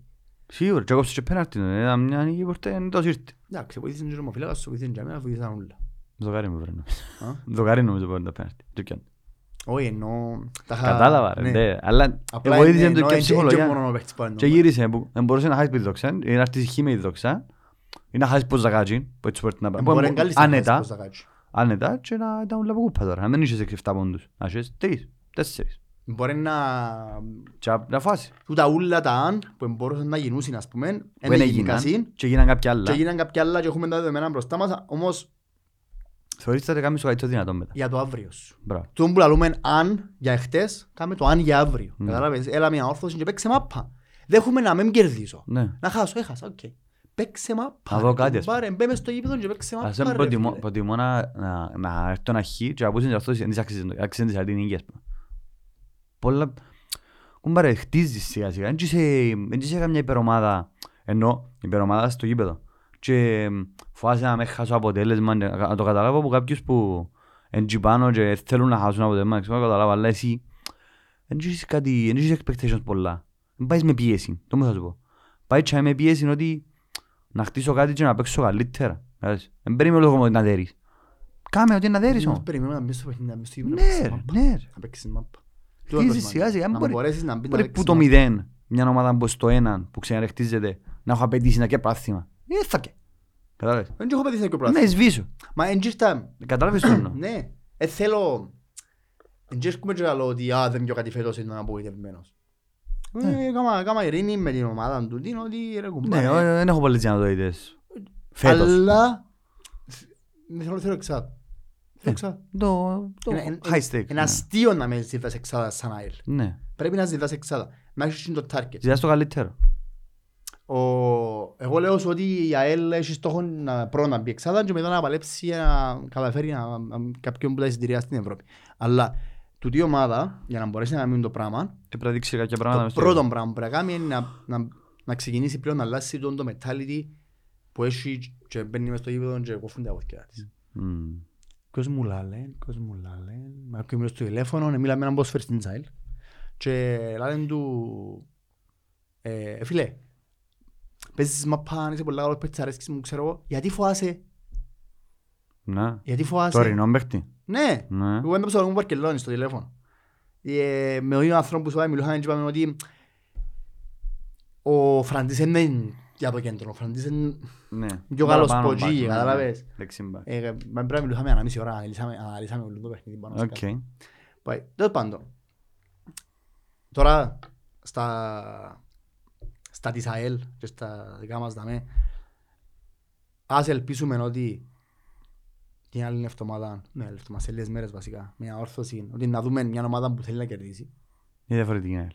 Speaker 1: Σίγουρα, και έκοψε και πέναρτι. ναι, Ήταν μια νίκη που ήρθε, δεν τόσο ήρθε.
Speaker 2: Εντάξει, βοήθησαν τον ομοφύλακα, σου βοήθησαν και εμένα, βοήθησαν όλα.
Speaker 1: Δοκάρι μου πρέπει να
Speaker 2: Α.
Speaker 1: Δοκάρι νομίζω πρέπει να πέναρτι. Το πιάνε.
Speaker 2: Όχι, εννοώ... τα είχα-
Speaker 1: Κατάλαβα, ρε,
Speaker 2: ναι.
Speaker 1: ναι, αλλά
Speaker 2: Απλά είναι-
Speaker 1: βοήθησε
Speaker 2: εννοώ,
Speaker 1: το και
Speaker 2: εν-
Speaker 1: η
Speaker 2: εν- και
Speaker 1: ψυχολογία.
Speaker 2: μόνο ο παίκτης που
Speaker 1: Και
Speaker 2: εννοώ.
Speaker 1: γύρισε, που δεν μπορούσε να χάσει τη δοξά, ή να έρθει η χή με τη δοξά, ή να χάσει πως ζαγάτζι, που έτσι μπορεί να πάει.
Speaker 2: Μπορεί να είναι καλής στην
Speaker 1: Άνετα,
Speaker 2: θέση που θα κάτσει.
Speaker 1: άνετα και να ήταν όλα από κούπα τώρα. Αν δεν είχες 6-7 πόντους, να είχες 3, 4.
Speaker 2: Μπορεί να...
Speaker 1: Και απ' να φάσει.
Speaker 2: Τούτα ούλα τα αν που μπορούσαν να γινούσαν, ας πούμε,
Speaker 1: Που
Speaker 2: εν
Speaker 1: δεν
Speaker 2: έγιναν
Speaker 1: έγιναν
Speaker 2: συν,
Speaker 1: και έγιναν κάποια
Speaker 2: και
Speaker 1: άλλα.
Speaker 2: έγιναν κάποια άλλα και έχουμε τα δεδομένα μπροστά μας, όμως
Speaker 1: Θεωρείς ότι θα κάνεις το καλύτερο δυνατό μετά.
Speaker 2: για το αύριο σου.
Speaker 1: Μπράβο.
Speaker 2: Τον που λαλούμε αν για εχθές, κάμε το αν για αύριο.
Speaker 1: Ναι.
Speaker 2: Κατάλαβες, έλα μια όρθωση και παίξε μάπα. Δεν έχουμε να μην κερδίσω.
Speaker 1: Ναι.
Speaker 2: Να χάσω, έχασα, οκ. Παίξε μάπα.
Speaker 1: Να δω
Speaker 2: ρε,
Speaker 1: κάτι, ας πούμε.
Speaker 2: κουμπάρε, μπε μες στο γήπεδο και παίξε
Speaker 1: Ας
Speaker 2: μάπα.
Speaker 1: πούμε
Speaker 2: ρε,
Speaker 1: προτιμώ-
Speaker 2: φίλε.
Speaker 1: προτιμώ να- να- να έρθω να χει και να πω στην αυτός, «Εν της άξιζε το- άξιζε της αντί νίκη, ας πούμε. Πολλά... Κουμπάρε, χτίζεις σιγά σιγά. Δεν είσαι- δεν είσαι καμιά υπερομάδα. Ενώ υπερομάδα στο γήπεδο. Και μ, φοβάσαι να με χάσω αποτέλεσμα. και Να να το καταλάβω από κάποιους που εντυπάνω και θέλουν να χάσουν αποτέλεσμα. Ξέρω, να καταλάβω, αλλά εσύ δεν έχεις κάτι, δεν έχεις expectations πολλά. Δεν πάεις με πίεση, το μου θα σου πω. Πάει τσάι με πίεση είναι ότι να χτίσω κάτι και να παίξω καλύτερα. Κατάλαβες. Δεν περιμένω λόγω μου να δέρεις. Κάμε ό,τι να δέρεις όμως.
Speaker 2: Δεν Περιμένουμε να μπει στο παιχνίδι, να μπει στο γήπεδο, να
Speaker 1: Ναι,
Speaker 2: παίξεις
Speaker 1: ρε,
Speaker 2: μάπα.
Speaker 1: ναι. ρε.
Speaker 2: Να παίξεις μάπα. Τούτο
Speaker 1: Χτίζεις
Speaker 2: το
Speaker 1: σιγά σιγά,
Speaker 2: σημαντικό. Να
Speaker 1: ε, μπορεί-
Speaker 2: μπορέσεις να μπει να
Speaker 1: Μπορεί που
Speaker 2: παίξεις
Speaker 1: το
Speaker 2: μάπα.
Speaker 1: μηδέν, μια ομάδα που στο έναν που ξαναρεχτίζεται, να έχω απαιτήσει να και πράθυμα. Ε, θα και. Ναι. Κατάλαβες.
Speaker 2: Δεν έχω πετύχει κάποιο
Speaker 1: Να
Speaker 2: πράγμα.
Speaker 1: σβήσω.
Speaker 2: Μα εν γύρτα-
Speaker 1: Κατάλαβες το εννοώ.
Speaker 2: Ναι, ε, θέλω... Εν και έρχομαι και λέω ότι «Α, δεν πιω κάτι φέτος είναι απογοητευμένος. Ε, Κάμα κάμα ειρήνη με την ομάδα του, την ότι ρε
Speaker 1: Ναι,
Speaker 2: κουμπάρε.
Speaker 1: ο- δεν έχω πολλές δυνατότητες. Φέτος.
Speaker 2: Αλλά... Δεν θέλω θέλω εξάδα. Θέλω εξάδα.
Speaker 1: Το το
Speaker 2: Ένα- ένα-
Speaker 1: high stakes.
Speaker 2: Είναι
Speaker 1: ναι.
Speaker 2: αστείο να με ζητάς εξάδα σαν ΑΕΛ.
Speaker 1: Ναι.
Speaker 2: Πρέπει να ζητάς εξάδα. Να έχεις το target.
Speaker 1: Ζητάς το καλύτερο.
Speaker 2: Ο... Εγώ λέω σου ότι η ΑΕΛ έχει στόχο να πρώτα να μπει εξάδα και μετά να παλέψει να καταφέρει να, να- κάποιον που τα εισιτηριά στην Ευρώπη. Αλλά τούτη ομάδα, για να μπορέσει να μείνει το πράγμα,
Speaker 1: Πρέπει να δείξει κάποια
Speaker 2: το
Speaker 1: πράγματα.
Speaker 2: πρώτο πράγμα που πρέπει να κάνει είναι να, να, να ξεκινήσει πλέον να αλλάξει τον το mentality που έχει και μπαίνει μες στο γήπεδο και κόφουν τα πόθηκια της. Ποιος μου λάλε, ποιος μου λάλε, με κάποιον μιλώ στο τηλέφωνο, να μιλάμε ναι, με έναν ποσφαίρ στην τσάιλ και λάλε του, ε, φίλε, παίζεις μαπάν, είσαι πολλά καλός παίκτης, αρέσκεις μου, ξέρω εγώ, γιατί φοάσαι,
Speaker 1: Ναι.
Speaker 2: γιατί φοάσαι.
Speaker 1: Τωρινό παίχτη.
Speaker 2: Ναι,
Speaker 1: Ναι.
Speaker 2: εγώ ένταψα τον Βαρκελόνη στο τηλέφωνο. Ε, με τον άνθρωπος που σου πάει, μιλούσαμε και είπαμε ότι ο Φραντής δεν είναι για το κέντρο, ο Φραντής είναι...
Speaker 1: Ναι.
Speaker 2: Πιο καλός
Speaker 1: Παραπάνω
Speaker 2: ποτζή,
Speaker 1: back, ναι,
Speaker 2: κατάλαβες.
Speaker 1: ναι. Δεξιμπακ.
Speaker 2: Ε, ε, μα πρέπει να μιλούσαμε ανά μισή ώρα, αναλύσαμε, αναλύσαμε όλο το παιχνίδι πάνω σε
Speaker 1: Οκ.
Speaker 2: κάτι. Πάει. Τέλος πάντων. Τώρα, στα, στα της ΑΕΛ και στα δικά μας δαμέ, ας ελπίσουμε ότι την άλλη εβδομάδα, ναι, εβδομάδα σε λίγες μέρες βασικά, μια όρθωση, ότι να δούμε μια ομάδα που θέλει να κερδίσει.
Speaker 1: Είναι διαφορετική. ναι.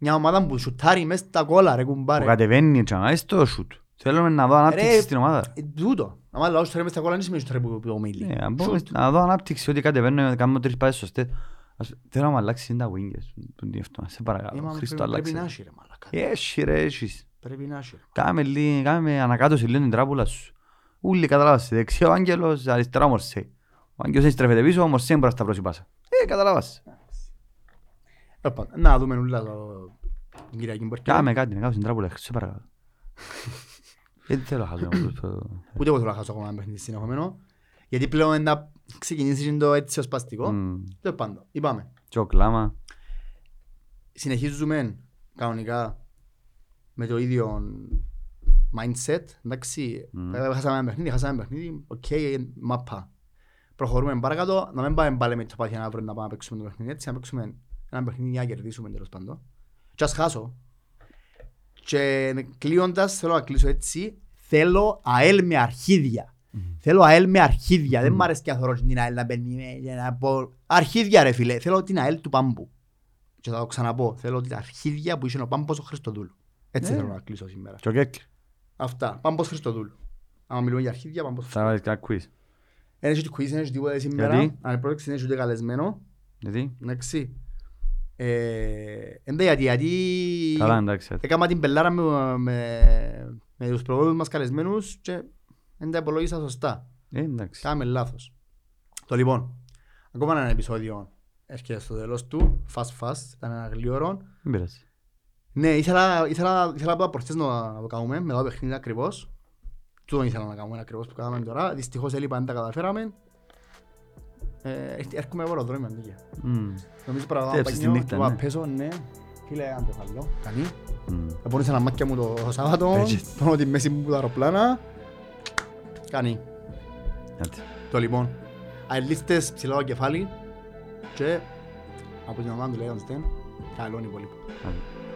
Speaker 2: Μια ομάδα που σουτάρει μέσα στα κόλλα, ρε
Speaker 1: Που
Speaker 2: κουμπάρε.
Speaker 1: κατεβαίνει τσαμά, είσαι το σουτ. Θέλουμε να δω ανάπτυξη
Speaker 2: Ρε.
Speaker 1: στην ομάδα.
Speaker 2: Ε, Τούτο. Αν λαός σουτάρει μες στα κόλλα, δεν σημαίνει σουτάρει που το
Speaker 1: Ναι,
Speaker 2: μίλη.
Speaker 1: να μπω μες- να δω ανάπτυξη ότι κατεβαίνω, κάνω τρεις πάσες σωστές. Ας- Θέλω να μου αλλάξεις τα wingers. Τον τι αυτό, Σε παρακαλώ. Χριστό
Speaker 2: Πρέπει
Speaker 1: αλλάξε.
Speaker 2: να
Speaker 1: Ε.
Speaker 2: έχει ρε μαλακά.
Speaker 1: Έχεις ρε, έχεις.
Speaker 2: Πρέπει να έχει. ρε.
Speaker 1: Κάμε λίγο, κάμε ανακάτωση λίγο την τράπουλα σου. Ούλοι καταλάβασαι, δεξιά ο Άγγελος, αριστερά ο Μορσέ. Ο Άγγελος δεν στρέφεται πίσω, ο Μορσέ δεν μπορεί να σταυρώσει πάσα. Ε, καταλάβασαι.
Speaker 2: Τέλος πάντων, Να δούμε όλα το την Κυριακή που έρχεται.
Speaker 1: Κάμε κάτι, να κάνω στην τράπουλα, σε παρακαλώ. Δεν θέλω να χάσω. το-
Speaker 2: Ούτε εγώ θέλω να χάσω ακόμα ένα παιχνίδι συνεχομένο. Γιατί πλέον να ξεκινήσεις το έτσι ως παστικό.
Speaker 1: Μμμ.
Speaker 2: Τέλος πάντων, είπαμε.
Speaker 1: Και ο Κλάμα.
Speaker 2: Συνεχίζουμε κανονικά με το ίδιο mindset. Εντάξει,
Speaker 1: Μμμ.
Speaker 2: ε, χάσαμε ένα παιχνίδι, χάσαμε ένα παιχνίδι. Οκ, μαπά. Προχωρούμε παρακάτω, να μην πάμε πάλι με το πάθη αύριο να πάμε να παίξουμε το παιχνίδι έτσι, να παίξουμε ένα παιχνίδι για να κερδίσουμε τέλος πάντων. Και ας χάσω. Και κλείοντας, θέλω να κλείσω έτσι, θέλω ΑΕΛ με αρχίδια. Θέλω ΑΕΛ με αρχίδια. Δεν μ' αρέσει καθόλου την ΑΕΛ να μπαίνει με- για να πω... Αρχίδια ρε φίλε, θέλω την ΑΕΛ του Πάμπου. Και θα το ξαναπώ, θέλω την αρχίδια που είχε ο Πάμπος ο Χριστοδούλου. Έτσι
Speaker 1: Ναι.
Speaker 2: θέλω να κλείσω σήμερα.
Speaker 1: Και ο Κέκλ.
Speaker 2: Αυτά, Πάμπος Χριστοδούλου. Αν μιλούμε για αρχίδια, Πάμπος
Speaker 1: Θα βάλεις κανένα quiz.
Speaker 2: δεν έχει quiz, δεν έχει τίποτα
Speaker 1: Γιατί?
Speaker 2: σήμερα. Αν πρόκειται, δεν έχει ούτε καλεσμένο.
Speaker 1: Γιατί.
Speaker 2: Εντάξει. Ε, Εντά γιατί, γιατί...
Speaker 1: Καλά, εντάξει. έτσι.
Speaker 2: Έκανα την πελάρα με, με, με τους προηγούμενους μας καλεσμένους και δεν τα υπολόγισα σωστά.
Speaker 1: Ε, εντάξει.
Speaker 2: Κάμε λάθος. Το λοιπόν, ακόμα ένα επεισόδιο έρχεται στο τέλος του. Fast fast, ήταν ένα γλυόρο.
Speaker 1: Δεν πειράζει.
Speaker 2: Ναι, ήθελα, ήθελα, ήθελα από τα προχθές να το κάνουμε, μετά το παιχνίδι ακριβώς. Τούτον ήθελα να κάνουμε ακριβώς που κάναμε τώρα. Δυστυχώς έλειπα, δεν τα καταφέραμε. Ε, έρχεται- έρχομαι από αεροδρόμιο, αντίγεια.
Speaker 1: Μμμ.
Speaker 2: Νομίζω πρέπει να πάω
Speaker 1: Τέψεις τη
Speaker 2: μπακινιό,
Speaker 1: νύχτα,
Speaker 2: του
Speaker 1: ναι.
Speaker 2: απέσω, ναι. Φίλε, αν το φαλώ, κανεί.
Speaker 1: Μμμ.
Speaker 2: Επώνησα να μάκια μου το Σάββατο,
Speaker 1: Έτσι.
Speaker 2: πάνω τη μέση μου τα αεροπλάνα. Κανεί.
Speaker 1: Έτσι.
Speaker 2: Το λοιπόν. αελίστες ψηλά το κεφάλι και από την ομάδα του λέγαμε στεν, καλόν υπόλοιπο.
Speaker 1: Άντε.